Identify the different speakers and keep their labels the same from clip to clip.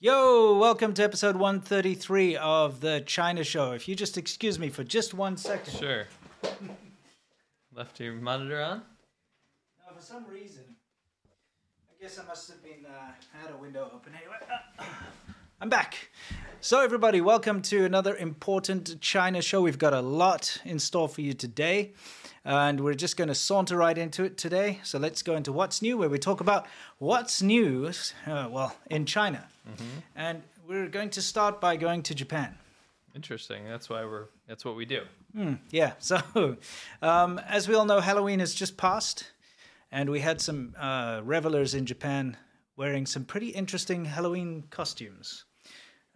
Speaker 1: Yo, welcome to episode 133 of The China Show. If you just excuse me for just one second.
Speaker 2: Sure. Left your monitor on?
Speaker 1: Now, for some reason, I guess I must have been, uh, I had a window open anyway. Uh, I'm back. So, everybody, welcome to another important China show. We've got a lot in store for you today, and we're just going to saunter right into it today. So, let's go into what's new, where we talk about what's new, uh, well, in China. And we're going to start by going to Japan.
Speaker 2: Interesting. That's why we're that's what we do.
Speaker 1: Hmm, Yeah. So, um, as we all know, Halloween has just passed, and we had some uh, revelers in Japan wearing some pretty interesting Halloween costumes.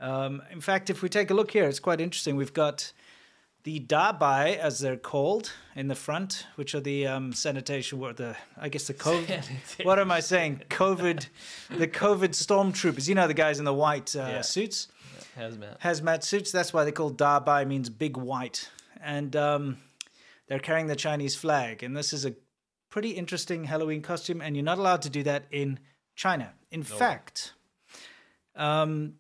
Speaker 1: Um, in fact, if we take a look here, it's quite interesting. We've got the dabai, as they're called, in the front, which are the um, sanitation, what the I guess the COVID. what am I saying? COVID, the COVID stormtroopers. You know the guys in the white uh,
Speaker 2: Yeah.
Speaker 1: suits
Speaker 2: Hazmat.
Speaker 1: hazmat suits. That's why they call Dabai means big white, and um, they're carrying the Chinese flag. And this is a pretty interesting Halloween costume, and you're not allowed to do that in China. In fact, um,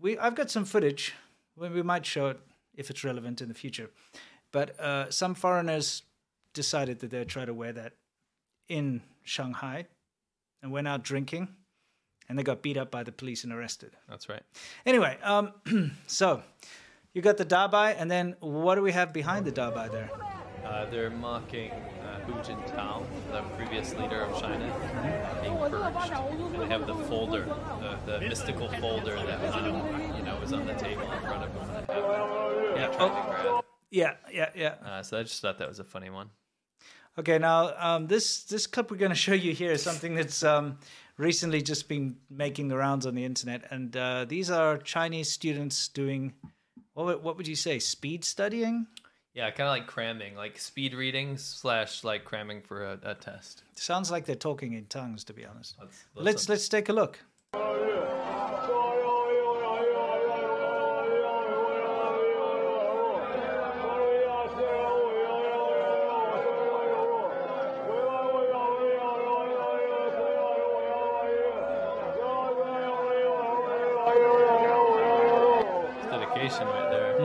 Speaker 1: we I've got some footage. We, we might show it if it's relevant in the future, but uh, some foreigners decided that they'd try to wear that in Shanghai, and went out drinking, and they got beat up by the police and arrested.
Speaker 2: That's right.
Speaker 1: Anyway, um, so you got the dabai, and then what do we have behind the dabai there?
Speaker 2: Uh, they're mocking uh, Hu Jintao, the previous leader of China, being purged. And they have the folder, the, the mystical folder that was on, you know was on the table in front of him. Yeah. Oh.
Speaker 1: Yeah, yeah, yeah.
Speaker 2: Uh, so I just thought that was a funny one.
Speaker 1: Okay, now um, this this clip we're going to show you here is something that's um, recently just been making the rounds on the internet, and uh, these are Chinese students doing what would, what would you say speed studying?
Speaker 2: Yeah, kind of like cramming, like speed reading slash like cramming for a, a test.
Speaker 1: Sounds like they're talking in tongues, to be honest.
Speaker 2: Let's- let's-
Speaker 1: Let's let's take a look.
Speaker 2: dedication right there.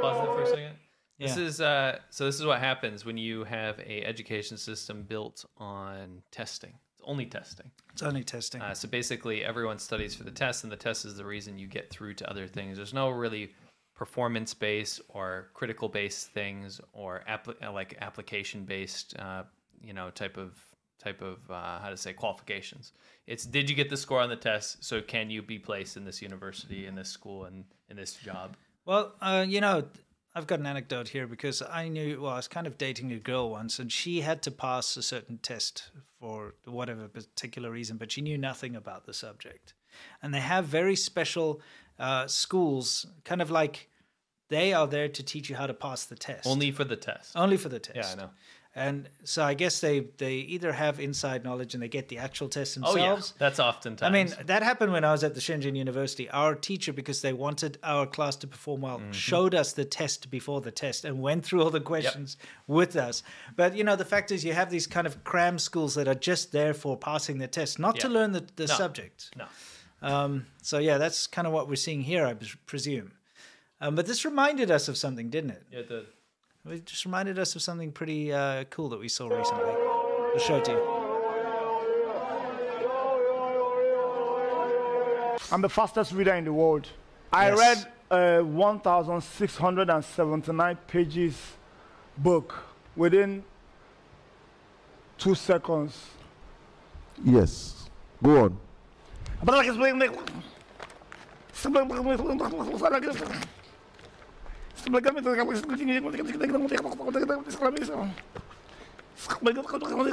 Speaker 2: Pause it for a second. This
Speaker 1: Yeah.
Speaker 2: is uh, so. This is what happens when you have a education system built on testing. It's only testing.
Speaker 1: It's only testing.
Speaker 2: Uh, so basically, everyone studies for the test, and the test is the reason you get through to other things. There's no really performance based or critical based things or appli- uh, like application based, uh, you know, type of type of uh, how to say qualifications. It's did you get the score on the test? So can you be placed in this university, in this school, and in this job?
Speaker 1: Well, uh, you know, I've got an anecdote here because I knew, well, I was kind of dating a girl once and she had to pass a certain test for whatever particular reason, but she knew nothing about the subject. And they have very special uh, schools, kind of like they are there to teach you how to pass the test.
Speaker 2: Only for the test.
Speaker 1: Only for the test.
Speaker 2: Yeah, I know.
Speaker 1: And so I guess they, they either have inside knowledge and they get the actual test
Speaker 2: Oh
Speaker 1: themselves.
Speaker 2: yeah, that's oftentimes.
Speaker 1: I mean, that happened when I was at the Shenzhen University. Our teacher, because they wanted our class to perform well,
Speaker 2: Mm-hmm.
Speaker 1: showed us the test before the test and went through all the questions with us. But, you know, the fact is, you have these kind of cram schools that are just there for passing the test, not to
Speaker 2: Yeah.
Speaker 1: learn the, the
Speaker 2: No.
Speaker 1: subject.
Speaker 2: no,
Speaker 1: Um, so, yeah, that's kind of what we're seeing here, I pres- presume. Um, but this reminded us of something, didn't it?
Speaker 2: yeah, the,
Speaker 1: It just reminded us of something pretty uh, cool that we saw recently. We'll show it to you.
Speaker 3: I'm the fastest reader in the world. I
Speaker 1: Yes.
Speaker 3: read uh, 1,679 pages book within two seconds.
Speaker 4: Yes. Go on.
Speaker 3: But like it's been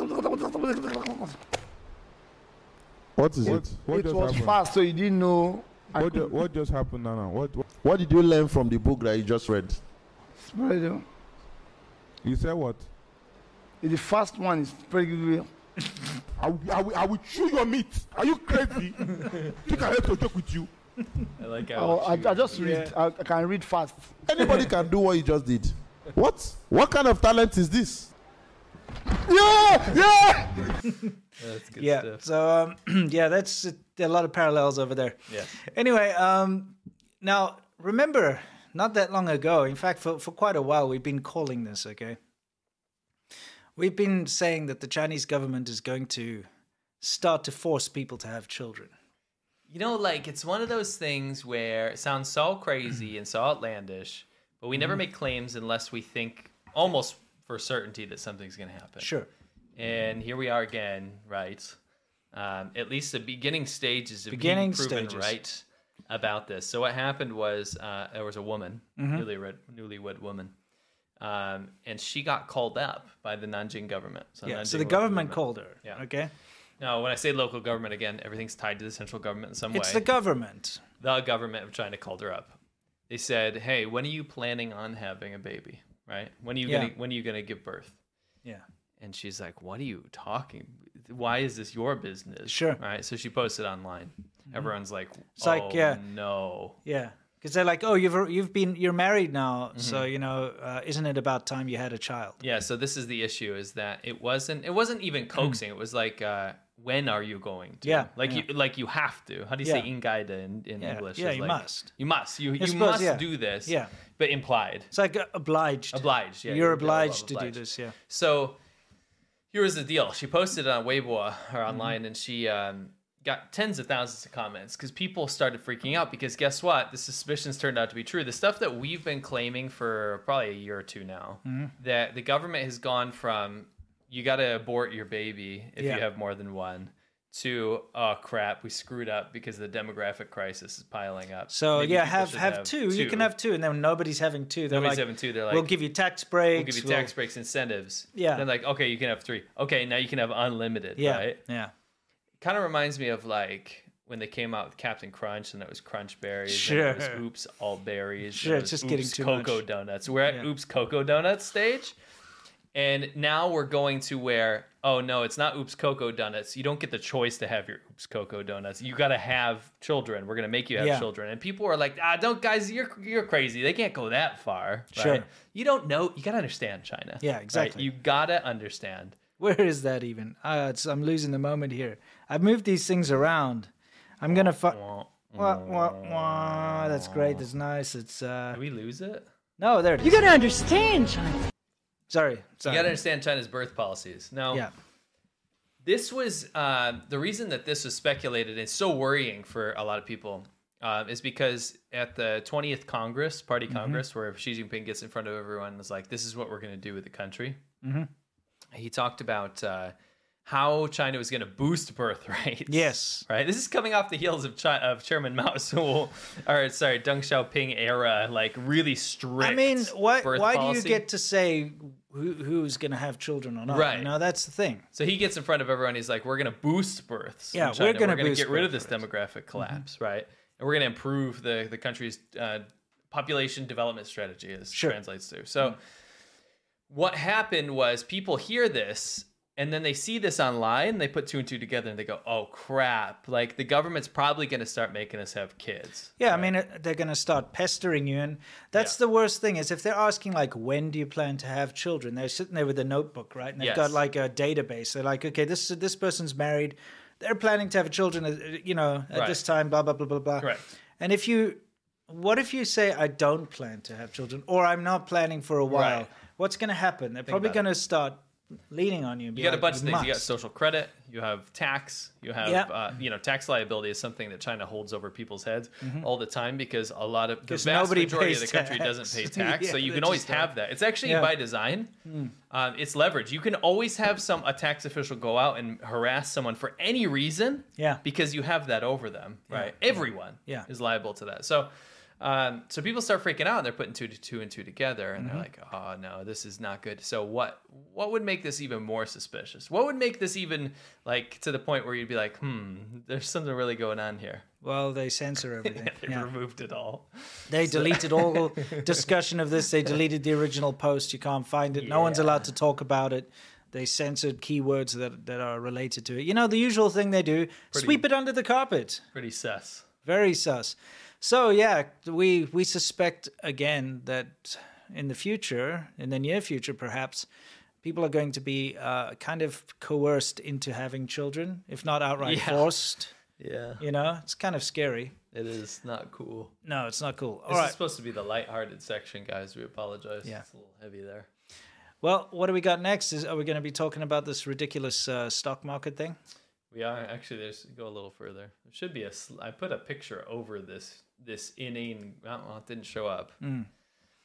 Speaker 3: like-
Speaker 4: What is it?
Speaker 3: It was fast, so you didn't know. I
Speaker 4: What, ju-
Speaker 3: could
Speaker 4: what just happened now? now? What, what what did you learn from the book that you just read?
Speaker 3: spread it.
Speaker 4: You said what?
Speaker 3: The first one is pretty real.
Speaker 4: I will, I, will, I will chew your meat. Are you crazy? Think I have to joke with you.
Speaker 2: I like
Speaker 3: Oh,
Speaker 2: how
Speaker 3: I, I just read. I, I can read fast.
Speaker 4: Anybody can do what you just did. What? What kind of talent is this?
Speaker 3: Yeah! yeah.
Speaker 2: That's good
Speaker 1: yeah.
Speaker 2: stuff.
Speaker 1: So um, yeah, that's a lot of parallels over there.
Speaker 2: Yeah.
Speaker 1: Anyway, um, now remember, not that long ago, in fact, for, for quite a while, we've been calling this. Okay, we've been saying that the Chinese government is going to start to force people to have children.
Speaker 2: You know, like it's one of those things where it sounds so crazy and so outlandish, but we
Speaker 1: Mm-hmm.
Speaker 2: never make claims unless we think almost for certainty that something's going to happen.
Speaker 1: Sure.
Speaker 2: And here we are again, right? Um, at least the beginning stages of
Speaker 1: Beginning
Speaker 2: being proven
Speaker 1: stages.
Speaker 2: right about this. So what happened was uh, there was a woman,
Speaker 1: Mm-hmm.
Speaker 2: newlywed, newlywed woman, um, and she got called up by the Nanjing government.
Speaker 1: Yeah. So the
Speaker 2: Nanjing local
Speaker 1: government called her.
Speaker 2: Yeah.
Speaker 1: Okay.
Speaker 2: No, when I say local government, again, everything's tied to the central government in some
Speaker 1: It's
Speaker 2: way
Speaker 1: the government.
Speaker 2: the government of China called her up. They said, "Hey, when are you planning on having a baby? Right? When are you
Speaker 1: Yeah.
Speaker 2: gonna when are you gonna give birth?"
Speaker 1: Yeah.
Speaker 2: And she's like, "What are you talking? Why is this your business?"
Speaker 1: Sure. Mm-hmm.
Speaker 2: Right. So she posted online. Everyone's like,
Speaker 1: It's
Speaker 2: "Oh
Speaker 1: like, yeah.
Speaker 2: no."
Speaker 1: Yeah. Because they're like, oh, you've you've been you're married now,
Speaker 2: Mm-hmm.
Speaker 1: so you know, uh, isn't it about time you had a child?
Speaker 2: Yeah. So this is the issue: is that it wasn't it wasn't even coaxing. It was like, uh, "When are you going to?"
Speaker 1: Mm-hmm. Yeah,
Speaker 2: Like
Speaker 1: yeah.
Speaker 2: you like you have to. How do you say
Speaker 1: Yeah.
Speaker 2: "ingaida" in, in
Speaker 1: Yeah,
Speaker 2: English?
Speaker 1: yeah,
Speaker 2: It's
Speaker 1: you
Speaker 2: like,
Speaker 1: must.
Speaker 2: You must. You you
Speaker 1: suppose,
Speaker 2: must
Speaker 1: yeah.
Speaker 2: do this.
Speaker 1: Yeah.
Speaker 2: But implied.
Speaker 1: It's like uh, obliged.
Speaker 2: Obliged. Yeah.
Speaker 1: You're
Speaker 2: you feel
Speaker 1: obliged to
Speaker 2: obliged.
Speaker 1: do this. Yeah.
Speaker 2: So here was the deal. She posted it on Weibo or online, and she um, got tens of thousands of comments because people started freaking out. Because guess what? The suspicions turned out to be true. The stuff that we've been claiming for probably a year or two now
Speaker 1: Mm-hmm.
Speaker 2: that the government has gone from you got to abort your baby if
Speaker 1: Yeah.
Speaker 2: you have more than one. To oh crap, we screwed up because the demographic crisis is piling up.
Speaker 1: So
Speaker 2: Maybe
Speaker 1: yeah,
Speaker 2: people
Speaker 1: have
Speaker 2: should
Speaker 1: have, two. You can have two, and then nobody's having two. They're
Speaker 2: Nobody's
Speaker 1: like,
Speaker 2: having two. They're like,
Speaker 1: we'll give you tax breaks.
Speaker 2: we'll give you tax breaks, incentives.
Speaker 1: Yeah.
Speaker 2: Then like, okay, you can have three. Okay, now you can have unlimited.
Speaker 1: Yeah,
Speaker 2: Right.
Speaker 1: yeah,
Speaker 2: Kind of reminds me of like when they came out with Captain Crunch and it was Crunch Berries. And it
Speaker 1: Sure.
Speaker 2: was Oops, all berries.
Speaker 1: Sure,
Speaker 2: and it
Speaker 1: it's
Speaker 2: was
Speaker 1: just getting
Speaker 2: Oops,
Speaker 1: too
Speaker 2: Cocoa
Speaker 1: much.
Speaker 2: donuts. We're at
Speaker 1: Yeah.
Speaker 2: Oops Cocoa Donuts stage, and now we're going to where oh no, it's not Oops Cocoa Donuts. You don't get the choice to have your Oops Cocoa Donuts. You got to have children. We're gonna make you have
Speaker 1: Yeah.
Speaker 2: children. And people are like, ah, don't guys, you're you're crazy. They can't go that far.
Speaker 1: Sure.
Speaker 2: right? You don't know. You gotta understand China.
Speaker 1: Yeah,
Speaker 2: right?
Speaker 1: exactly.
Speaker 2: You gotta understand.
Speaker 1: Where is that even? Uh, it's, I'm losing the moment here. I've moved these things around. I'm gonna fuck. Wah, wah, wah. That's great. That's nice. It's uh
Speaker 2: Did we lose it?
Speaker 1: no, there it
Speaker 5: You
Speaker 1: is.
Speaker 5: gotta understand, China.
Speaker 1: Sorry,
Speaker 2: You
Speaker 1: sorry.
Speaker 2: gotta understand China's birth policies. Now,
Speaker 1: yeah,
Speaker 2: this was uh, the reason that this was speculated and so worrying for a lot of people uh, is because at the 20th Congress, Party
Speaker 1: Mm-hmm.
Speaker 2: Congress, where Xi Jinping gets in front of everyone and is like, this is what we're going to do with the country.
Speaker 1: Mm-hmm.
Speaker 2: He talked about uh, how China was going to boost birth rates.
Speaker 1: Yes.
Speaker 2: Right? This is coming off the heels of, Chi- of Chairman Mao Zedong, or sorry, Deng Xiaoping era, like really strict.
Speaker 1: I mean, why
Speaker 2: birth
Speaker 1: why do
Speaker 2: policy.
Speaker 1: you get to say who who's gonna have children or not?
Speaker 2: Right.
Speaker 1: You know, that's the thing.
Speaker 2: So he gets in front of everyone. He's like, "We're going to boost births. in
Speaker 1: Yeah, we're
Speaker 2: China.
Speaker 1: gonna
Speaker 2: gonna
Speaker 1: boost
Speaker 2: get rid of
Speaker 1: birth Mm-hmm.
Speaker 2: this demographic collapse, right? And we're going to improve the the country's uh, population development strategy, as
Speaker 1: Sure. Mm-hmm.
Speaker 2: translates to. So, what happened was people hear this and then they see this online. They put two and two together and they go, "Oh crap! Like the government's probably going to start making us have kids."
Speaker 1: Yeah, I mean uh, they're going to start pestering you, and that's the worst thing is if they're asking like, when do you plan to have children? They're sitting there with a notebook, right? And they've got
Speaker 2: Yes.
Speaker 1: like a database. They're like, okay, this this person's married, they're planning to have children, uh, you know, at
Speaker 2: Right.
Speaker 1: this time, blah blah blah blah blah.
Speaker 2: Correct.
Speaker 1: And if you, what if you say I don't plan to have children, or I'm not planning for a while?
Speaker 2: Right.
Speaker 1: What's going to happen? They're probably
Speaker 2: about it.
Speaker 1: going to start leaning on you. And be
Speaker 2: You got a
Speaker 1: like,
Speaker 2: bunch of things. You got
Speaker 1: must."
Speaker 2: social credit. You have tax. You have,
Speaker 1: Yeah.
Speaker 2: uh, you know, tax liability is something that China holds over people's heads all the time because a lot of the
Speaker 1: 'Cause
Speaker 2: vast
Speaker 1: Mm-hmm. nobody
Speaker 2: majority
Speaker 1: pays
Speaker 2: of the country
Speaker 1: tax.
Speaker 2: doesn't pay tax, so
Speaker 1: Yeah,
Speaker 2: you
Speaker 1: they
Speaker 2: can always
Speaker 1: just don't.
Speaker 2: have that. It's actually
Speaker 1: Yeah. Hmm.
Speaker 2: by design. Um, it's leverage. You can always have some a tax official go out and harass someone for any reason.
Speaker 1: Yeah.
Speaker 2: because you have that over them, right? Everyone
Speaker 1: Yeah.
Speaker 2: is liable to that. So. Um, so people start freaking out and they're putting two to two and two together and they're like, oh no, this is not good. So what what would make this even more suspicious? What would make this even like to the point where you'd be like, hmm, there's something really going on here.
Speaker 1: Well, they censor everything.
Speaker 2: They
Speaker 1: yeah.
Speaker 2: removed it all.
Speaker 1: They deleted all discussion of this. They deleted the original post. You can't find it. No one's allowed to talk about it. They censored keywords that, that are related to it. You know, the usual thing they do sweep it under the carpet.
Speaker 2: Pretty sus.
Speaker 1: Very sus. So, yeah, we, we suspect again that in the future, in the near future perhaps, people are going to be uh, kind of coerced into having children, if not outright
Speaker 2: Yeah.
Speaker 1: forced.
Speaker 2: Yeah,
Speaker 1: You know, it's kind of scary.
Speaker 2: it is not cool.
Speaker 1: No, it's not cool. All
Speaker 2: This
Speaker 1: right.
Speaker 2: is supposed to be the lighthearted section, guys. We apologize.
Speaker 1: Yeah.
Speaker 2: It's a little heavy there.
Speaker 1: Well, what do we got next? Is are we going to be talking about this ridiculous uh, stock market thing?
Speaker 2: We are actually there's go a little further. There should be a sl- I put a picture over this this inane well it didn't show up.
Speaker 1: Mm.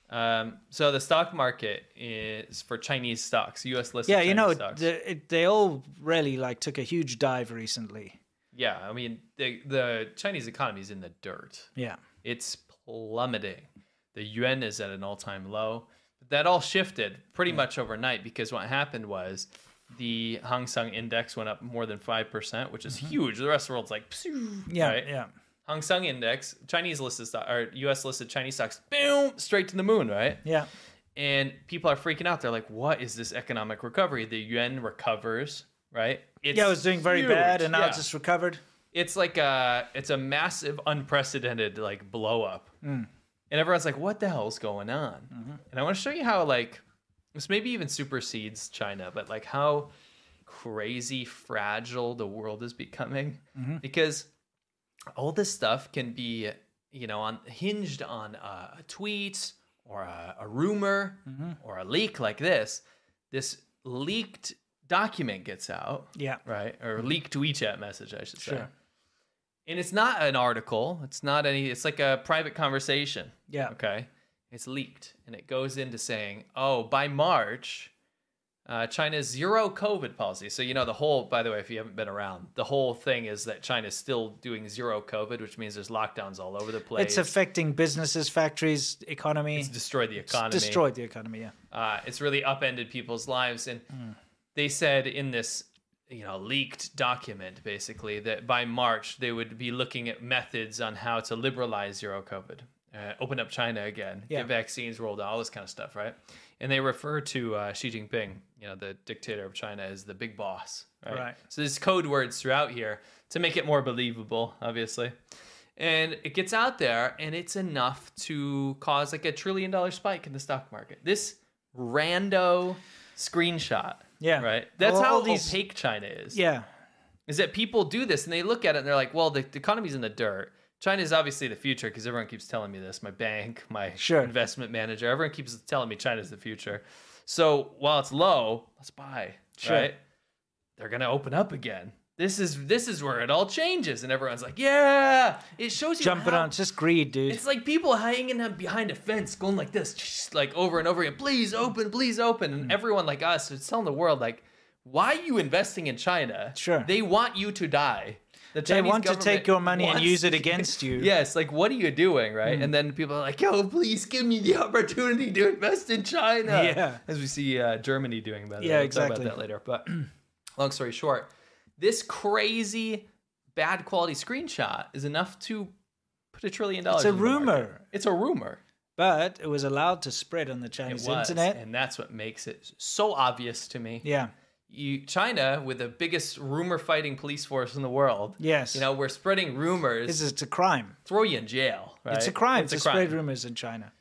Speaker 2: Um, so the stock market is for Chinese stocks, U.S. listed.
Speaker 1: Yeah, you
Speaker 2: Chinese
Speaker 1: know,
Speaker 2: stocks.
Speaker 1: the, it, they all really like took a huge dive recently.
Speaker 2: yeah. I mean, the the Chinese economy is in the dirt.
Speaker 1: Yeah,
Speaker 2: It's plummeting. The yuan is at an all time low. But that all shifted pretty much overnight because what happened was the Hang Seng index went up more than 5%, which is huge. The rest of the world's like, psew,
Speaker 1: Mm-hmm. yeah,
Speaker 2: right?
Speaker 1: yeah,
Speaker 2: Hang Seng index, Chinese listed stock, or US listed Chinese stocks, boom, straight to the moon, right?
Speaker 1: yeah.
Speaker 2: And people are freaking out. They're like, what is this economic recovery? The yuan recovers, right? It's
Speaker 1: yeah, it was doing very
Speaker 2: huge,
Speaker 1: bad, and now
Speaker 2: yeah
Speaker 1: it's just recovered.
Speaker 2: it's like a it's a massive unprecedented like blow up and everyone's like what the hell's going on and i want to show you how like this maybe even supersedes china but like how crazy fragile the world is becoming because all this stuff can be you know on hinged on a, a tweet or a, a rumor or a leak like this this leaked document gets out
Speaker 1: Yeah,
Speaker 2: right? Or leaked WeChat message, I should say.
Speaker 1: Sure.
Speaker 2: And it's not an article. It's not any. It's like a private conversation.
Speaker 1: yeah,
Speaker 2: Okay. It's leaked, and it goes into saying, "Oh, by March, uh, China's zero COVID policy." So you know the whole. By the way, if you haven't been around, the whole thing is that China's still doing zero COVID, which means there's lockdowns all over the place.
Speaker 1: it's affecting businesses, factories, economy.
Speaker 2: It's destroyed the economy.
Speaker 1: Destroyed the economy. Yeah,
Speaker 2: Uh, it's really upended people's lives. And
Speaker 1: Hmm.
Speaker 2: they said in this, you know, leaked document basically that by March they would be looking at methods on how to liberalize zero COVID, uh, open up China again,
Speaker 1: Yeah.
Speaker 2: get vaccines rolled out, all this kind of stuff, right? And they refer to uh, Xi Jinping, you know, the dictator of China, as the big boss, right?
Speaker 1: Right.
Speaker 2: So there's code words throughout here to make it more believable, obviously. And it gets out there, and it's enough to cause like a trillion dollar spike in the stock market. This rando screenshot.
Speaker 1: Yeah.
Speaker 2: Right? That's
Speaker 1: All-
Speaker 2: how
Speaker 1: all these-
Speaker 2: opaque China is.
Speaker 1: yeah,
Speaker 2: Is that people do this and they look at it and they're like, well, the, the economy's in the dirt. China is obviously the future because everyone keeps telling me this. My bank, my
Speaker 1: Sure.
Speaker 2: investment manager, everyone keeps telling me China's the future. So while it's low, let's buy.
Speaker 1: Sure.
Speaker 2: Right? They're gonna open up again. This is this is where it all changes, and everyone's like, "Yeah!" It shows you
Speaker 1: jumping
Speaker 2: how-
Speaker 1: on. It's just greed, dude.
Speaker 2: it's like people hanging out behind a fence, going like this, like over and over again. Please open, please open.
Speaker 1: Mm.
Speaker 2: And everyone like us is telling the world like, why are you investing in China?
Speaker 1: Sure.
Speaker 2: they want you to die. The
Speaker 1: They
Speaker 2: Chinese
Speaker 1: want to take
Speaker 2: government
Speaker 1: your money and
Speaker 2: wants-
Speaker 1: use it against you. Mm.
Speaker 2: Yes, like what are you doing, right? And then people are like, "Yo, please give me the opportunity to invest in China."
Speaker 1: Yeah.
Speaker 2: as we see uh, Germany doing by the
Speaker 1: Yeah,
Speaker 2: way. We'll talk
Speaker 1: exactly.
Speaker 2: about that later. But long story short, this crazy bad quality screenshot is enough to put a trillion dollars.
Speaker 1: It's a
Speaker 2: into the market.
Speaker 1: rumor,
Speaker 2: It's a rumor.
Speaker 1: but it was allowed to spread on the
Speaker 2: It
Speaker 1: Chinese
Speaker 2: was,
Speaker 1: internet.
Speaker 2: and that's what makes it so obvious to me.
Speaker 1: yeah,
Speaker 2: You, China, with the biggest rumor-fighting police force in the world.
Speaker 1: Yes.
Speaker 2: you know we're spreading rumors.
Speaker 1: it's, it's a crime.
Speaker 2: throw you in jail. Right?
Speaker 1: It's a crime
Speaker 2: It's
Speaker 1: to
Speaker 2: a crime.
Speaker 1: spread rumors in China.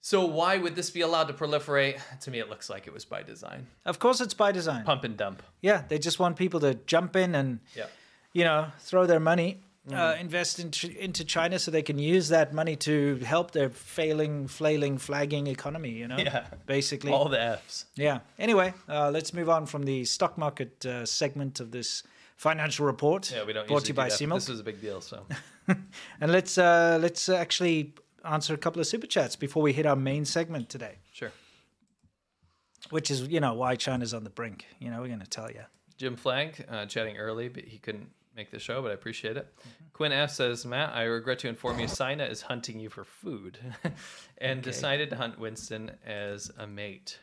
Speaker 2: So why would this be allowed to proliferate? To me, it looks like it was by design.
Speaker 1: Of course, it's by design.
Speaker 2: Pump and dump.
Speaker 1: Yeah, they just want people to jump in and
Speaker 2: Yeah.
Speaker 1: you know throw their money, uh,
Speaker 2: Mm.
Speaker 1: invest in, Ch- into China so they can use that money to help their failing, flailing, flagging economy. You know,
Speaker 2: Yeah.
Speaker 1: basically.
Speaker 2: All the F's.
Speaker 1: yeah. Anyway, uh, let's move on from the stock market uh, segment of this financial report.
Speaker 2: Yeah, we don't
Speaker 1: brought to
Speaker 2: usually
Speaker 1: you by
Speaker 2: do that, but
Speaker 1: CMILK.
Speaker 2: This was a big deal, so
Speaker 1: and let's uh, let's uh, actually answer a couple of super chats before we hit our main segment today.
Speaker 2: sure.
Speaker 1: which is you know why China's on the brink. You know, we're going to tell you.
Speaker 2: Jim Flank uh, chatting early, but he couldn't make the show, but I appreciate it. Quinn F says, Matt, I regret to inform you, Sina is hunting you for food and decided to hunt Winston as a mate.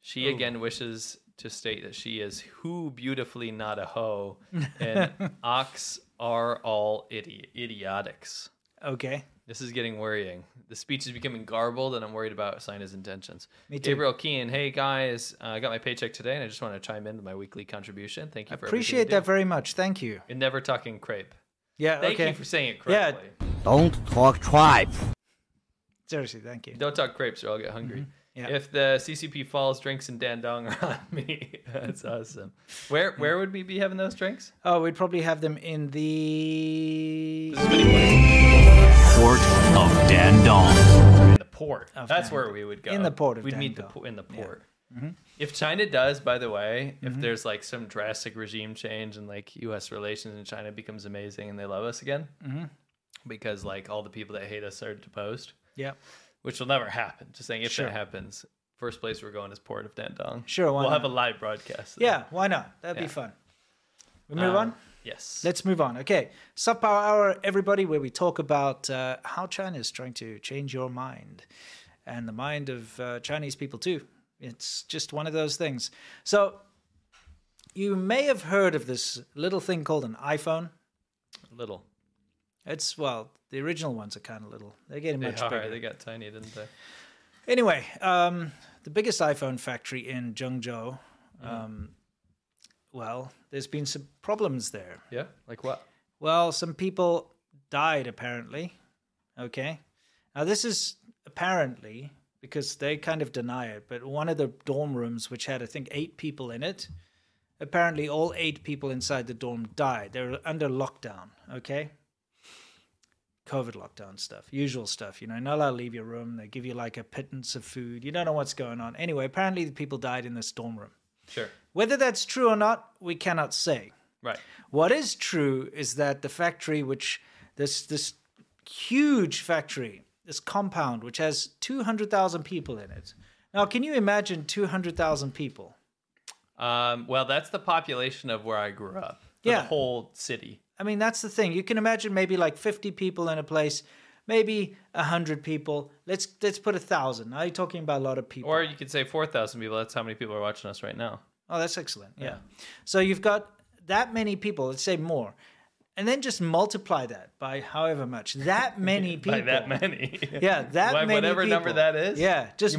Speaker 2: She again wishes to state that she is who beautifully not a hoe and ox are all idi- idiotics.
Speaker 1: Okay.
Speaker 2: This is getting worrying. The speech is becoming garbled, and I'm worried about Sina's intentions.
Speaker 1: Me too.
Speaker 2: Gabriel Keen, hey guys, uh, I got my paycheck today, and I just want to chime in with my weekly contribution. Thank you for
Speaker 1: Appreciate
Speaker 2: everything you
Speaker 1: that very much. Thank you.
Speaker 2: do. And never talking crepe.
Speaker 1: Yeah.
Speaker 2: Thank
Speaker 1: okay.
Speaker 2: you for saying it
Speaker 1: Yeah.
Speaker 2: correctly.
Speaker 5: Don't talk tribe.
Speaker 1: Seriously, thank you.
Speaker 2: Don't talk crepes, or I'll get hungry.
Speaker 1: Mm-hmm. Yeah.
Speaker 2: If the CCP falls, drinks and dandong are on me. That's awesome. Where where would we be having those drinks?
Speaker 1: Oh, we'd probably have them in the
Speaker 2: This is many places.
Speaker 5: Port of Dandong.
Speaker 2: In the port. That's where we would go.
Speaker 1: In the port of
Speaker 2: We'd meet the
Speaker 1: Dandong. Mm-hmm.
Speaker 2: po- in the port. If China does, by the way, if there's like some drastic regime change and like U.S. relations and China becomes amazing and they love us again,
Speaker 1: Mm-hmm.
Speaker 2: because like all the people that hate us are deposed,
Speaker 1: yeah.
Speaker 2: which will never happen. Just saying, if
Speaker 1: Sure.
Speaker 2: that happens, first place we're going is port of Dandong.
Speaker 1: Sure, why
Speaker 2: we'll have a
Speaker 1: not?
Speaker 2: live broadcast. there.
Speaker 1: Yeah, why not? That'd be
Speaker 2: Yeah.
Speaker 1: fun. We move
Speaker 2: Um,
Speaker 1: on.
Speaker 2: Yes.
Speaker 1: Let's move on. Okay, Sub Power Hour, everybody, where we talk about uh, how China is trying to change your mind and the mind of uh, Chinese people too. It's just one of those things. So you may have heard of this little thing called an iPhone.
Speaker 2: little.
Speaker 1: It's well, the original ones are kind of little. They're getting
Speaker 2: They
Speaker 1: much
Speaker 2: are.
Speaker 1: bigger.
Speaker 2: They got tiny, didn't they?
Speaker 1: Anyway, um, the biggest iPhone factory in Zhengzhou. Um, well, there's been some problems there.
Speaker 2: Yeah. Like what?
Speaker 1: Well, some people died apparently. Okay. Now, this is apparently because they kind of deny it, but one of the dorm rooms, which had, I think, eight people in it, apparently all eight people inside the dorm died. They were under lockdown. Okay. COVID lockdown stuff, usual stuff. You know, you're not allowed to leave your room. They give you like a pittance of food. You don't know what's going on. Anyway, apparently the people died in this dorm room.
Speaker 2: Sure.
Speaker 1: Whether that's true or not, we cannot say.
Speaker 2: Right.
Speaker 1: What is true is that the factory, which this this huge factory, this compound, which has two hundred thousand people in it. Now, can you imagine two hundred thousand people?
Speaker 2: Um, well, that's the population of where I grew up. for
Speaker 1: Yeah.
Speaker 2: The whole city.
Speaker 1: I mean, that's the thing. You can imagine maybe like fifty people in a place, maybe hundred people. Let's let's put a thousand. Now you're talking about a lot of people.
Speaker 2: Or you could say 4,000 people. That's how many people are watching us right now.
Speaker 1: Oh, that's excellent. Yeah. So you've got that many people, let's say more, and then just multiply that by however much. That many people.
Speaker 2: By that many.
Speaker 1: Yeah, that
Speaker 2: Why-
Speaker 1: many
Speaker 2: Whatever number
Speaker 1: people.
Speaker 2: that is.
Speaker 1: Yeah, just
Speaker 2: you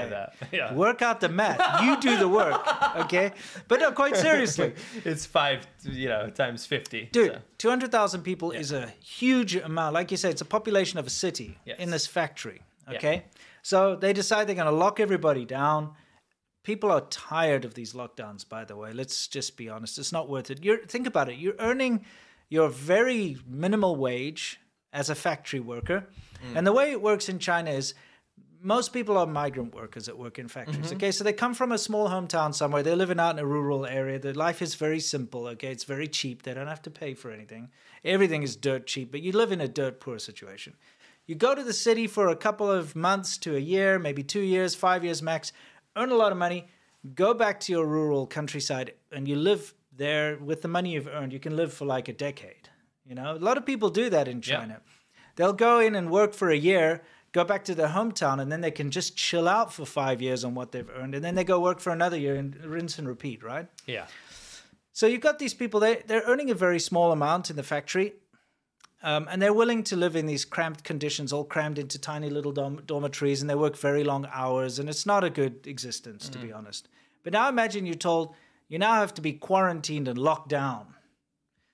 Speaker 1: multiply it.
Speaker 2: that. Yeah.
Speaker 1: Work out the math. You do the work, okay? But no, quite seriously,
Speaker 2: It's five, you know, times 50.
Speaker 1: dude,
Speaker 2: so.
Speaker 1: 200,000 people is a huge amount. Like you said, it's a population of a city
Speaker 2: Yes.
Speaker 1: in this factory, okay? So they decide they're going to lock everybody down. People are tired of these lockdowns, by the way. Let's just be honest. It's not worth it. You're, think about it. You're earning your very minimal wage as a factory worker. And the way it works in China is most people are migrant workers that work in factories. Okay, so they come from a small hometown somewhere. They're living out in a rural area. Their life is very simple. Okay, it's very cheap. They don't have to pay for anything. Everything is dirt cheap, but you live in a dirt poor situation. You go to the city for a couple of months to a year, maybe two years, five years max, earn a lot of money, go back to your rural countryside, and you live there with the money you've earned. You can live for like a decade. You know, a lot of people do that in China. They'll go in and work for a year, go back to their hometown, and then they can just chill out for five years on what they've earned. And then they go work for another year and rinse and repeat, right?
Speaker 2: Yeah.
Speaker 1: So you've got these people, they, they're earning a very small amount in the factory. Um, and they're willing to live in these cramped conditions, all crammed into tiny little dorm- dormitories, and they work very long hours. And it's not a good existence, to be honest. But now imagine you're told you now have to be quarantined and locked down.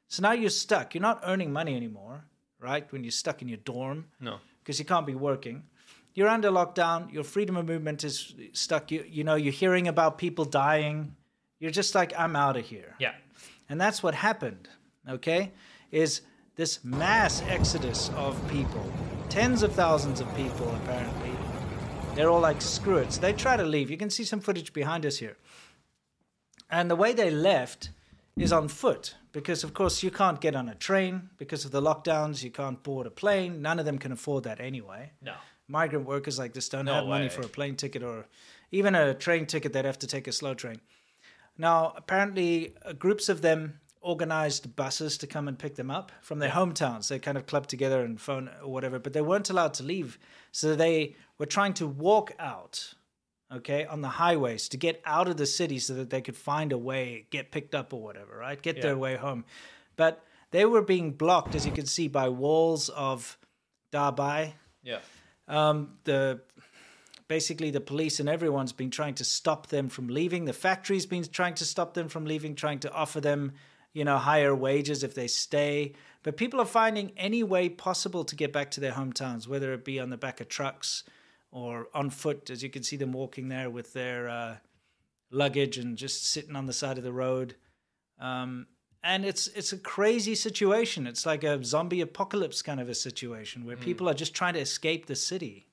Speaker 1: So now you're stuck. You're not earning money anymore, right? When you're stuck in your dorm
Speaker 2: No.
Speaker 1: because you can't be working. You're under lockdown. Your freedom of movement is stuck. You, you know, you're hearing about people dying. You're just like, I'm out of here.
Speaker 2: Yeah.
Speaker 1: And that's what happened, okay? Is this mass exodus of people, tens of thousands of people apparently. They're all like, screw it. So they try to leave. You can see some footage behind us here. And the way they left is on foot because, of course, you can't get on a train because of the lockdowns. You can't board a plane. None of them can afford that anyway.
Speaker 2: No.
Speaker 1: Migrant workers like this don't
Speaker 2: No
Speaker 1: have money
Speaker 2: way.
Speaker 1: for a plane ticket or even a train ticket. They'd have to take a slow train. Now, apparently, uh, groups of them organized buses to come and pick them up from their hometowns. They kind of clubbed together and phone or whatever, but they weren't allowed to leave. So they were trying to walk out, okay, on the highways to get out of the city so that they could find a way, get picked up or whatever, right? Get their
Speaker 2: Yeah.
Speaker 1: way home. But they were being blocked, as you can see, by walls of Dabai,
Speaker 2: Yeah.
Speaker 1: um, the basically the police and everyone's been trying to stop them from leaving. The factory's been trying to stop them from leaving, trying to offer them, you know, higher wages if they stay. But people are finding any way possible to get back to their hometowns, whether it be on the back of trucks or on foot, as you can see them walking there with their uh, luggage and just sitting on the side of the road. Um, and it's it's a crazy situation. It's like a zombie apocalypse kind of a situation
Speaker 2: Hmm.
Speaker 1: where people are just trying to escape the city,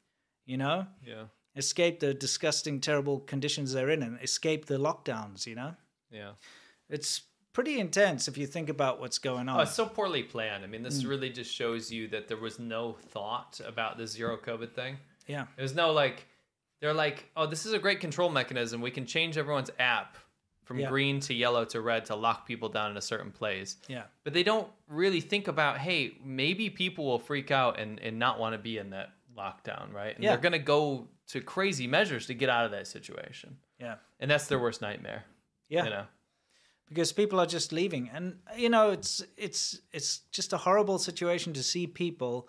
Speaker 1: you know,
Speaker 2: Yeah.
Speaker 1: escape the disgusting, terrible conditions they're in, and escape the lockdowns. You know,
Speaker 2: Yeah.
Speaker 1: it's pretty intense if you think about what's going on.
Speaker 2: Oh, it's so poorly planned. I mean,
Speaker 1: Mm.
Speaker 2: this really just shows you that there was no thought about the zero COVID thing.
Speaker 1: yeah,
Speaker 2: There's no like, they're like, oh, this is a great control mechanism. We can change everyone's app from
Speaker 1: Yeah.
Speaker 2: green to yellow to red to lock people down in a certain place.
Speaker 1: yeah,
Speaker 2: But they don't really think about, hey, maybe people will freak out and, and not want to be in that lockdown, right? And
Speaker 1: Yeah.
Speaker 2: they're going to go to crazy measures to get out of that situation.
Speaker 1: yeah,
Speaker 2: And that's their worst nightmare,
Speaker 1: yeah.
Speaker 2: you know?
Speaker 1: because people are just leaving and you know it's it's it's just a horrible situation to see people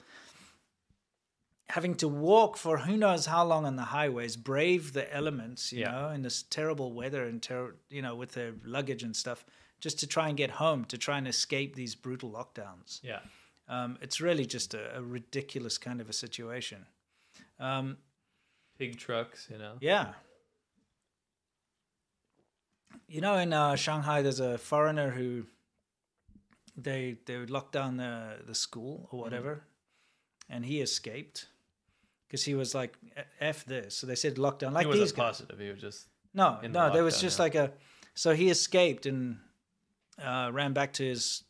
Speaker 1: having to walk for who knows how long on the highways brave the elements you
Speaker 2: Yeah.
Speaker 1: know in this terrible weather and ter- you know with their luggage and stuff just to try and get home to try and escape these brutal lockdowns
Speaker 2: Yeah.
Speaker 1: um, it's really just a, a ridiculous kind of a situation um,
Speaker 2: Pig trucks, you know?
Speaker 1: yeah. You know, in uh, Shanghai, there's a foreigner who they they would lock down the the school or whatever, and he escaped because he was like, "F this." So they said lockdown, like
Speaker 2: he
Speaker 1: these
Speaker 2: wasn't
Speaker 1: guys.
Speaker 2: positive. He was just
Speaker 1: No,
Speaker 2: in the
Speaker 1: no, there was
Speaker 2: lockdown,
Speaker 1: just
Speaker 2: yeah.
Speaker 1: like a. So he escaped and uh, ran back to his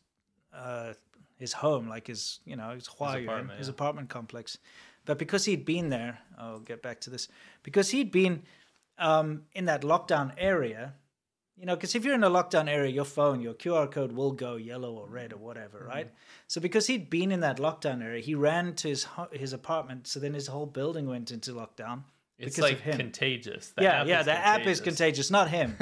Speaker 1: uh, his home, like his you know his, huayuan, his, apartment,
Speaker 2: apartment, yeah.
Speaker 1: complex. But because he'd been there, I'll get back to this. Because he'd been um, in that lockdown area, you know, because if you're in a lockdown area, your phone, your QR code will go yellow or red or whatever,
Speaker 2: Mm-hmm.
Speaker 1: right? So because he'd been in that lockdown area, he ran to his ho- his apartment. So then his whole building went into lockdown.
Speaker 2: It's
Speaker 1: because of
Speaker 2: like
Speaker 1: him.
Speaker 2: contagious. The
Speaker 1: yeah,
Speaker 2: app
Speaker 1: yeah.
Speaker 2: is
Speaker 1: The app is contagious, not him.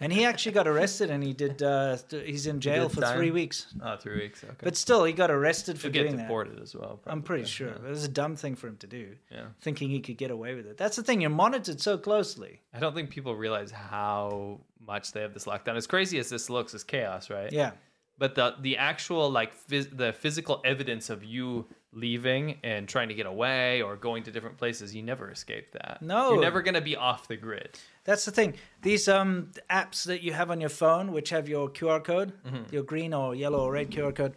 Speaker 1: and he actually got arrested, and he did. Uh, th- he's in jail
Speaker 2: did
Speaker 1: for
Speaker 2: time?
Speaker 1: three weeks.
Speaker 2: oh, three weeks. Okay.
Speaker 1: But still, he got arrested for
Speaker 2: He'll get
Speaker 1: doing that.
Speaker 2: deported as well.
Speaker 1: I'm
Speaker 2: probably.
Speaker 1: pretty sure. It was a dumb thing for him to do.
Speaker 2: Yeah.
Speaker 1: Thinking he could get away with it. That's the thing. You're monitored so closely.
Speaker 2: I don't think people realize how much they have this lockdown. As crazy as this looks, it's chaos, right?
Speaker 1: Yeah.
Speaker 2: But the the actual like phys- the physical evidence of you leaving and trying to get away or going to different places, you never escape that.
Speaker 1: No.
Speaker 2: you're never gonna be off the grid.
Speaker 1: That's the thing. These um, apps that you have on your phone, which have your QR code,
Speaker 2: Mm-hmm.
Speaker 1: your green or yellow or red QR code,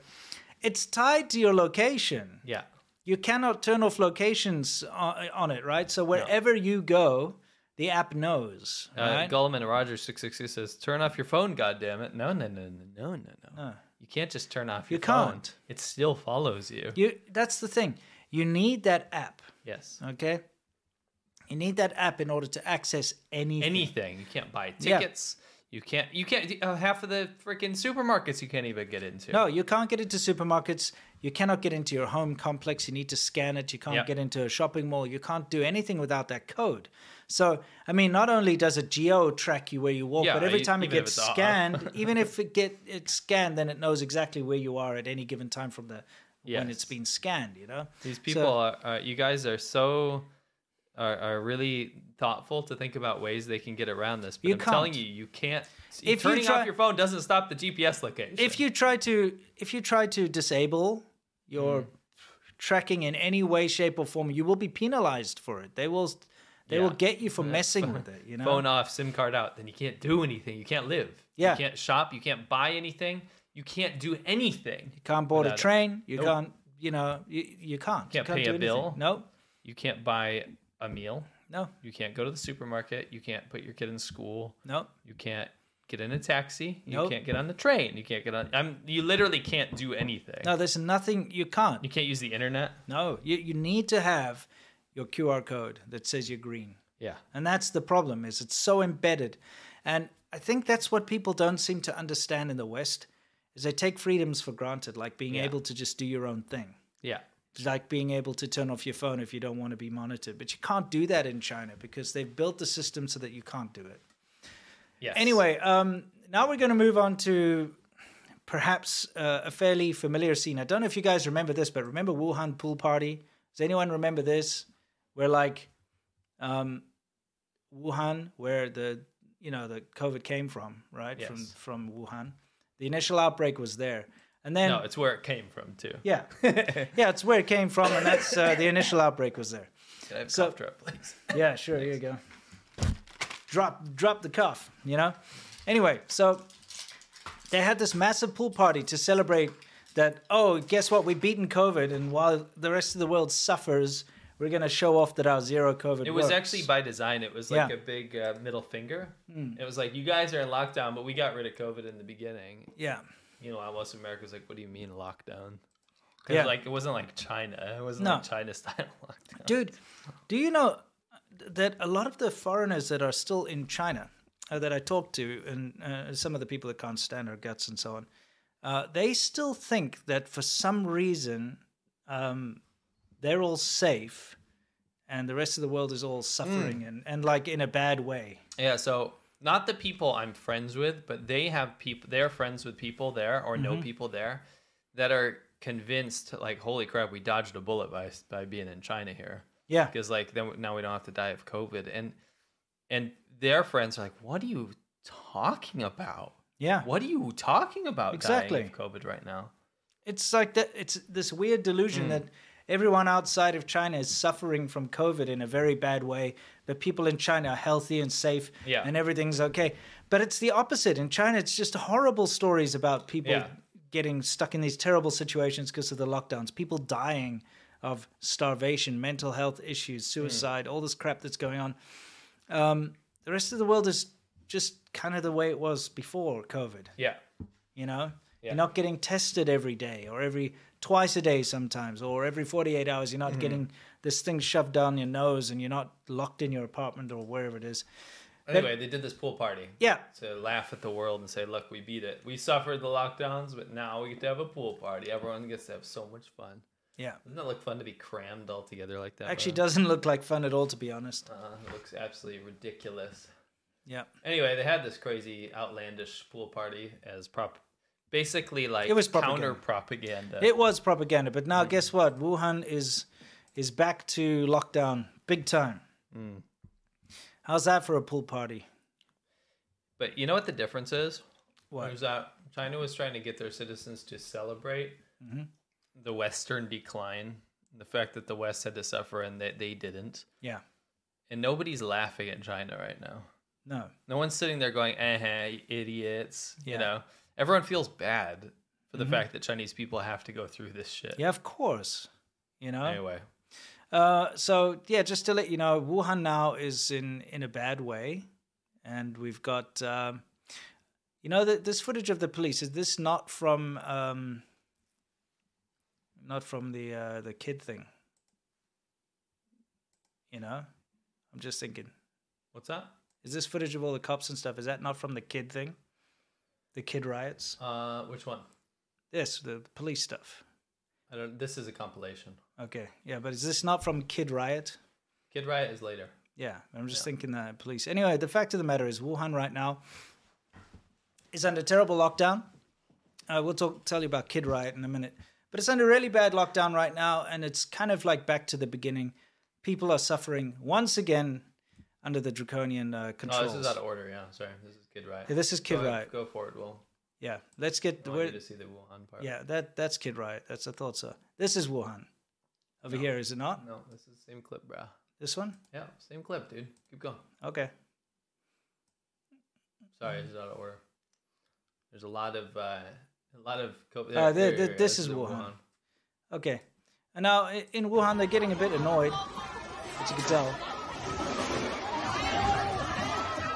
Speaker 1: it's tied to your location.
Speaker 2: Yeah,
Speaker 1: you cannot turn off locations on, on it, right? So wherever you go, the app knows,
Speaker 2: uh,
Speaker 1: right?
Speaker 2: Gulliman Rogers six six two says, "Turn off your phone, goddamn it! No, no, no, no, no, no, no. You can't just turn off.
Speaker 1: You
Speaker 2: your phone.
Speaker 1: can't.
Speaker 2: It still follows you.
Speaker 1: you that's the thing. You need that app,
Speaker 2: Yes.
Speaker 1: okay? You need that app in order to access anything.
Speaker 2: anything. You can't buy
Speaker 1: Yeah.
Speaker 2: tickets. You can't. You can't. Uh, half of the freaking supermarkets you can't even get into.
Speaker 1: No, you can't get into supermarkets. You cannot get into your home complex. You need to scan it. You can't
Speaker 2: Yeah.
Speaker 1: get into a shopping mall. You can't do anything without that code. So, I mean, not only does it geo track you where you walk,
Speaker 2: Yeah,
Speaker 1: but every
Speaker 2: e-
Speaker 1: time it
Speaker 2: even if
Speaker 1: gets
Speaker 2: it's off.
Speaker 1: scanned, even if it get it's scanned, then it knows exactly where you are at any given time from the when
Speaker 2: Yes.
Speaker 1: it's been scanned. You know,
Speaker 2: These
Speaker 1: So-
Speaker 2: people are, are. You guys are so. Are, are really thoughtful to think about ways they can get around this. But
Speaker 1: You
Speaker 2: I'm telling
Speaker 1: can't.
Speaker 2: you, you can't.
Speaker 1: If you
Speaker 2: turning
Speaker 1: try-
Speaker 2: off your phone doesn't stop the GPS location.
Speaker 1: if you try to if you try to disable your
Speaker 2: Mm.
Speaker 1: tracking in any way, shape, or form, you will be penalized for it. They will. They will
Speaker 2: Yeah.
Speaker 1: get you for messing with it, you know.
Speaker 2: phone off, SIM card out, then you can't do anything. You can't live.
Speaker 1: Yeah.
Speaker 2: You can't shop. You can't buy anything. You can't do anything.
Speaker 1: You can't board a
Speaker 2: without it.
Speaker 1: train. You
Speaker 2: Nope.
Speaker 1: can't, you know, you, you can't.
Speaker 2: Can't pay
Speaker 1: do
Speaker 2: a
Speaker 1: anything.
Speaker 2: bill.
Speaker 1: No,
Speaker 2: You can't buy a meal.
Speaker 1: no,
Speaker 2: You can't go to the supermarket. You can't put your kid in school.
Speaker 1: no.
Speaker 2: You can't get in a taxi. You
Speaker 1: Nope.
Speaker 2: can't get on the train. You can't get on. I'm. You literally can't do anything.
Speaker 1: No, there's nothing you can't.
Speaker 2: You can't use the internet.
Speaker 1: No, you, you need to have your QR code that says you're green.
Speaker 2: Yeah.
Speaker 1: And that's the problem is it's so embedded. And I think that's what people don't seem to understand in the West is they take freedoms for granted, like being
Speaker 2: Yeah.
Speaker 1: able to just do your own thing.
Speaker 2: Yeah.
Speaker 1: like being able to turn off your phone if you don't want to be monitored. But you can't do that in China because they've built the system so that you can't do it.
Speaker 2: Yes.
Speaker 1: Anyway, um, now we're going to move on to perhaps uh, a fairly familiar scene. I don't know if you guys remember this, but remember Wuhan pool party? Does anyone remember this? Where like um, Wuhan, where the you know the COVID came from, right? From
Speaker 2: Yes.
Speaker 1: from Wuhan, the initial outbreak was there, and then
Speaker 2: No, it's where it came from too.
Speaker 1: yeah, yeah, it's where it came from, and that's uh, the initial outbreak was there.
Speaker 2: Can I have a
Speaker 1: So-
Speaker 2: cough drop, please?
Speaker 1: Yeah, sure. Here you go. Drop, drop the cuff. You know. Anyway, so they had this massive pool party to celebrate that. Oh, guess what? We've beaten COVID, and while the rest of the world suffers, we're gonna show off that our zero COVID.
Speaker 2: It was
Speaker 1: works.
Speaker 2: actually by design. It was like
Speaker 1: Yeah. Hmm.
Speaker 2: a big uh, middle finger. It was like, you guys are in lockdown, but we got rid of COVID in the beginning.
Speaker 1: yeah.
Speaker 2: You know, most of America was like, what do you mean lockdown? 'Cause,
Speaker 1: Yeah.
Speaker 2: Like, it wasn't like China. It wasn't
Speaker 1: No.
Speaker 2: like China style lockdown.
Speaker 1: Dude, do you know that a lot of the foreigners that are still in China uh, that I talked to, and uh, some of the people that can't stand our guts and so on, uh, they still think that for some reason um, they're all safe and the rest of the world is all suffering and, and like in a bad way.
Speaker 2: Yeah, so not the people I'm friends with, but they have people they're friends with people there or
Speaker 1: Mm-hmm.
Speaker 2: know people there that are convinced like holy crap, we dodged a bullet by by being in China here.
Speaker 1: Yeah.
Speaker 2: Because like then now we don't have to die of COVID and and their friends are like, "What are you talking about?
Speaker 1: Yeah.
Speaker 2: What are you talking about
Speaker 1: Exactly.
Speaker 2: dying of COVID right now?"
Speaker 1: It's like that. It's this weird delusion
Speaker 2: Hmm.
Speaker 1: that everyone outside of China is suffering from COVID in a very bad way. The people in China are healthy and safe,
Speaker 2: Yeah.
Speaker 1: and everything's okay. But it's the opposite in China. It's just horrible stories about people
Speaker 2: Yeah.
Speaker 1: getting stuck in these terrible situations because of the lockdowns. People dying of starvation, mental health issues,
Speaker 2: Hmm.
Speaker 1: suicide, all this crap that's going on. Um, the rest of the world is just kind of the way it was before COVID
Speaker 2: Yeah.
Speaker 1: you know
Speaker 2: Yeah.
Speaker 1: you're not getting tested every day or every twice a day sometimes or every 48 hours you're not getting this thing shoved down your nose and you're not locked in your apartment or wherever it is
Speaker 2: Anyway, they did this pool party.
Speaker 1: yeah
Speaker 2: To laugh at the world and say, "Look, we beat it. We suffered the lockdowns, but now we get to have a pool party. Everyone gets to have so much fun."
Speaker 1: yeah
Speaker 2: Doesn't it look fun to be crammed all together like that?
Speaker 1: actually
Speaker 2: bro?
Speaker 1: doesn't look like fun at all to be honest
Speaker 2: Uh, it looks absolutely ridiculous.
Speaker 1: yeah
Speaker 2: Anyway, they had this crazy, outlandish pool party as prop, basically like
Speaker 1: It was propaganda.
Speaker 2: counter propaganda.
Speaker 1: it was propaganda but now guess what wuhan is is back to lockdown big time how's that for a pool party
Speaker 2: But you know what the difference is?
Speaker 1: What?
Speaker 2: It was that China was trying to get their citizens to celebrate
Speaker 1: Mm-hmm.
Speaker 2: the Western decline, the fact that the West had to suffer and that they didn't.
Speaker 1: yeah
Speaker 2: And nobody's laughing at China right now.
Speaker 1: no
Speaker 2: No one's sitting there going, eh, eh, you idiots.
Speaker 1: Yeah. Mm-hmm.
Speaker 2: You know, everyone feels bad for the fact that Chinese people have to go through this shit.
Speaker 1: yeah of course you know
Speaker 2: Anyway,
Speaker 1: Uh, so yeah, just to let you know, Wuhan now is in in a bad way, and we've got um, you know that this footage of the police is this not from um, not from the uh, the kid thing, you know? I'm just thinking,
Speaker 2: what's that?
Speaker 1: is this footage of all the cops and stuff? Is that not from the kid thing, the kid riots?
Speaker 2: Uh, which one?
Speaker 1: Yes, the police stuff.
Speaker 2: I don't. This is a compilation.
Speaker 1: Okay, yeah, but is this not from Kid Riot?
Speaker 2: Kid Riot is later. Oh,
Speaker 1: Yeah, I'm just thinking that police. Anyway, the fact of the matter is, Wuhan right now is under terrible lockdown. Uh, we'll talk, tell you about Kid Riot in a minute, but it's under really bad lockdown right now, and it's kind of like back to the beginning. People are suffering once again under the draconian uh,
Speaker 2: Oh,
Speaker 1: controls.
Speaker 2: this is out of order. Yeah, sorry. This is Kid Riot.
Speaker 1: Yeah, this is Kid
Speaker 2: go,
Speaker 1: Riot.
Speaker 2: Go forward. Well,
Speaker 1: yeah, let's get
Speaker 2: Oh, I want
Speaker 1: we're-
Speaker 2: you to see the Wuhan part.
Speaker 1: yeah that that's Kid Riot. That's I thought so. This is Wuhan over here, is it not?
Speaker 2: No, this is the same clip, bruh.
Speaker 1: This one?
Speaker 2: Yeah, same clip, dude. Keep going.
Speaker 1: Okay.
Speaker 2: Sorry, this is out of order. There's a lot of uh, a lot of. Co-
Speaker 1: Uh, thi-
Speaker 2: there-
Speaker 1: thi-
Speaker 2: there- yeah,
Speaker 1: this is
Speaker 2: in
Speaker 1: Wuhan. Okay. And now i- in Wuhan, they're getting a bit annoyed, as you can tell.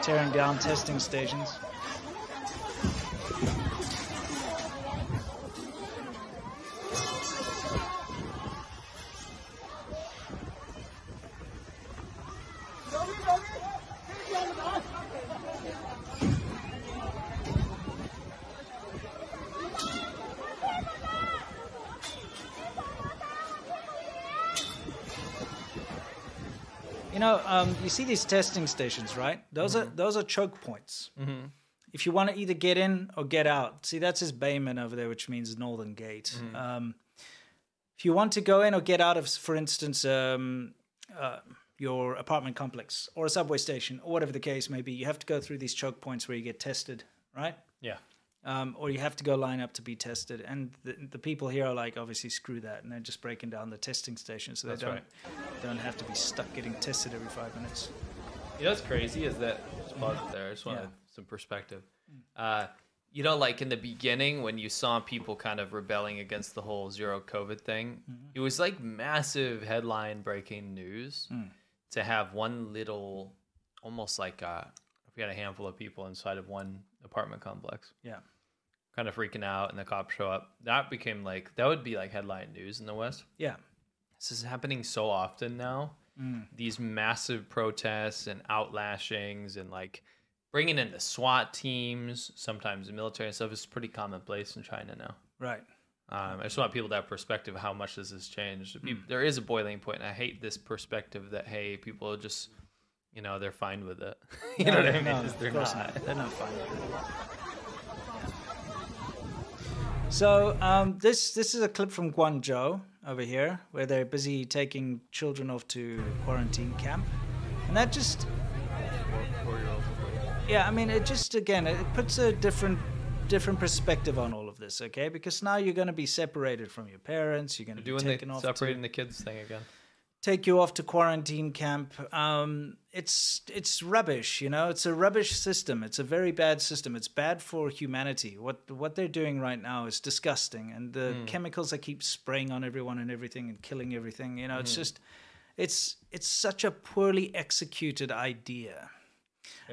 Speaker 1: Tearing down testing stations. You know, um, you see these testing stations, right? Those are those are choke points. If you want to either get in or get out, see that's his Bayman over there, which means Northern Gate. Um, if you want to go in or get out of, for instance, um, uh, your apartment complex or a subway station or whatever the case may be, you have to go through these choke points where you get tested, right?
Speaker 2: Yeah.
Speaker 1: um, or you have to go line up to be tested. And the, the people here are like, obviously, screw that, and they're just breaking down the testing station so they
Speaker 2: That's
Speaker 1: don't
Speaker 2: right.
Speaker 1: don't have to be stuck getting tested every five minutes.
Speaker 2: You know what's crazy is that just pause it there. I just wanted
Speaker 1: Yeah.
Speaker 2: some perspective. Uh, you know, like in the beginning when you saw people kind of rebelling against the whole zero COVID thing, it was like massive headline breaking news to have one little, almost like uh, we had a handful of people inside of one apartment complex
Speaker 1: Yeah,
Speaker 2: kind of freaking out and the cops show up. That became like, that would be like headline news in the West
Speaker 1: yeah,
Speaker 2: this is happening so often now.
Speaker 1: Mm.
Speaker 2: These massive protests and outlashings and like bringing in the SWAT teams, sometimes the military and stuff is pretty commonplace in China now.
Speaker 1: right.
Speaker 2: Um, I just want people to have perspective of how much this has changed. Peop-
Speaker 1: Mm.
Speaker 2: There is a boiling point, and I hate this perspective that hey, people are just you know they're fine with it. you know what I mean?
Speaker 1: No,
Speaker 2: Just
Speaker 1: of
Speaker 2: they're
Speaker 1: course
Speaker 2: not.
Speaker 1: They're not fine. So um, this this is a clip from Guangzhou over here, where they're busy taking children off to quarantine camp, and that just yeah, I mean, it just again it puts a different different perspective on all of this, okay? Because now you're going to be separated from your parents. You're going to be
Speaker 2: Doing
Speaker 1: taken
Speaker 2: the
Speaker 1: off to,
Speaker 2: separating the kids thing again.
Speaker 1: take you off to quarantine camp. Um, it's it's rubbish, you know. It's a rubbish system. It's a very bad system. It's bad for humanity. What what they're doing right now is disgusting, and the chemicals they keep spraying on everyone and everything and killing everything. You know, it's just it's it's such a poorly executed idea.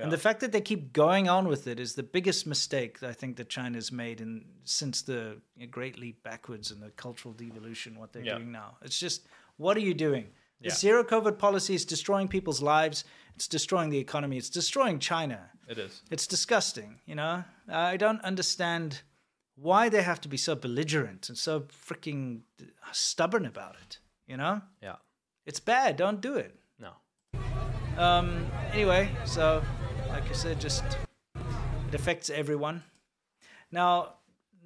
Speaker 1: And the fact that they keep going on with it is the biggest mistake that I think that China's made in since the Great Leap Backwards and the cultural devolution, what they're
Speaker 2: Yeah.
Speaker 1: doing now. It's just, what are you doing? The zero COVID policy is destroying people's lives. It's destroying the economy. It's destroying China.
Speaker 2: It is.
Speaker 1: It's disgusting, you know? I don't understand why they have to be so belligerent and so freaking stubborn about it, you know?
Speaker 2: Yeah.
Speaker 1: It's bad. Don't do it.
Speaker 2: No.
Speaker 1: Um, anyway, so like I said, just it affects everyone. Now,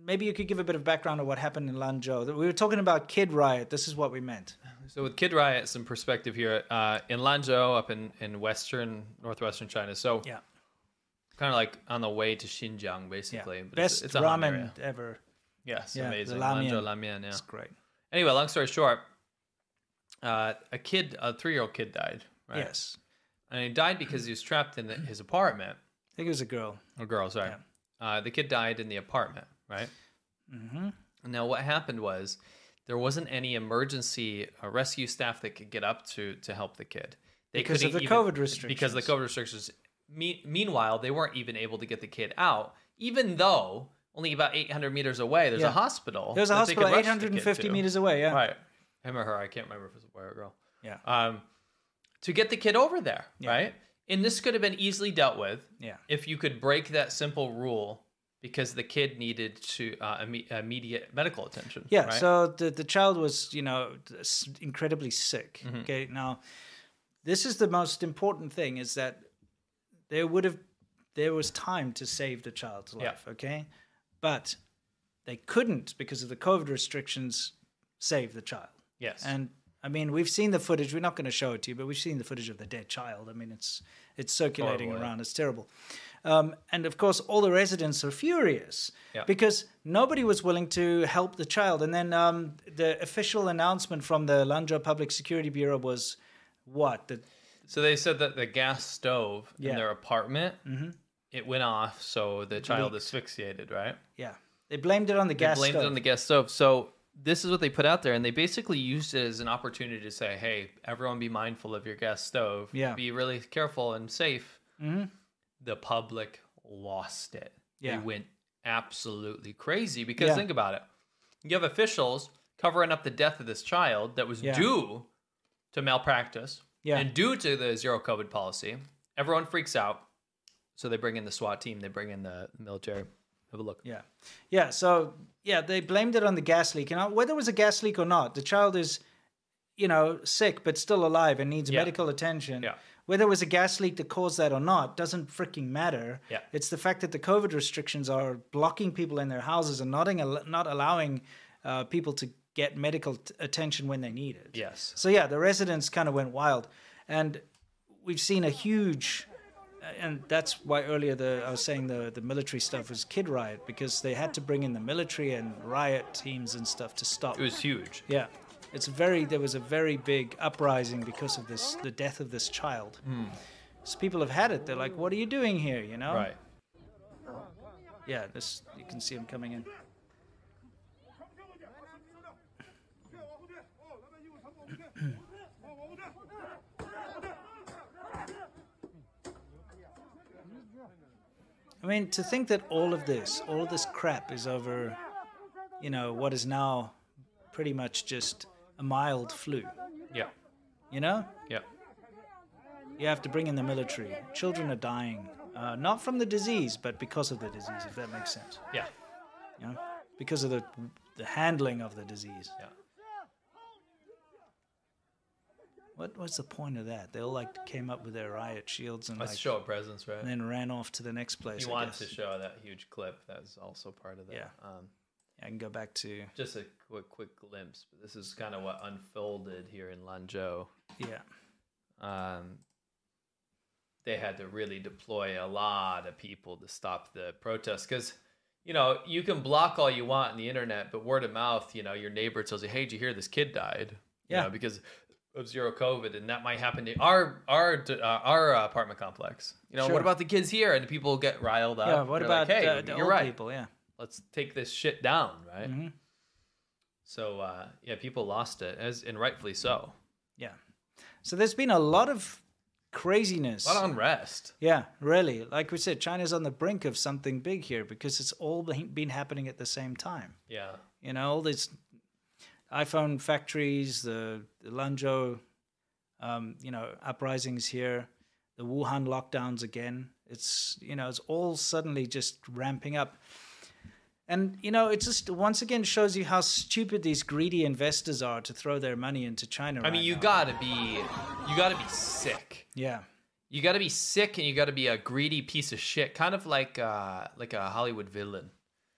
Speaker 1: maybe you could give a bit of background on what happened in Lanzhou. We were talking about Kid Riot. This is what we meant.
Speaker 2: So with Kid Riot, some perspective here uh, in Lanzhou, up in in western northwestern China. So
Speaker 1: Yeah,
Speaker 2: kind of like on the way to Xinjiang,
Speaker 1: yeah.
Speaker 2: basically. But
Speaker 1: Best
Speaker 2: a hot
Speaker 1: ramen
Speaker 2: area.
Speaker 1: ever.
Speaker 2: Yes,
Speaker 1: Yeah, the
Speaker 2: amazing.
Speaker 1: ramen.
Speaker 2: Lanzhou ramen, yeah.
Speaker 1: It's great.
Speaker 2: Anyway, long story short, uh, a kid, a three-year-old kid died. Right?
Speaker 1: Yes,
Speaker 2: and he died because he was trapped in his apartment.
Speaker 1: I think it was a girl.
Speaker 2: Or girl, sorry. Uh, the kid died in the apartment, right? Mm-hmm. Now, what happened was there wasn't any emergency uh, rescue staff that could get up to to help the kid. They
Speaker 1: Because of
Speaker 2: couldn't
Speaker 1: the COVID restrictions.
Speaker 2: Because of the COVID restrictions. Me- meanwhile, they weren't even able to get the kid out, even though only about 800 meters away there's
Speaker 1: Yeah.
Speaker 2: a hospital.
Speaker 1: There was a
Speaker 2: that they could
Speaker 1: hospital
Speaker 2: rush the kid
Speaker 1: 850
Speaker 2: to.
Speaker 1: meters away. Yeah,
Speaker 2: Right. Him or her, I can't remember if it was a boy or a girl
Speaker 1: yeah,
Speaker 2: um, to get the kid over there, right? And this could have been easily dealt with
Speaker 1: Yeah.
Speaker 2: if you could break that simple rule because the kid needed to uh, imme- immediate medical attention.
Speaker 1: yeah.
Speaker 2: right?
Speaker 1: So the the child was, you know, s- incredibly sick.
Speaker 2: Mm-hmm.
Speaker 1: Okay, now this is the most important thing: is that there would have there was time to save the child's
Speaker 2: Yeah.
Speaker 1: life, okay? But they couldn't because of the COVID restrictions save the child.
Speaker 2: yes,
Speaker 1: And I mean, we've seen the footage. We're not going to show it to you, but we've seen the footage of the dead child. I mean, it's it's circulating
Speaker 2: Horrible, yeah.
Speaker 1: around. It's terrible. Um, and of course, all the residents are furious
Speaker 2: Yeah.
Speaker 1: because nobody was willing to help the child. And then um, the official announcement from the Lanzhou Public Security Bureau was what? That
Speaker 2: so they said that the gas stove
Speaker 1: Yeah. Mm-hmm.
Speaker 2: in their apartment it went off, so the child asphyxiated, right?
Speaker 1: yeah, they blamed it on the gas
Speaker 2: blamed
Speaker 1: stove.
Speaker 2: it on the gas stove. So this is what they put out there, and they basically used it as an opportunity to say, "Hey, everyone, be mindful of your gas stove.
Speaker 1: Yeah. Mm-hmm.
Speaker 2: be really careful and safe." The public lost it.
Speaker 1: Yeah.
Speaker 2: They went absolutely crazy because
Speaker 1: Yeah.
Speaker 2: think about it: you have officials covering up the death of this child that was
Speaker 1: Yeah.
Speaker 2: due to malpractice
Speaker 1: Yeah.
Speaker 2: and due to the zero COVID policy. Everyone freaks out, so they bring in the SWAT team. They bring in the military. Have a look.
Speaker 1: Yeah. Yeah. So, yeah, they blamed it on the gas leak. And uh, whether it was a gas leak or not, the child is, you know, sick but still alive and needs
Speaker 2: Yeah.
Speaker 1: medical attention.
Speaker 2: Yeah.
Speaker 1: Whether it was a gas leak that caused that or not doesn't freaking matter.
Speaker 2: Yeah.
Speaker 1: It's the fact that the COVID restrictions are blocking people in their houses and not, al- not allowing uh, people to get medical t- attention when they need it.
Speaker 2: Yes.
Speaker 1: So, yeah, the residents kind of went wild. And we've seen a huge and that's why earlier the, I was saying the, the military stuff was Kid Riot because they had to bring in the military and riot teams and stuff to stop.
Speaker 2: It was huge.
Speaker 1: yeah, it's very there was a very big uprising because of this the death of this child.
Speaker 2: Hmm.
Speaker 1: So people have had it. They're like, "What are you doing here?" You know.
Speaker 2: Right.
Speaker 1: Yeah, this you can see him coming in. I mean, to think that all of this, all of this crap is over, you know, what is now pretty much just a mild flu,
Speaker 2: Yeah.
Speaker 1: you know?
Speaker 2: Yeah.
Speaker 1: You have to bring in the military. Children are dying, uh, not from the disease, but because of the disease, if that makes sense,
Speaker 2: Yeah.
Speaker 1: you know? Because of the, the handling of the disease.
Speaker 2: Yeah.
Speaker 1: What was the point of that? They all like came up with their riot shields and,
Speaker 2: Let's
Speaker 1: like,
Speaker 2: show a presence, right?
Speaker 1: and then ran off to the next place.
Speaker 2: He
Speaker 1: I
Speaker 2: wants to
Speaker 1: guess.
Speaker 2: show that huge clip. That's also part of that.
Speaker 1: Yeah.
Speaker 2: Um,
Speaker 1: I can go back to
Speaker 2: just a quick, quick glimpse. But this is kind of what unfolded here in Lanzhou.
Speaker 1: yeah,
Speaker 2: Um, they had to really deploy a lot of people to stop the protests because, you know, you can block all you want on the internet, but word of mouth, you know, your neighbor tells you, "Hey, did you hear this kid died?" You
Speaker 1: Yeah.
Speaker 2: know, because of zero COVID, and that might happen to our our uh, our apartment complex. You know,
Speaker 1: Sure.
Speaker 2: what about the kids here? And people get riled up.
Speaker 1: yeah. What
Speaker 2: They're
Speaker 1: about
Speaker 2: like, hey,
Speaker 1: uh, the
Speaker 2: you're
Speaker 1: old
Speaker 2: right
Speaker 1: people? Mm-hmm. Yeah,
Speaker 2: let's take this shit down, right? So uh, yeah, people lost it, as and rightfully so.
Speaker 1: yeah. So there's been a lot of craziness.
Speaker 2: A lot of unrest.
Speaker 1: yeah, really. Like we said, China's on the brink of something big here because it's all been been happening at the same time.
Speaker 2: Yeah,
Speaker 1: You know, all these iPhone factories, the, the Lanzhou, um, you know, uprisings here, the Wuhan lockdowns again. It's you know, it's all suddenly just ramping up. And you know, it just once again shows you how stupid these greedy investors are to throw their money into China.
Speaker 2: I mean, you gotta be, you gotta be sick.
Speaker 1: yeah,
Speaker 2: You gotta be sick, and you gotta be a greedy piece of shit, kind of like uh, like a Hollywood villain.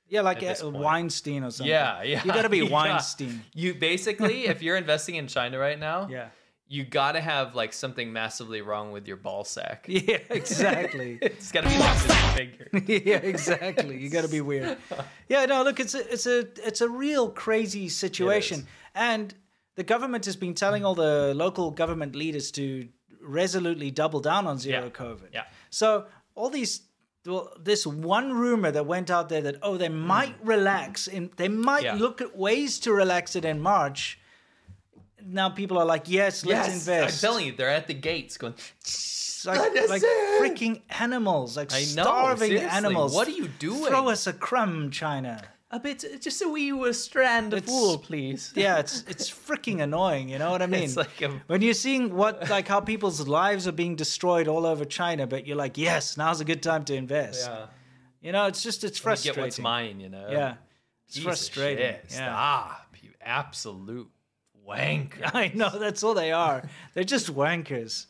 Speaker 1: yeah, like
Speaker 2: At this
Speaker 1: a, a
Speaker 2: point.
Speaker 1: Weinstein or something.
Speaker 2: Yeah, yeah.
Speaker 1: You got to be
Speaker 2: yeah.
Speaker 1: Weinstein.
Speaker 2: You basically, if you're investing in China right now,
Speaker 1: Yeah.
Speaker 2: you gotta have like something massively wrong with your ball sack.
Speaker 1: Yeah, exactly.
Speaker 2: It's gotta be like bigger.
Speaker 1: yeah, exactly. You got to be weird. Yeah, no, look, it's a, it's a, it's a real crazy situation, and the government has been telling all the local government leaders to resolutely double down on zero
Speaker 2: Yeah.
Speaker 1: COVID.
Speaker 2: Yeah.
Speaker 1: So all these. Well, this one rumor that went out there that oh they might relax in they might
Speaker 2: Mm. Yeah.
Speaker 1: look at ways to relax it in March. Now people are like, yes, let's invest.
Speaker 2: I'm telling you, they're at the gates going.
Speaker 1: It's like, like freaking animals, like
Speaker 2: I know,
Speaker 1: starving
Speaker 2: seriously,
Speaker 1: animals.
Speaker 2: what are you doing?
Speaker 1: Throw us a crumb, China.
Speaker 2: A bit, just a wee uh, strand of
Speaker 1: It's-
Speaker 2: wool, please.
Speaker 1: Yeah, it's it's freaking annoying. You know what I mean?
Speaker 2: It's like a-
Speaker 1: when you're seeing what like how people's lives are being destroyed all over China, but you're like, yes, now's a good time to invest.
Speaker 2: Yeah.
Speaker 1: You know, it's just it's
Speaker 2: You
Speaker 1: frustrating.
Speaker 2: get what's mine, you know?
Speaker 1: Yeah, it's
Speaker 2: Piece of
Speaker 1: frustrating.
Speaker 2: shit.
Speaker 1: Yeah.
Speaker 2: Stop, you absolute wanker.
Speaker 1: I know that's all they are. They're just wankers,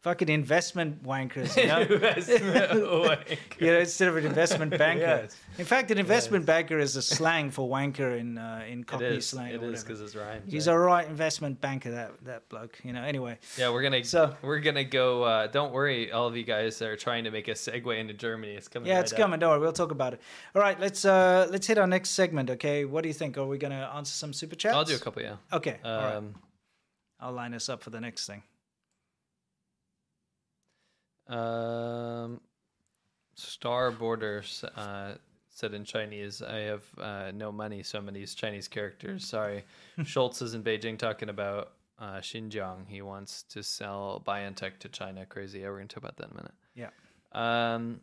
Speaker 1: fucking investment wankers. You know?
Speaker 2: wanker.
Speaker 1: you know, instead of an investment banker.
Speaker 2: Yes.
Speaker 1: In fact, an investment banker is a slang for wanker in uh, in
Speaker 2: It
Speaker 1: Cockney
Speaker 2: is.
Speaker 1: slang.
Speaker 2: It
Speaker 1: or
Speaker 2: is
Speaker 1: whatever.
Speaker 2: because it's rhymes.
Speaker 1: He's
Speaker 2: right?
Speaker 1: a right investment banker, that that bloke. You know. Anyway,
Speaker 2: yeah, we're gonna
Speaker 1: So-
Speaker 2: we're gonna go. Uh, don't worry, all of you guys that are trying to make a segue into Germany. It's coming.
Speaker 1: yeah,
Speaker 2: right
Speaker 1: it's
Speaker 2: up.
Speaker 1: coming. Don't worry, we'll talk about it. All right, let's uh let's hit our next segment. Okay, what do you think? Are we gonna answer some super chats?
Speaker 2: I'll do a couple. Yeah.
Speaker 1: Okay, all right.
Speaker 2: Um,
Speaker 1: I'll line us up for the next thing.
Speaker 2: Um, Star Border s- uh, said in Chinese, I have uh, no money, so I'm going to use Chinese characters. Sorry. Schultz is in Beijing talking about uh, Xinjiang. He wants to sell biotech to China. Crazy. Yeah, we're going to talk about that in a minute.
Speaker 1: Yeah.
Speaker 2: Um,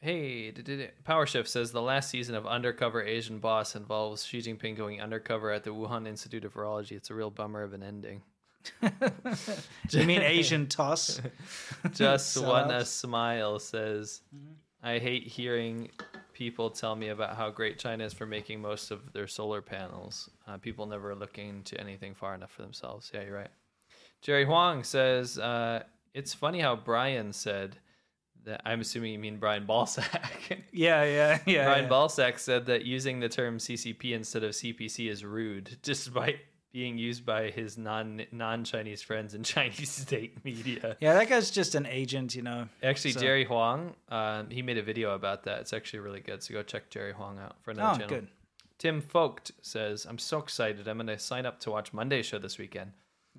Speaker 2: hey, did it, Power Shift says the last season of Undercover Asian Boss involves Xi Jinping going undercover at the Wuhan Institute of Virology. It's a real bummer of an ending.
Speaker 1: You mean Asian toss?
Speaker 2: Just
Speaker 1: Shout
Speaker 2: wanna
Speaker 1: outs.
Speaker 2: smile says,
Speaker 1: Mm-hmm.
Speaker 2: I hate hearing people tell me about how great China is for making most of their solar panels. Uh, people never look into anything far enough for themselves. Yeah, you're right. Jerry Huang says, uh, It's funny how Brian said that. I'm assuming you mean Brian Balsack.
Speaker 1: Yeah, yeah, yeah.
Speaker 2: Brian
Speaker 1: yeah.
Speaker 2: Balsack said that using the term CCP instead of CPC is rude, despite being used by his non non Chinese friends in Chinese state media.
Speaker 1: Yeah, that guy's just an agent, you know.
Speaker 2: Actually,
Speaker 1: So-
Speaker 2: Jerry Huang, um, he made a video about that. It's actually really good. So go check Jerry Huang out for another
Speaker 1: Oh,
Speaker 2: channel.
Speaker 1: good.
Speaker 2: Tim Folkt says, "I'm so excited. I'm going to sign up to watch Monday's show this weekend."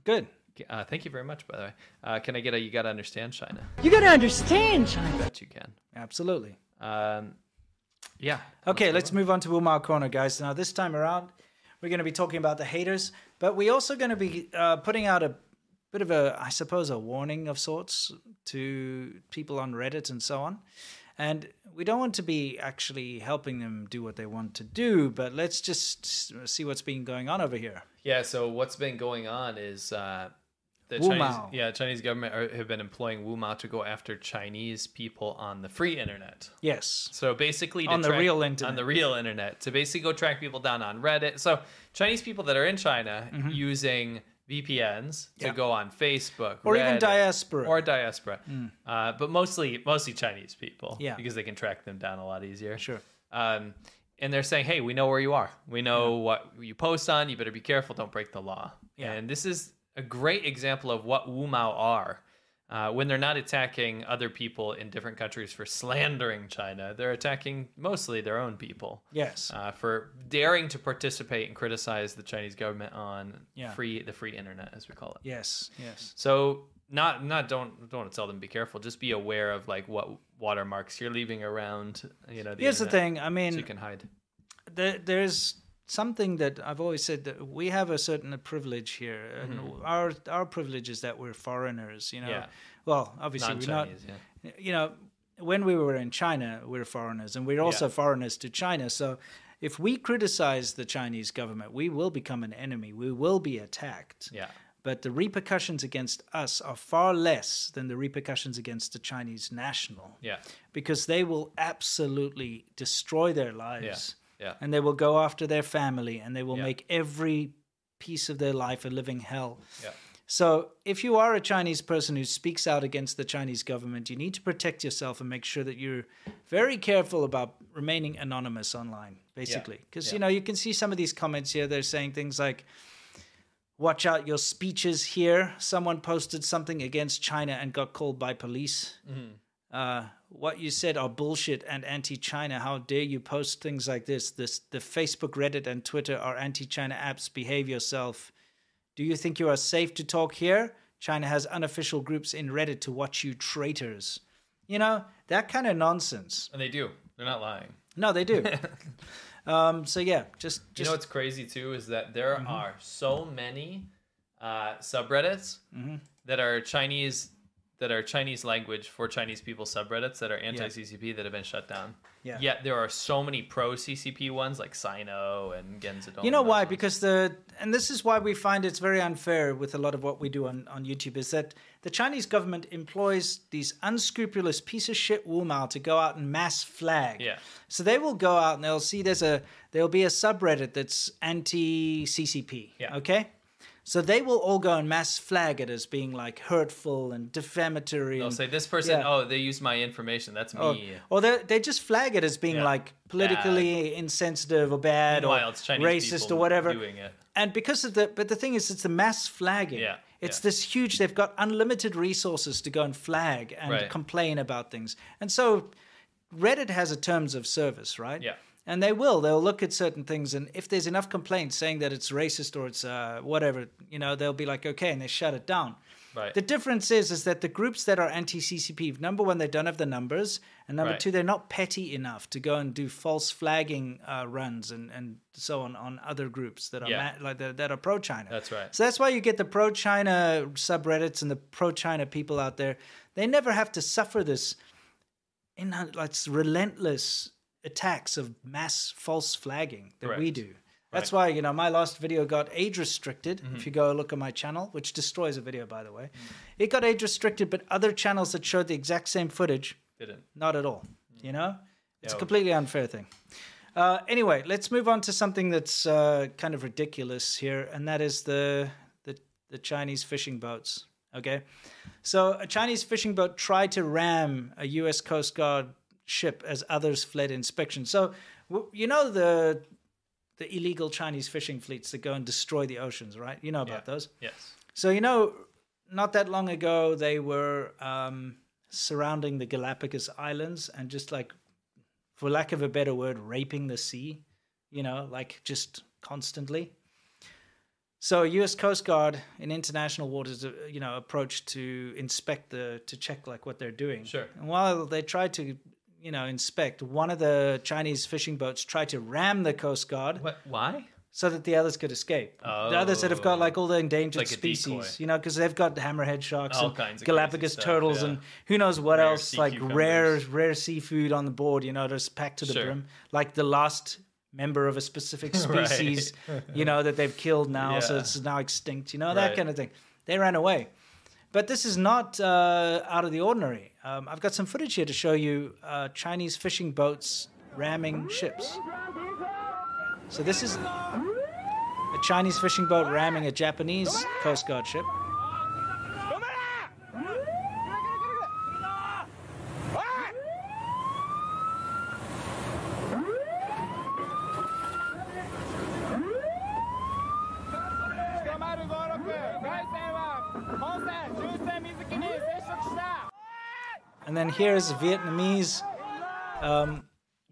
Speaker 1: Good.
Speaker 2: Uh, thank you very much, by the way. Uh, can I get a "You Got to Understand China"?
Speaker 6: You gotta understand, China.
Speaker 2: Bet you can.
Speaker 1: Absolutely.
Speaker 2: Um, yeah.
Speaker 1: Okay, let's move on to Umar Corner, guys. Now, this time around, we're going to be talking about the haters, but we're also going to be uh, putting out a bit of a, I suppose, a warning of sorts to people on Reddit and so on. And we don't want to be actually helping them do what they want to do, but let's just s- see what's been going on over here.
Speaker 2: Yeah. So what's been going on is uh, the
Speaker 1: Wu
Speaker 2: Chinese,
Speaker 1: Mao.
Speaker 2: yeah, Chinese government are, have been employing Wu Mao to go after Chinese people on the free internet.
Speaker 1: Yes.
Speaker 2: So basically, to
Speaker 1: On the
Speaker 2: track-
Speaker 1: real internet.
Speaker 2: on the real internet, to basically go track people down on Reddit. So Chinese people that are in China using VPNs
Speaker 1: Mm-hmm. Yeah.
Speaker 2: to go on Facebook
Speaker 1: Or even
Speaker 2: Reddit,
Speaker 1: diaspora. Mm.
Speaker 2: or diaspora, uh, but mostly mostly Chinese people,
Speaker 1: Yeah.
Speaker 2: because they can track them down a lot easier.
Speaker 1: Sure.
Speaker 2: Um, and they're saying, "Hey, we know where you are. We know what you post on. You better be careful. Don't break the law."
Speaker 1: Yeah.
Speaker 2: And this is a great example of what Wu Mao are. Uh, when they're not attacking other people in different countries for slandering China, they're attacking mostly their own people.
Speaker 1: Yes.
Speaker 2: Uh, for daring to participate and criticize the Chinese government on
Speaker 1: Yeah.
Speaker 2: free the free internet, as we call it.
Speaker 1: Yes. Yes.
Speaker 2: So not not don't don't tell them be careful. Just be aware of like what watermarks you're leaving around. You know. The
Speaker 1: Here's the
Speaker 2: internet,
Speaker 1: thing. I mean,
Speaker 2: So you can hide.
Speaker 1: there, there's something that I've always said that we have a certain privilege here, and our our privilege is that we're foreigners. You know,
Speaker 2: Mm-hmm. Yeah.
Speaker 1: well, obviously we're not.
Speaker 2: Non-Chinese,
Speaker 1: You know, when we were in China, we are foreigners, and we're also foreigners to China. So. If we criticize the Chinese government, we will become an enemy. We will be attacked.
Speaker 2: Yeah.
Speaker 1: But the repercussions against us are far less than the repercussions against the Chinese national
Speaker 2: Yeah.
Speaker 1: because they will absolutely destroy their lives.
Speaker 2: yeah.
Speaker 1: And they will go after their family and they will
Speaker 2: Yeah.
Speaker 1: make every piece of their life a living hell.
Speaker 2: Yeah.
Speaker 1: So, if you are a Chinese person who speaks out against the Chinese government, you need to protect yourself and make sure that you're very careful about remaining anonymous online, basically. Because, you know, you can see some of these comments here. They're saying things like, watch out your speeches here. Someone posted something against China and got called by police. Uh, what you said are bullshit and anti-China. How dare you post things like this? This the Facebook, Reddit, and Twitter are anti-China apps. Behave yourself. Do you think you are safe to talk here? China has unofficial groups in Reddit to watch you traitors. You know that kind of nonsense.
Speaker 2: And they do. They're not lying.
Speaker 1: No, they do. um, so yeah, just just
Speaker 2: you
Speaker 1: Mm-hmm.
Speaker 2: know what's crazy too is that there are so many uh, subreddits
Speaker 1: Mm-hmm.
Speaker 2: that are Chinese that are Chinese language for Chinese people subreddits that are anti CCP that have been shut down.
Speaker 1: Yeah.
Speaker 2: Yet there are so many pro CCP ones like Sino and Genzadon.
Speaker 1: You know why? Because the and this is why we find it's very unfair with a lot of what we do on, on YouTube is that the Chinese government employs these unscrupulous piece of shit Wumao to go out and mass flag.
Speaker 2: Yeah.
Speaker 1: So they will go out and they'll see there's a there'll be a subreddit that's anti CCP.
Speaker 2: Yeah.
Speaker 1: Okay. So they will all go and mass flag it as being like hurtful and defamatory.
Speaker 2: they'll
Speaker 1: and,
Speaker 2: say this person.
Speaker 1: Yeah. Oh.
Speaker 2: Oh, they use my information. That's
Speaker 1: or,
Speaker 2: me.
Speaker 1: or they they just flag it as being
Speaker 2: Yeah.
Speaker 1: like politically insensitive or bad or
Speaker 2: Meanwhile, it's Chinese
Speaker 1: racist
Speaker 2: people
Speaker 1: or whatever
Speaker 2: doing it.
Speaker 1: and because of the but the thing is it's the mass flagging
Speaker 2: Yeah,
Speaker 1: it's
Speaker 2: yeah.
Speaker 1: this huge they've got unlimited resources to go and flag and
Speaker 2: Right.
Speaker 1: complain about things and so reddit has a terms of service right
Speaker 2: Yeah.
Speaker 1: and they will they'll look at certain things and if there's enough complaints saying that it's racist or it's uh, whatever you know they'll be like okay and they shut it down
Speaker 2: Right.
Speaker 1: the difference is is that the groups that are anti-ccp number one they don't have the numbers and number
Speaker 2: Right.
Speaker 1: two they're not petty enough to go and do false flagging uh, runs and, and so on on other groups that are
Speaker 2: Yeah.
Speaker 1: ma- like that, that are pro-china
Speaker 2: That's right.
Speaker 1: so that's why you get the pro-china subreddits and the pro-china people out there they never have to suffer this in like relentless attacks of mass false flagging that we
Speaker 2: Correct.
Speaker 1: do that's why you know my last video got age restricted. If you go look at my channel, which destroys a video by the way, it got age restricted. But other channels that showed the exact same footage,
Speaker 2: Didn't.
Speaker 1: not at all. You know, it's a
Speaker 2: Yeah.
Speaker 1: completely unfair thing. Uh, anyway, let's move on to something that's uh, kind of ridiculous here, and that is the the, the Chinese fishing boats. Okay, so a Chinese fishing boat tried to ram a U.S. Coast Guard ship as others fled inspection. So w- you know the the illegal Chinese fishing fleets that go and destroy the oceans, right? You know about those.
Speaker 2: Yes.
Speaker 1: So you know, not that long ago, they were um, surrounding the Galapagos Islands and just like, for lack of a better word, raping the sea. You know, like just constantly. So, U.S. Coast Guard in international waters, uh, you know, approached to inspect the to check like what they're doing.
Speaker 2: Sure.
Speaker 1: And while they tried to, you know, inspect, one of the Chinese fishing boats tried to ram the Coast Guard
Speaker 2: What? Why?
Speaker 1: so that the others could escape. The others that have got like all the endangered
Speaker 2: Like a decoy.
Speaker 1: species, you know, because they've got hammerhead sharks
Speaker 2: All
Speaker 1: and
Speaker 2: kinds of
Speaker 1: Galapagos
Speaker 2: crazy stuff,
Speaker 1: turtles
Speaker 2: yeah.
Speaker 1: and who knows what
Speaker 2: Rare
Speaker 1: else,
Speaker 2: sea
Speaker 1: like rare
Speaker 2: cucumbers.
Speaker 1: rare seafood on the board, you know, just packed to the
Speaker 2: Sure.
Speaker 1: brim, like the last member of a specific species, you know, that they've killed now, so
Speaker 2: Yeah.
Speaker 1: it's now extinct, you know,
Speaker 2: Right.
Speaker 1: that kind of thing. They ran away. But this is not uh, out of the ordinary. Um, I've got some footage here to show you uh, Chinese fishing boats ramming ships. So this is a Chinese fishing boat ramming a Japanese Coast Guard ship. And then here is Vietnamese. Um,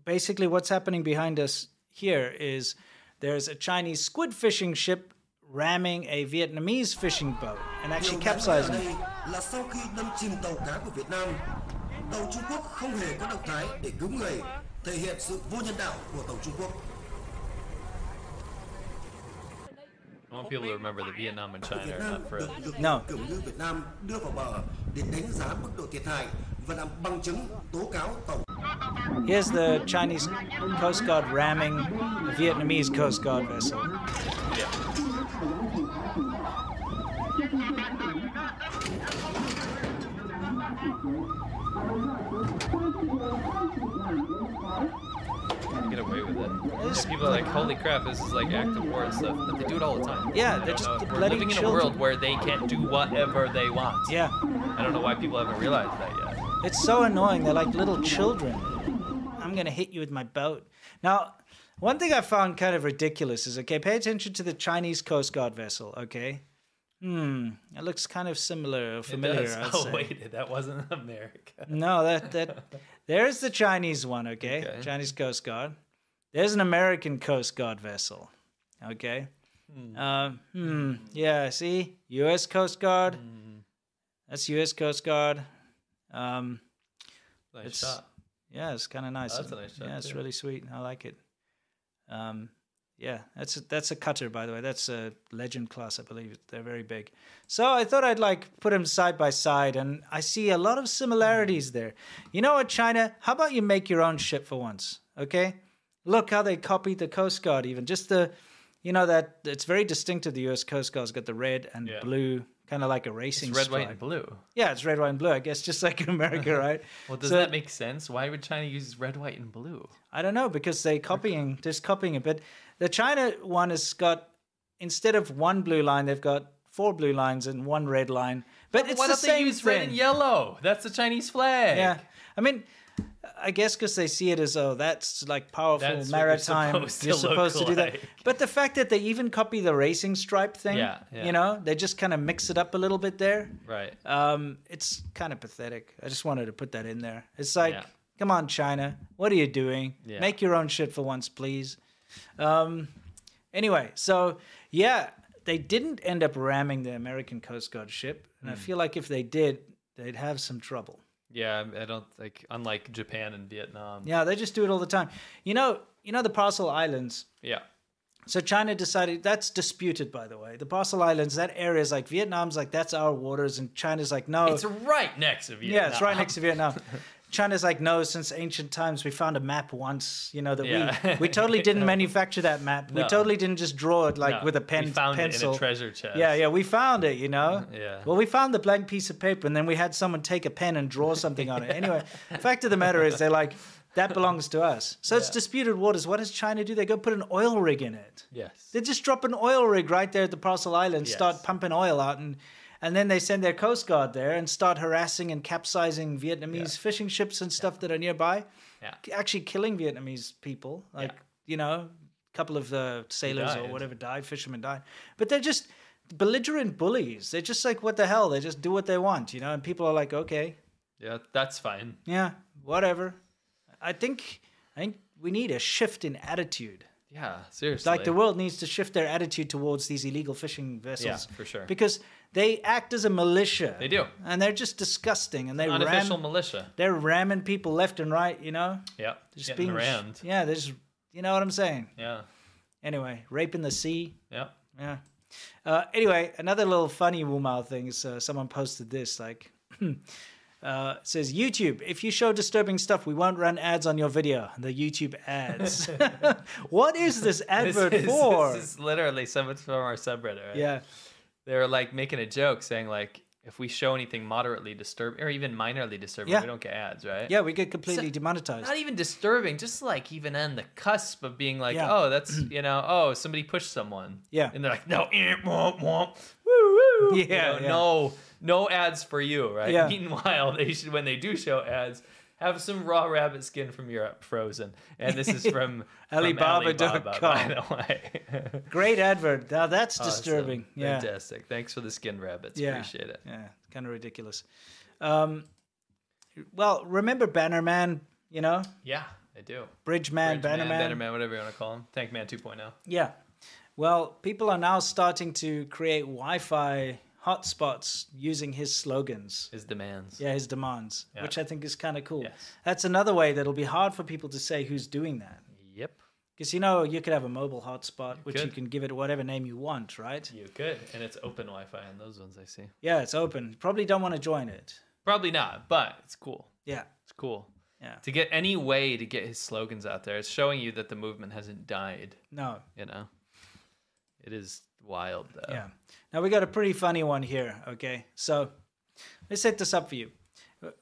Speaker 1: basically, what's happening behind us here is there's a Chinese squid fishing ship ramming a Vietnamese fishing boat and actually
Speaker 7: Điều đáng nói ở
Speaker 1: capsizing it.
Speaker 7: đây là sau khi đâm chìm tàu cá của Việt Nam, tàu Trung Quốc không hề có động thái để cứu người, thể hiện sự vô nhân đạo của tàu Trung Quốc.
Speaker 2: I want people to remember that Vietnam and China
Speaker 7: Việt
Speaker 2: are
Speaker 7: Nam
Speaker 2: not
Speaker 7: được
Speaker 2: friends.
Speaker 7: lực
Speaker 1: No.
Speaker 7: lượng kiểm ngư Việt Nam đưa vào bờ để đánh giá mức độ thiệt hại và làm bằng chứng tố cáo tàu
Speaker 1: Here's the Chinese Coast Guard ramming a Vietnamese Coast Guard vessel.
Speaker 2: Get away with it. Yeah, people are like, "Holy crap, this is like active war and stuff," but they do it all the time.
Speaker 1: Yeah,
Speaker 2: I
Speaker 1: they're
Speaker 2: don't
Speaker 1: just
Speaker 2: know
Speaker 1: the
Speaker 2: if We're
Speaker 1: bloody
Speaker 2: living in a
Speaker 1: children.
Speaker 2: world where they can do whatever they want.
Speaker 1: Yeah,
Speaker 2: I don't know why people haven't realized that yet.
Speaker 1: it's so annoying. They're like little children. I'm going to hit you with my boat. Now, one thing I found kind of ridiculous is okay, pay attention to the Chinese Coast Guard vessel, okay? Hmm, it looks kind of similar or familiar.
Speaker 2: It does.
Speaker 1: I'd
Speaker 2: Oh
Speaker 1: say.
Speaker 2: wait, that wasn't America.
Speaker 1: No, that that there's the Chinese one, okay?
Speaker 2: Okay.
Speaker 1: Chinese Coast Guard. There's an American Coast Guard vessel, okay? Um, hmm. Yeah. See, U.S. Coast Guard. That's U.S. Coast Guard. Um,
Speaker 2: Nice
Speaker 1: It's-
Speaker 2: shot.
Speaker 1: yeah, it's kind of nice.
Speaker 2: that's a nice shot,
Speaker 1: yeah, it's
Speaker 2: too.
Speaker 1: really sweet. I like it. Um, yeah, that's a, that's a cutter, by the way. That's a legend class, I believe. They're very big. So I thought I'd like put them side by side, and I see a lot of similarities there. You know what, China? How about you make your own ship for once? Okay, look how they copied the Coast Guard. Even just the, you know that it's very distinctive. The U.S. Coast Guard's got the red and
Speaker 2: Yeah.
Speaker 1: blue, kind of like a racing
Speaker 2: It's red,
Speaker 1: stripe.
Speaker 2: white, and blue.
Speaker 1: Yeah, it's red, white, and blue. I guess just like America, right?
Speaker 2: Well, does
Speaker 1: So-
Speaker 2: that make sense? Why would China use red, white, and blue?
Speaker 1: I don't know because they copying, just copying it. But the China one has got instead of one blue line, they've got four blue lines and one red line. But it's
Speaker 2: Why
Speaker 1: the
Speaker 2: don't they
Speaker 1: same
Speaker 2: use
Speaker 1: thing.
Speaker 2: red and yellow? That's the Chinese flag.
Speaker 1: Yeah, I mean, I guess because they see it as oh, that's like powerful
Speaker 2: That's what you're
Speaker 1: maritime.
Speaker 2: supposed to
Speaker 1: you're
Speaker 2: look
Speaker 1: supposed to do that.
Speaker 2: like.
Speaker 1: But the fact that they even copy the racing stripe thing,
Speaker 2: Yeah, yeah.
Speaker 1: you know, they just kind of mix it up a little bit there.
Speaker 2: Right.
Speaker 1: Um, it's kind of pathetic. I just wanted to put that in there. It's like,
Speaker 2: Yeah.
Speaker 1: come on, China, what are you doing?
Speaker 2: Yeah.
Speaker 1: Make your own shit for once, please. Um, anyway, so yeah, they didn't end up ramming the American Coast Guard ship, and I
Speaker 2: Hmm.
Speaker 1: feel like if they did, they'd have some trouble.
Speaker 2: Yeah, I don't like unlike Japan and Vietnam.
Speaker 1: Yeah, they just do it all the time. You know, you know the Parcel Islands.
Speaker 2: Yeah.
Speaker 1: So China decided that's disputed, by the way. The Parcel Islands, that area is like Vietnam's like that's our waters, and China's like no,
Speaker 2: It's right next to Vietnam.
Speaker 1: Yeah, it's right next to Vietnam. China's like, no, since ancient times we found a map once, you know, that we,
Speaker 2: Yeah.
Speaker 1: we totally didn't manufacture that map. We
Speaker 2: No.
Speaker 1: totally didn't just draw it like
Speaker 2: No,
Speaker 1: with a
Speaker 2: we
Speaker 1: pen
Speaker 2: found it in a
Speaker 1: pencil.
Speaker 2: treasure chest.
Speaker 1: Yeah, yeah, we found it, you know.
Speaker 2: Yeah.
Speaker 1: Well, we found the blank piece of paper and then we had someone take a pen and draw something on it. Anyway, fact of the matter is they're like, that belongs to us. So it's disputed waters. What does China do? They go put an oil rig in it.
Speaker 2: Yes.
Speaker 1: They just drop an oil rig right there at the Parcel Island,
Speaker 2: Yes.
Speaker 1: start pumping oil out, and and then they send their coast guard there and start harassing and capsizing Vietnamese
Speaker 2: Yeah.
Speaker 1: fishing ships and stuff that are nearby,
Speaker 2: Yeah.
Speaker 1: actually killing Vietnamese people, like
Speaker 2: Yeah.
Speaker 1: you know, couple of the sailors or
Speaker 2: died.
Speaker 1: whatever died, fishermen died. But they're just belligerent bullies. They're just like, what the hell? They just do what they want, you know? And people are like, okay,
Speaker 2: Yeah, that's fine.
Speaker 1: yeah, whatever. I think, I think we need a shift in attitude.
Speaker 2: Yeah, seriously.
Speaker 1: Like the world needs to shift their attitude towards these illegal fishing vessels.
Speaker 2: Yeah, for sure.
Speaker 1: Because they act as a militia.
Speaker 2: They do.
Speaker 1: And they're just disgusting. And they ram,
Speaker 2: unofficial militia.
Speaker 1: they're ramming people left and right, you know?
Speaker 2: Yeah,
Speaker 1: Just
Speaker 2: getting
Speaker 1: being sh-
Speaker 2: rammed.
Speaker 1: Yeah, there's you know what I'm saying.
Speaker 2: Yeah,
Speaker 1: Anyway, rape in the sea.
Speaker 2: yeah.
Speaker 1: Yeah. Uh, anyway, another little funny Wumao thing is uh, someone posted this like. Uh, it says YouTube. If you show disturbing stuff, we won't run ads on your video. The YouTube ads. what is this advert
Speaker 2: this is,
Speaker 1: for?
Speaker 2: This is literally someone from our subreddit. Right?
Speaker 1: yeah,
Speaker 2: they were like making a joke saying like if we show anything moderately disturbing or even minorly disturbing,
Speaker 1: Yeah.
Speaker 2: we don't get ads, right?
Speaker 1: yeah. We get completely
Speaker 2: So-
Speaker 1: demonetized.
Speaker 2: Not even disturbing, just like even on the cusp of being like,
Speaker 1: Yeah.
Speaker 2: oh, that's you know, oh, somebody pushed someone.
Speaker 1: Yeah.
Speaker 2: And they're like, no, eh, womp, womp, woo, woo. You
Speaker 1: Yeah,
Speaker 2: know,
Speaker 1: yeah.
Speaker 2: No, no ads for you, right?
Speaker 1: Yeah.
Speaker 2: Meanwhile, they should when they do show ads, have some raw rabbit skin from Europe frozen. And this is from from
Speaker 1: Alibaba.com.
Speaker 2: Alibaba, by the way.
Speaker 1: Great advert.
Speaker 2: Oh,
Speaker 1: Now
Speaker 2: uh,
Speaker 1: that's disturbing.
Speaker 2: Awesome.
Speaker 1: Yeah.
Speaker 2: Fantastic. Thanks for the skin rabbits.
Speaker 1: Yeah.
Speaker 2: Appreciate it.
Speaker 1: Yeah, it's kind of ridiculous. Um, well, remember Bannerman? You know,
Speaker 2: Yeah, I do.
Speaker 1: Bridgeman,
Speaker 2: Bridge
Speaker 1: Bannerman.
Speaker 2: Man, Bannerman, whatever you want to call him. Tank Man 2.0.
Speaker 1: Yeah. Well, people are now starting to create Wi-Fi hotspots using his slogans.
Speaker 2: His demands.
Speaker 1: Yeah, his demands,
Speaker 2: Yeah.
Speaker 1: which I think is kind of cool.
Speaker 2: Yes.
Speaker 1: That's another way that'll be hard for people to say who's doing that.
Speaker 2: Yep.
Speaker 1: Because you know, you could have a mobile hotspot, which you
Speaker 2: could.
Speaker 1: can give it whatever name you want, right?
Speaker 2: You could. And it's open Wi Fi on those ones I see.
Speaker 1: Yeah, it's open. Probably don't want to join it.
Speaker 2: Probably not, but it's cool.
Speaker 1: Yeah.
Speaker 2: It's cool.
Speaker 1: Yeah.
Speaker 2: To get any way to get his slogans out there, it's showing you that the movement hasn't died,
Speaker 1: No.
Speaker 2: you know? It is wild, though.
Speaker 1: Yeah. Now we got a pretty funny one here, okay? So let's set this up for you.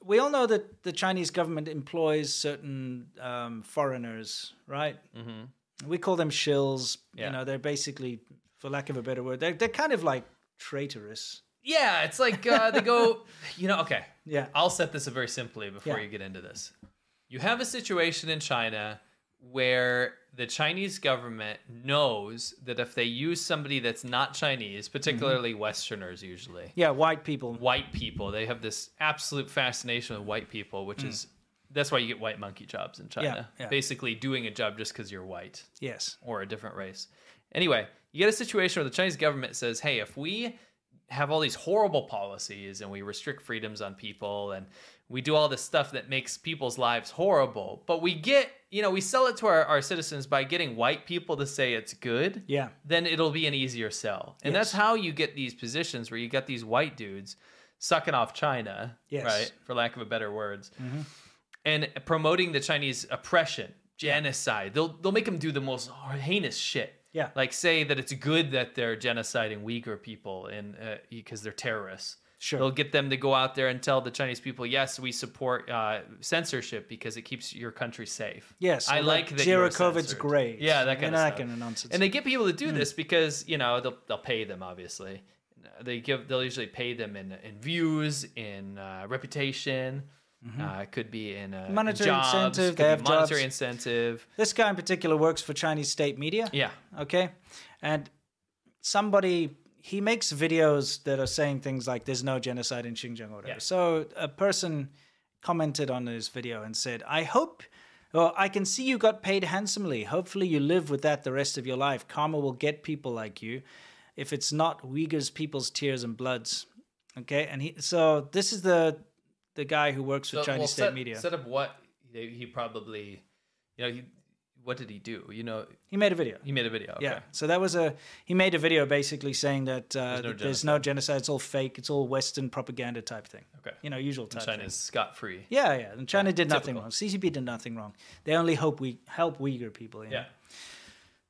Speaker 1: We all know that the Chinese government employs certain um, foreigners, right? Mm-hmm. We call them shills.
Speaker 2: Yeah.
Speaker 1: You know, they're basically, for lack of a better word, they're, they're kind of like traitorous.
Speaker 2: Yeah, it's like uh, they go, you know, okay.
Speaker 1: Yeah.
Speaker 2: I'll set this up very simply before
Speaker 1: Yeah.
Speaker 2: you get into this. You have a situation in China where the Chinese government knows that if they use somebody that's not Chinese,
Speaker 1: Mm-hmm.
Speaker 2: particularly Westerners usually,
Speaker 1: Yeah, white people.
Speaker 2: white people, they have this absolute fascination with white people, which is that's why you get white monkey jobs in China.
Speaker 1: Mm. yeah.
Speaker 2: Basically, doing a job just because you're white
Speaker 1: Yes.
Speaker 2: or a different race. Anyway, you get a situation where the Chinese government says, hey, if we have all these horrible policies and we restrict freedoms on people and we do all this stuff that makes people's lives horrible, but we get, you know, we sell it to our, our citizens by getting white people to say it's good,
Speaker 1: Yeah.
Speaker 2: then it'll be an easier sell. And that's how you get these positions where you got these white dudes sucking off China,
Speaker 1: Yes.
Speaker 2: right? For lack of a better words and promoting the Chinese oppression, genocide. They'll they'll make them do the most heinous shit.
Speaker 1: Yeah.
Speaker 2: Like say that it's good that they're genociding Uyghur people and because they're terrorists.
Speaker 1: Sure.
Speaker 2: They'll get them to go out there and tell the Chinese people, yes, we support uh, censorship because it keeps your country safe.
Speaker 1: Yes,
Speaker 2: I
Speaker 1: or
Speaker 2: like
Speaker 1: like
Speaker 2: that. you were
Speaker 1: Zero-COVID's
Speaker 2: censored.
Speaker 1: great,
Speaker 2: Yeah, that
Speaker 1: you
Speaker 2: kind
Speaker 1: know,
Speaker 2: of
Speaker 1: that
Speaker 2: stuff.
Speaker 1: kind of nonsense.
Speaker 2: And they get people to
Speaker 1: Hmm.
Speaker 2: do this because you know they'll they'll pay them obviously. They give they'll usually pay them in in views, in uh, reputation. Uh, it could be in uh,
Speaker 1: Mm-hmm. Monetary
Speaker 2: jobs,
Speaker 1: incentive,
Speaker 2: could
Speaker 1: they
Speaker 2: be
Speaker 1: have
Speaker 2: monetary
Speaker 1: jobs.
Speaker 2: incentive.
Speaker 1: This guy in particular works for Chinese state media.
Speaker 2: Yeah,
Speaker 1: Okay. And somebody he makes videos that are saying things like there's no genocide in Xinjiang or whatever.
Speaker 2: Yeah.
Speaker 1: So a person commented on his video and said, I hope well, I can see you got paid handsomely. Hopefully you live with that the rest of your life. Karma will get people like you if it's not Uyghurs people's tears and bloods. Okay? And he so this is the the guy who works for
Speaker 2: So,
Speaker 1: Chinese
Speaker 2: well,
Speaker 1: state
Speaker 2: set,
Speaker 1: media.
Speaker 2: set up what he, he probably, you know, he, what did he do? You know,
Speaker 1: he made a video.
Speaker 2: he made a video. Okay.
Speaker 1: Yeah. So that was a he made a video basically saying that uh, there's,
Speaker 2: no
Speaker 1: no genocide. It's all fake. It's all Western propaganda type thing.
Speaker 2: Okay.
Speaker 1: You know, usual type.
Speaker 2: China's
Speaker 1: thing.
Speaker 2: scot free.
Speaker 1: Yeah, yeah. And China did nothing
Speaker 2: typical.
Speaker 1: wrong. CCP did nothing wrong. They only hope we help Uyghur people. you know.
Speaker 2: Yeah.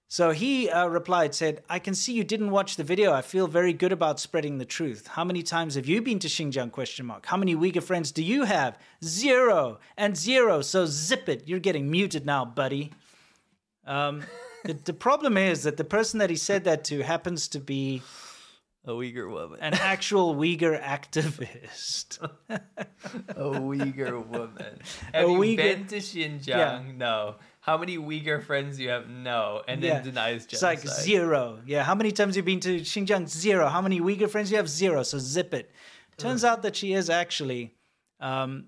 Speaker 1: So he uh, replied, said, "I can see you didn't watch the video. I feel very good about spreading the truth. How many times have you been to Xinjiang? Question mark. How many Uyghur friends do you have? Zero and zero. So zip it. You're getting muted now, buddy." Um, the, the problem is that the person that he said that to happens to be
Speaker 2: A Uyghur woman.
Speaker 1: an actual Uyghur activist.
Speaker 2: A Uyghur woman. Have you
Speaker 1: Uyghur-
Speaker 2: been to Xinjiang? No. How many Uyghur friends do you have? No, and then denies
Speaker 1: It's
Speaker 2: genocide.
Speaker 1: like zero. Yeah. How many times have you been to Xinjiang? Zero. How many Uyghur friends you have? Zero. So zip it. Turns
Speaker 2: Mm.
Speaker 1: out that she is actually, um,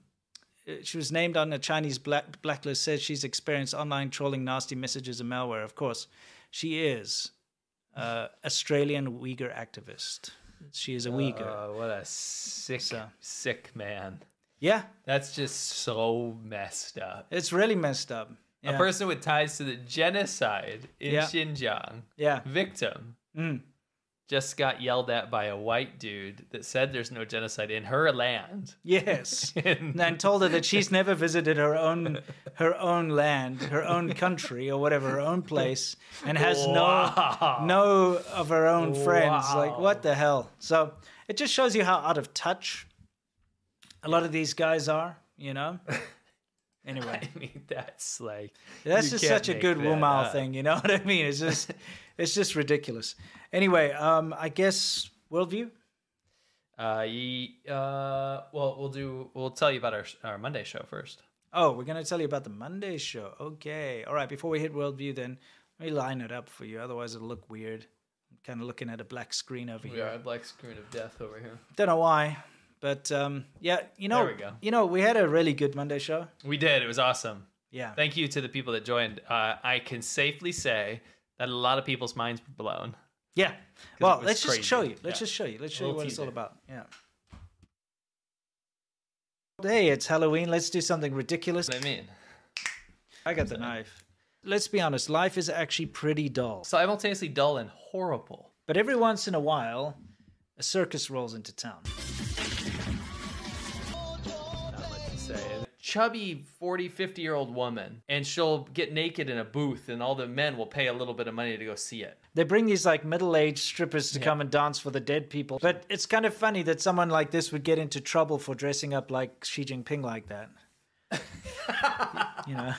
Speaker 1: uh, she was named on a Chinese black- blacklist, says she's experienced online trolling, nasty messages, and malware. Of course, she is uh, Australian Uyghur activist. She is a Uyghur.
Speaker 2: Oh, what a sick,
Speaker 1: So-
Speaker 2: sick man.
Speaker 1: yeah.
Speaker 2: That's just so messed up.
Speaker 1: It's really messed up. Yeah.
Speaker 2: A person with ties to the genocide in
Speaker 1: Yeah. Mm.
Speaker 2: Xinjiang,
Speaker 1: Yeah.
Speaker 2: victim, just got yelled at by a white dude that said there's no genocide in her land.
Speaker 1: Yes, and then told her that she's never visited her own her own land, her own country, or whatever, her own place, and has no no of her own friends. Like what the hell? So it just shows you how out of touch a lot of these guys are. You know. Anyway,
Speaker 2: I mean, that's like
Speaker 1: that's
Speaker 2: you
Speaker 1: just
Speaker 2: can't
Speaker 1: such a
Speaker 2: make
Speaker 1: good
Speaker 2: that
Speaker 1: Wumal
Speaker 2: up.
Speaker 1: thing. You know what I mean? It's just it's just ridiculous. Anyway, um, I guess worldview.
Speaker 2: Uh, ye, uh, well, we'll do. We'll tell you about our our Monday show first.
Speaker 1: Oh, we're going to tell you about the Monday show. Okay. All right. Before we hit Worldview, then, let me line it up for you. Otherwise, it'll look weird. I'm kind of looking at a black screen over here.
Speaker 2: a black screen of death over here.
Speaker 1: Don't know why. But um, yeah, you know,
Speaker 2: There we go.
Speaker 1: you know, we had a really good Monday show.
Speaker 2: We did. It was awesome.
Speaker 1: Yeah.
Speaker 2: Thank you to the people that joined. Uh, I can safely say that a lot of people's minds were blown.
Speaker 1: yeah. Well,
Speaker 2: was
Speaker 1: let's
Speaker 2: crazy.
Speaker 1: just show you. Let's
Speaker 2: Yeah.
Speaker 1: just show you. Let's show you
Speaker 2: Little
Speaker 1: what it's all
Speaker 2: teaser.
Speaker 1: about. Yeah. Hey, it's Halloween. Let's do something ridiculous.
Speaker 2: What I mean.
Speaker 1: I got the knife. Let's be honest, life is actually pretty dull.
Speaker 2: Simultaneously dull and horrible.
Speaker 1: But every once in a while, a circus rolls into town.
Speaker 2: not much to say. Chubby 40, 50 year old woman, and she'll get naked in a booth, and all the men will pay a little bit of money to go see it.
Speaker 1: They bring these like middle-aged strippers to come and dance for the dead people. But it's kind of funny that someone like this would get into trouble for dressing up like Xi Jinping like that. you know.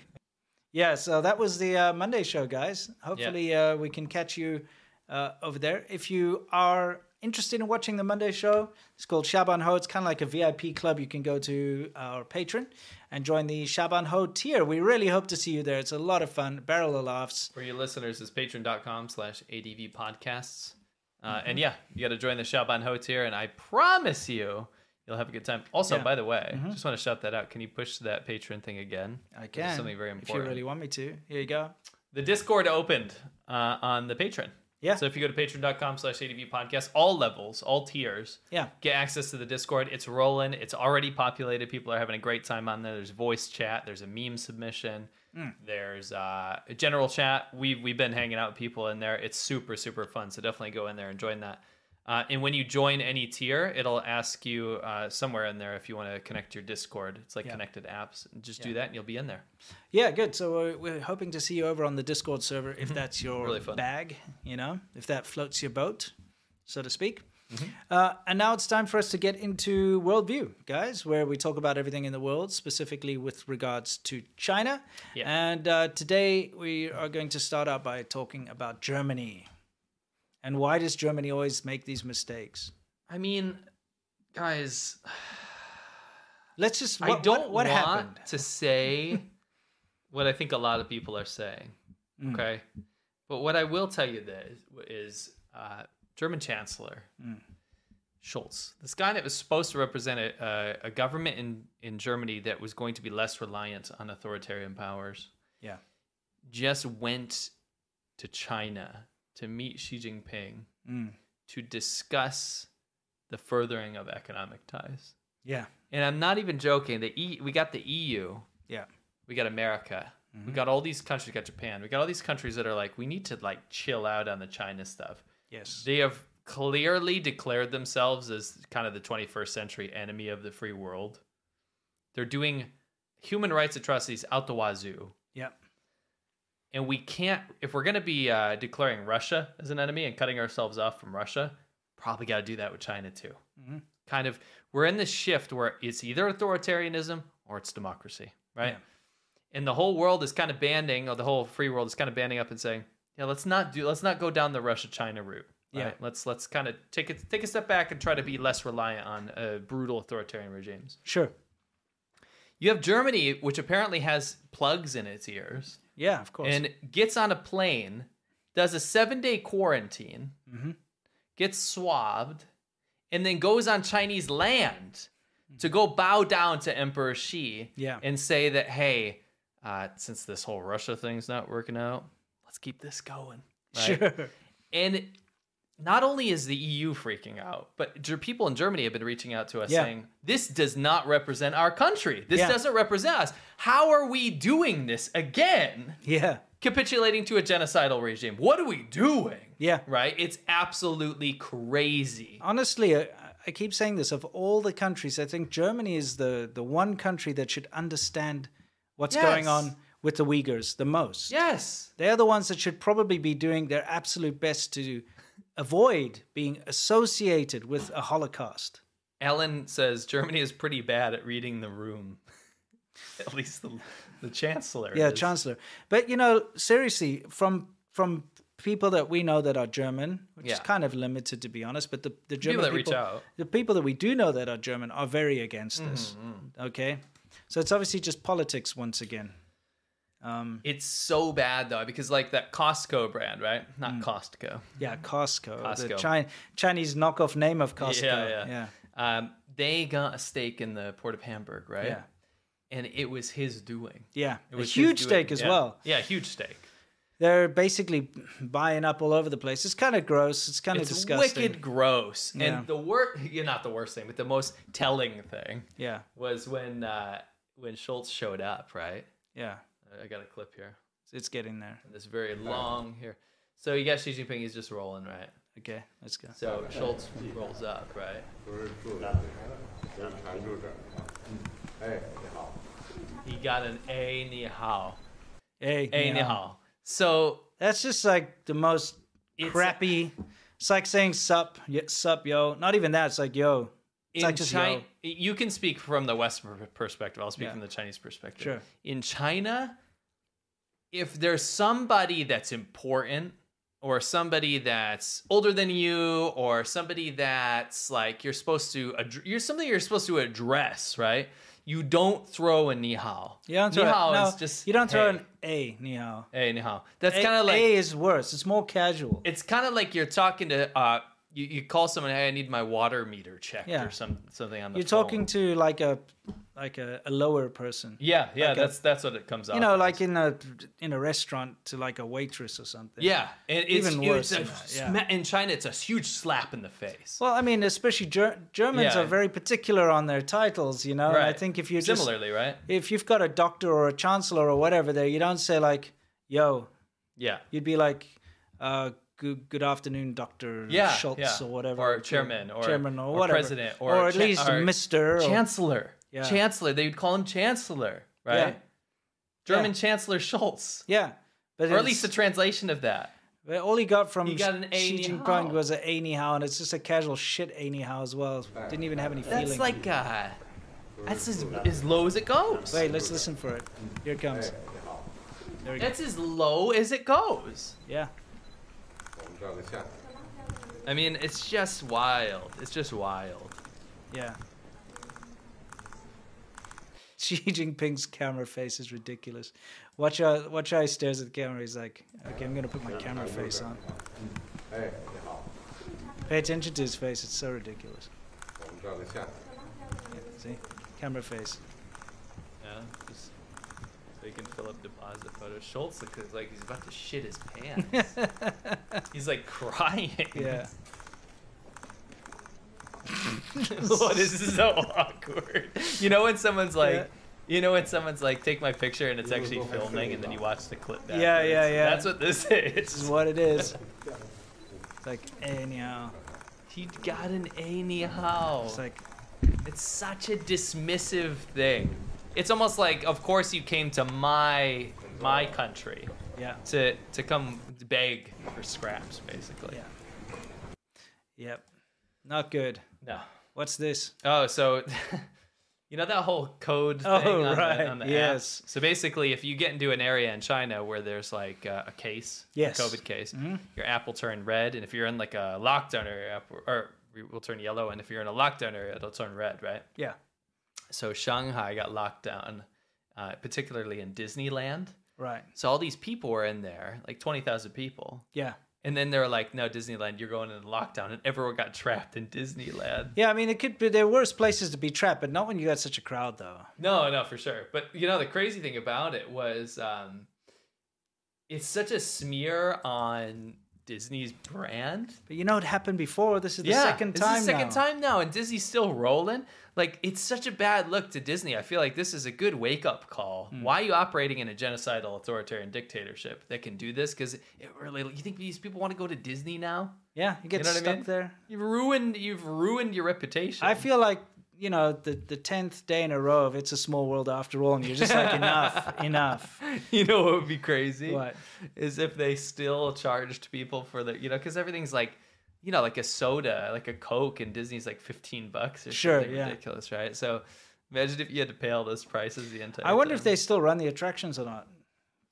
Speaker 1: yeah, so that was the uh, Monday show, guys. Hopefully uh, we can catch you uh, over there. If you are interested in watching the Monday show, it's called Shaban Ho. It's kind of like a VIP club. You can go to our patron and join the Shaban Ho tier. We really hope to see you there. It's a lot of fun, barrel of laughs.
Speaker 2: For your listeners, is patreon.com slash ADV podcasts. Uh,
Speaker 1: Mm-hmm.
Speaker 2: And yeah, you got to join the Shaban Ho tier, and I promise you, you'll have a good time. Also,
Speaker 1: Yeah. Mm-hmm.
Speaker 2: by the way, just want to shout that out. Can you push that patron thing again?
Speaker 1: I
Speaker 2: This is
Speaker 1: can.
Speaker 2: Something very
Speaker 1: If you
Speaker 2: important.
Speaker 1: really want me to. Here you go.
Speaker 2: the Discord opened uh, on the Patreon.
Speaker 1: Yeah.
Speaker 2: So if you go to patreon.com slash ADV podcast, all levels, all tiers,
Speaker 1: Yeah.
Speaker 2: get access to the Discord. It's rolling. It's already populated. People are having a great time on there. There's voice chat. There's a meme submission.
Speaker 1: Hmm.
Speaker 2: There's uh, a general chat. We've, we've been hanging out with people in there. It's super, super fun. So definitely go in there and join that. Uh, and when you join any tier, it'll ask you uh, somewhere in there if you want to connect your Discord. It's like connected apps. Just do that and you'll be in there.
Speaker 1: Yeah, good. So we're, we're hoping to see you over on the Discord server if that's your
Speaker 2: Mm-hmm. Really fun.
Speaker 1: bag, you know, if that floats your boat, so to speak.
Speaker 2: Mm-hmm.
Speaker 1: Uh, and now it's time for us to get into worldview, guys, where we talk about everything in the world, specifically with regards to China.
Speaker 2: Yeah.
Speaker 1: And uh, today we are going to start out by talking about Germany. And why does Germany always make these mistakes?
Speaker 2: I mean, guys,
Speaker 1: Let's just. What,
Speaker 2: I don't
Speaker 1: what, what
Speaker 2: want
Speaker 1: happened.
Speaker 2: to say what I think a lot of people are saying.
Speaker 1: Mm.
Speaker 2: Okay, but what I will tell you this is uh, German Chancellor
Speaker 1: Mm.
Speaker 2: Schultz, this guy that was supposed to represent a, a, a government in in Germany that was going to be less reliant on authoritarian powers,
Speaker 1: Yeah.
Speaker 2: just went to China to meet Xi Jinping
Speaker 1: Mm.
Speaker 2: to discuss the furthering of economic ties.
Speaker 1: Yeah.
Speaker 2: And I'm not even joking. The e- we got the EU,
Speaker 1: Yeah.
Speaker 2: we got America, we got all these countries, we got Japan, we got all these countries that are like, we need to like chill out on the China stuff.
Speaker 1: Yes.
Speaker 2: They have clearly declared themselves as kind of the 21st century enemy of the free world. They're doing human rights atrocities out the wazoo.
Speaker 1: Yeah.
Speaker 2: And we can't, if we're going to be uh, declaring Russia as an enemy and cutting ourselves off from Russia, probably got to do that with China too. Kind of, we're in this shift where it's either authoritarianism or it's democracy, right? And the whole world is kind of banding, or the whole free world is kind of banding up and saying, yeah, let's not do, let's not go down the Russia-China route. Right?
Speaker 1: Yeah.
Speaker 2: let's let's kind of take it take a step back and try to be less reliant on uh, brutal authoritarian regimes
Speaker 1: Sure.
Speaker 2: You have Germany, which apparently has plugs in its ears,
Speaker 1: Yeah, of course.
Speaker 2: and gets on a plane, does a seven day quarantine,
Speaker 1: Mm-hmm.
Speaker 2: gets swabbed, and then goes on Chinese land to go bow down to Emperor Xi
Speaker 1: Mm-hmm. Yeah.
Speaker 2: and say that, hey, uh, since this whole Russia thing's not working out, let's keep this going. right?
Speaker 1: Sure.
Speaker 2: And not only is the EU freaking out, but Ger- people in Germany have been reaching out to us
Speaker 1: Yeah.
Speaker 2: saying, this does not represent our country. This
Speaker 1: Yeah.
Speaker 2: doesn't represent us. How are we doing this again?
Speaker 1: Yeah.
Speaker 2: Capitulating to a genocidal regime. What are we doing?
Speaker 1: Yeah.
Speaker 2: Right? It's absolutely crazy.
Speaker 1: Honestly, I, I keep saying this. Of all the countries, I think Germany is the the one country that should understand what's going
Speaker 2: Yes.
Speaker 1: on with the Uyghurs the most.
Speaker 2: Yes.
Speaker 1: They are the ones that should probably be doing their absolute best to avoid being associated with a Holocaust.
Speaker 2: Ellen says Germany is pretty bad at reading the room. at least the, the chancellor.
Speaker 1: yeah,
Speaker 2: is.
Speaker 1: chancellor. But you know, seriously, from from people that we know that are German, which is
Speaker 2: Yeah.
Speaker 1: kind of limited to be honest, but the the German
Speaker 2: that reach out.
Speaker 1: the people that we do know that are German are very against this.
Speaker 2: Mm-hmm,
Speaker 1: Okay, so it's obviously just politics once again.
Speaker 2: It's so bad though, because like that Costco brand, right? Not
Speaker 1: Mm.
Speaker 2: Costco.
Speaker 1: Yeah, Costco, the
Speaker 2: Mm-hmm. Costco.
Speaker 1: Chi- Chinese knockoff name of Costco.
Speaker 2: Yeah,
Speaker 1: yeah.
Speaker 2: yeah. Um, they got a steak in the port of Hamburg, right?
Speaker 1: Yeah.
Speaker 2: And it was his doing.
Speaker 1: Yeah.
Speaker 2: It
Speaker 1: a
Speaker 2: was his
Speaker 1: huge
Speaker 2: doing,
Speaker 1: steak as
Speaker 2: yeah.
Speaker 1: well.
Speaker 2: Yeah, huge steak.
Speaker 1: They're basically buying up all over the place. It's kind of gross. It's kind of
Speaker 2: It's
Speaker 1: disgusting.
Speaker 2: wicked gross.
Speaker 1: Yeah.
Speaker 2: And the worst, yeah, not the worst thing, but the most telling thing
Speaker 1: Yeah,
Speaker 2: was when uh, when Schultz showed up, right?
Speaker 1: yeah.
Speaker 2: I got a clip here.
Speaker 1: It's getting there.
Speaker 2: This very long here. So you got Xi Jinping, he's just rolling, right?
Speaker 1: Okay, let's go.
Speaker 2: So Schultz rolls up, right? He got an A ni hao.
Speaker 1: Hey,
Speaker 2: A ni
Speaker 1: meow.
Speaker 2: hao. So
Speaker 1: That's just like the most
Speaker 2: It's-
Speaker 1: crappy. It's like saying sup, y- sup, yo. Not even that. It's like yo. It's
Speaker 2: in
Speaker 1: like just
Speaker 2: Chi-
Speaker 1: yo.
Speaker 2: you can speak from the Western per- perspective. I'll speak
Speaker 1: Yeah.
Speaker 2: from the Chinese perspective.
Speaker 1: Sure.
Speaker 2: In China, if there's somebody that's important or somebody that's older than you or somebody that's like you're supposed to ad- you're something you're supposed to address, right? You don't throw a ni hao.
Speaker 1: You don't throw
Speaker 2: ni hao
Speaker 1: it. No,
Speaker 2: is just
Speaker 1: you don't throw
Speaker 2: hey,
Speaker 1: an a ni hao.
Speaker 2: hey ni hao. That's
Speaker 1: A-
Speaker 2: kind of like
Speaker 1: a is worse. It's more casual.
Speaker 2: it's kind of like you're talking to uh you, you call someone hey I need my water meter checked
Speaker 1: Yeah.
Speaker 2: or some something on the
Speaker 1: You're
Speaker 2: phone.
Speaker 1: talking to like a like a, a lower person.
Speaker 2: Yeah, yeah,
Speaker 1: Like a-
Speaker 2: that's that's what it comes out.
Speaker 1: You know,
Speaker 2: as.
Speaker 1: like in a in a restaurant to like a waitress or something.
Speaker 2: yeah, and it's
Speaker 1: e- Even
Speaker 2: huge-
Speaker 1: worse
Speaker 2: it's a
Speaker 1: than that,
Speaker 2: sma- in China, it's a huge slap in the face.
Speaker 1: Well, I mean, especially Ger- Germans
Speaker 2: Yeah.
Speaker 1: are very particular on their titles. You know, And I
Speaker 2: Right.
Speaker 1: think if you just
Speaker 2: Similarly, right?
Speaker 1: if you've got a doctor or a chancellor or whatever there, you don't say like, "Yo,"
Speaker 2: Yeah,
Speaker 1: you'd be like, uh, "Good, good afternoon, Doctor
Speaker 2: yeah,
Speaker 1: Schultz
Speaker 2: yeah.
Speaker 1: or whatever,
Speaker 2: or chairman, or
Speaker 1: chairman or whatever,
Speaker 2: president, or,
Speaker 1: at
Speaker 2: cha-
Speaker 1: least
Speaker 2: or
Speaker 1: Mister or-
Speaker 2: chancellor,
Speaker 1: Yeah.
Speaker 2: chancellor. They would call him chancellor, right?
Speaker 1: Yeah.
Speaker 2: German
Speaker 1: Yeah.
Speaker 2: Chancellor Schultz,
Speaker 1: yeah, but
Speaker 2: or at least a
Speaker 1: it's-
Speaker 2: translation of that.
Speaker 1: but all he got from
Speaker 2: He got an A
Speaker 1: Xi
Speaker 2: ni
Speaker 1: Jinping
Speaker 2: hao.
Speaker 1: was an anyhow, and it's just a casual shit anyhow as well. Didn't even have any feeling.
Speaker 2: That's like uh, that's as, as low as it goes.
Speaker 1: Wait, let's listen for it. Here it comes. There we go.
Speaker 2: That's as low as it goes.
Speaker 1: Yeah.
Speaker 2: I mean, it's just wild. It's just wild.
Speaker 1: Yeah. Xi Jinping's camera face is ridiculous. Watch out! Watch how he stares at the camera. He's like, "Okay, I'm gonna put my camera face on." Pay attention to his face. It's so ridiculous. Yeah, see, camera face.
Speaker 2: Yeah, just so you can fill up deposit photos. Schultz looks like he's about to shit his pants. he's like crying.
Speaker 1: Yeah.
Speaker 2: what is so awkward? You know when someone's like, you know when someone's like, take my picture and it's actually filming, and then you watch the clip. Back
Speaker 1: Yeah, yeah, yeah.
Speaker 2: That's what this
Speaker 1: This
Speaker 2: is.
Speaker 1: is what it is. It's like anyhow.
Speaker 2: He got an anyhow.
Speaker 1: It's like
Speaker 2: It's such a dismissive thing. It's almost like, of course, you came to my my country
Speaker 1: yeah,
Speaker 2: to to come beg for scraps, basically.
Speaker 1: yeah, yep. Not good.
Speaker 2: No.
Speaker 1: What's this?
Speaker 2: Oh, so you know that whole code thing
Speaker 1: Oh,
Speaker 2: on,
Speaker 1: right,
Speaker 2: the, on the
Speaker 1: yes.
Speaker 2: apps? So basically, if you get into an area in China where there's like uh, a case,
Speaker 1: Yes. Mm-hmm.
Speaker 2: a COVID case, your app will turn red, and if you're in like a lockdown area, your app will- or will turn yellow, and if you're in a lockdown area, it'll turn red, right?
Speaker 1: Yeah.
Speaker 2: so Shanghai got locked down, uh, particularly in Disneyland.
Speaker 1: Right.
Speaker 2: So all these people were in there, like twenty thousand people,
Speaker 1: Yeah.
Speaker 2: and then they were like, "No, Disneyland, you're going into lockdown," and everyone got trapped in Disneyland.
Speaker 1: Yeah, I mean, it could be there are worse places to be trapped, but not when you got such a crowd, though.
Speaker 2: No, no, for sure. But you know, the crazy thing about it was, um, it's such a smear on Disney's brand.
Speaker 1: But you know, it happened before. This is the second
Speaker 2: this is
Speaker 1: time.
Speaker 2: the second
Speaker 1: now.
Speaker 2: time now, and Disney's still rolling. Like it's such a bad look to Disney. I feel like this is a good wake up call. Why are you operating in a genocidal authoritarian dictatorship that can do this? Because it really, you think these people want to go to Disney now?
Speaker 1: Yeah, you get
Speaker 2: You know what I
Speaker 1: stuck
Speaker 2: mean?
Speaker 1: there.
Speaker 2: You've ruined, you've ruined your reputation.
Speaker 1: I feel like you know the the tenth day in a row of it's a small world after all, and you're just like enough, enough.
Speaker 2: you know what would be crazy
Speaker 1: What?
Speaker 2: is if they still charged people for the you know because everything's like you know like a soda like a coke and disney's like 15 bucks or
Speaker 1: Sure,
Speaker 2: something
Speaker 1: yeah.
Speaker 2: ridiculous right so imagine if you had to pay all those prices the entire
Speaker 1: I wonder if
Speaker 2: time.
Speaker 1: they still run the attractions or not.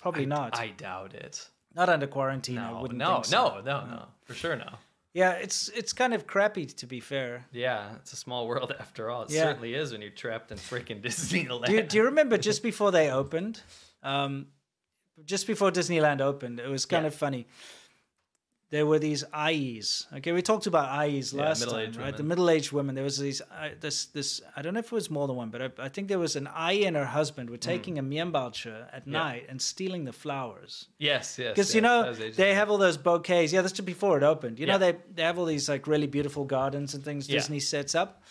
Speaker 1: Probably not.
Speaker 2: i doubt it
Speaker 1: not under quarantine. I
Speaker 2: no
Speaker 1: wouldn't.
Speaker 2: no
Speaker 1: think so.
Speaker 2: no no no for sure no
Speaker 1: Yeah, it's it's kind of crappy to be fair.
Speaker 2: yeah it's a small world after all it
Speaker 1: Yeah.
Speaker 2: certainly is when you're trapped in freaking disneyland
Speaker 1: Do you, do you remember just before they opened? Um, just before Disneyland opened, it was kind
Speaker 2: Yeah.
Speaker 1: of funny. There were these IEs. Okay, we talked about IEs
Speaker 2: Yeah,
Speaker 1: last time, right?
Speaker 2: middle-aged
Speaker 1: The
Speaker 2: women.
Speaker 1: middle-aged women. There was these uh, this this. I don't know if it was more than one, but I, I think there was an IE and her husband
Speaker 2: Hmm.
Speaker 1: were taking a Mienbalcher at night and stealing the flowers
Speaker 2: yes yes
Speaker 1: because
Speaker 2: yes,
Speaker 1: you
Speaker 2: that
Speaker 1: know
Speaker 2: was ages
Speaker 1: they
Speaker 2: ago.
Speaker 1: have all those bouquets. Yeah, that's just before it opened. You know
Speaker 2: Yeah.
Speaker 1: they they have all these like really beautiful gardens and things
Speaker 2: Yeah.
Speaker 1: Disney sets up.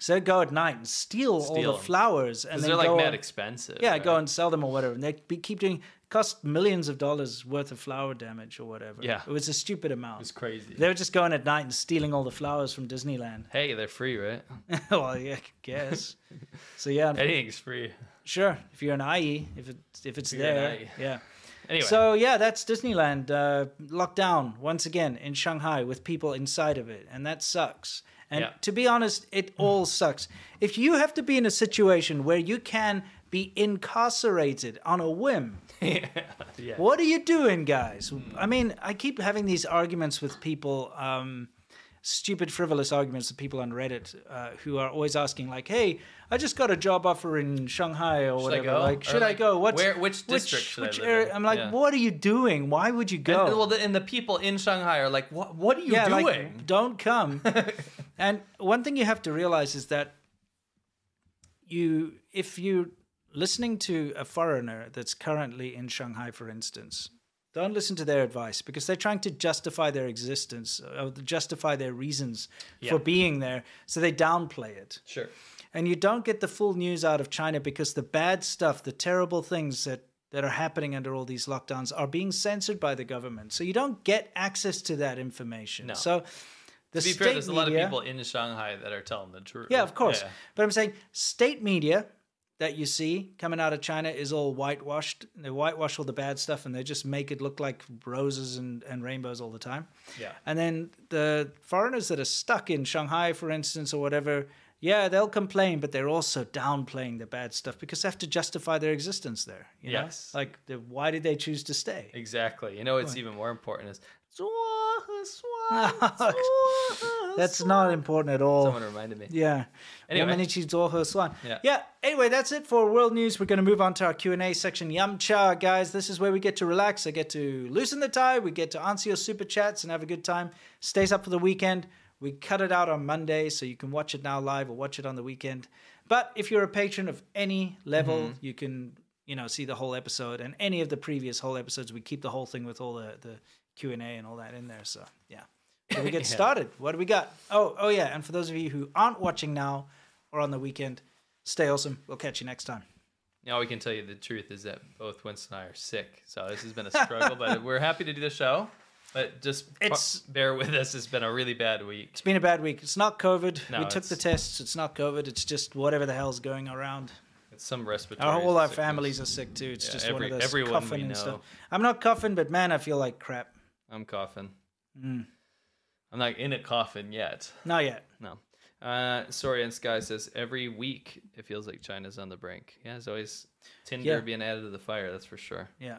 Speaker 1: So they go at night and steal, all
Speaker 2: Steal
Speaker 1: the
Speaker 2: 'em.
Speaker 1: flowers, and
Speaker 2: 'Cause
Speaker 1: then
Speaker 2: they're
Speaker 1: go
Speaker 2: like mad
Speaker 1: on-
Speaker 2: expensive
Speaker 1: yeah, go
Speaker 2: right?
Speaker 1: and sell them or whatever. And they be, keep doing cost millions of dollars worth of flower damage or whatever.
Speaker 2: Yeah.
Speaker 1: it was a stupid amount.
Speaker 2: it's crazy
Speaker 1: They were just going at night and stealing all the flowers from Disneyland.
Speaker 2: hey they're free right
Speaker 1: well, yeah, I guess. so yeah,
Speaker 2: anything's free
Speaker 1: sure. If you're an IE, if it if it's
Speaker 2: you're an
Speaker 1: there,
Speaker 2: IE.
Speaker 1: yeah.
Speaker 2: anyway
Speaker 1: So yeah, that's Disneyland uh, locked down once again in Shanghai with people inside of it, and that sucks. And
Speaker 2: Yeah.
Speaker 1: to be honest, it all sucks. If you have to be in a situation where you can be incarcerated on a whim, what are you doing, guys?
Speaker 2: Hmm.
Speaker 1: I mean, I keep having these arguments with people. Um, Stupid, frivolous arguments of people on Reddit uh, who are always asking, like, "Hey, I just got a job offer in Shanghai or
Speaker 2: Should I
Speaker 1: whatever.
Speaker 2: go?
Speaker 1: Like,
Speaker 2: Or
Speaker 1: should I
Speaker 2: like,
Speaker 1: go? What's
Speaker 2: where- which district should I live in?"
Speaker 1: area- I'm like,
Speaker 2: Yeah.
Speaker 1: what are you doing? Why would you go?
Speaker 2: And, well, the, and the people in Shanghai are like, "What? What are you doing?"
Speaker 1: like, don't come. and one thing you have to realize is that you, if you're listening to a foreigner that's currently in Shanghai, for instance, don't listen to their advice because they're trying to justify their existence, or justify their reasons for being there, so they downplay it
Speaker 2: sure.
Speaker 1: and you don't get the full news out of China because the bad stuff, the terrible things that that are happening under all these lockdowns are being censored by the government. So you don't get access to that information.
Speaker 2: No.
Speaker 1: So the
Speaker 2: To be
Speaker 1: state
Speaker 2: fair, there's a
Speaker 1: media,
Speaker 2: lot of people in Shanghai that are telling the truth.
Speaker 1: yeah, of course.
Speaker 2: Yeah.
Speaker 1: But I'm saying state media that you see coming out of China is all whitewashed. They whitewash all the bad stuff and they just make it look like roses and, and rainbows all the time.
Speaker 2: Yeah.
Speaker 1: And then the foreigners that are stuck in Shanghai, for instance, or whatever, yeah, they'll complain, but they're also downplaying the bad stuff because they have to justify their existence there. You know?
Speaker 2: Yes.
Speaker 1: Like, the, why did they choose to stay?
Speaker 2: Exactly. You know, what's even more important is
Speaker 1: That's not important at all.
Speaker 2: someone reminded me.
Speaker 1: Oh. Yeah.
Speaker 2: Anyway.
Speaker 1: Womanichi Zoho Swan.
Speaker 2: Yeah.
Speaker 1: Anyway, that's it for world news. We're going to move on to our Q and A section. Yamcha, guys, this is where we get to relax. I get to loosen the tie. We get to answer your super chats and have a good time. Stays up for the weekend. We cut it out on Monday, so you can watch it now live or watch it on the weekend. But if you're a patron of any level, you can you know see the whole episode and any of the previous whole episodes. We keep the whole thing with all the the Q and A and all that in there. So yeah. So we get started. What do we got? Oh, oh yeah. And for those of you who aren't watching now or on the weekend, stay awesome. We'll catch you next time.
Speaker 2: Now we can tell you the truth is that both Winston and I are sick. So this has been a struggle, but we're happy to do the show. But just
Speaker 1: It's-
Speaker 2: bear with us. It's been a really bad week.
Speaker 1: It's been a bad week. It's not COVID.
Speaker 2: No,
Speaker 1: we took
Speaker 2: it's-
Speaker 1: the tests. It's not COVID. It's just whatever the hell's going around.
Speaker 2: It's some respiratory.
Speaker 1: Our, all our
Speaker 2: sickness.
Speaker 1: families are sick too. It's
Speaker 2: Yeah,
Speaker 1: just one
Speaker 2: every-
Speaker 1: of those
Speaker 2: everyone
Speaker 1: coughing
Speaker 2: we
Speaker 1: and stuff.
Speaker 2: know.
Speaker 1: I'm not coughing, but man, I feel like crap.
Speaker 2: I'm coughing.
Speaker 1: Mm.
Speaker 2: I'm not in a coffin yet.
Speaker 1: Not yet.
Speaker 2: No. Uh, Sorian Sky says every week it feels like China's on the brink. Yeah, there's always tinder
Speaker 1: Yeah.
Speaker 2: being added to the fire. That's for sure.
Speaker 1: Yeah.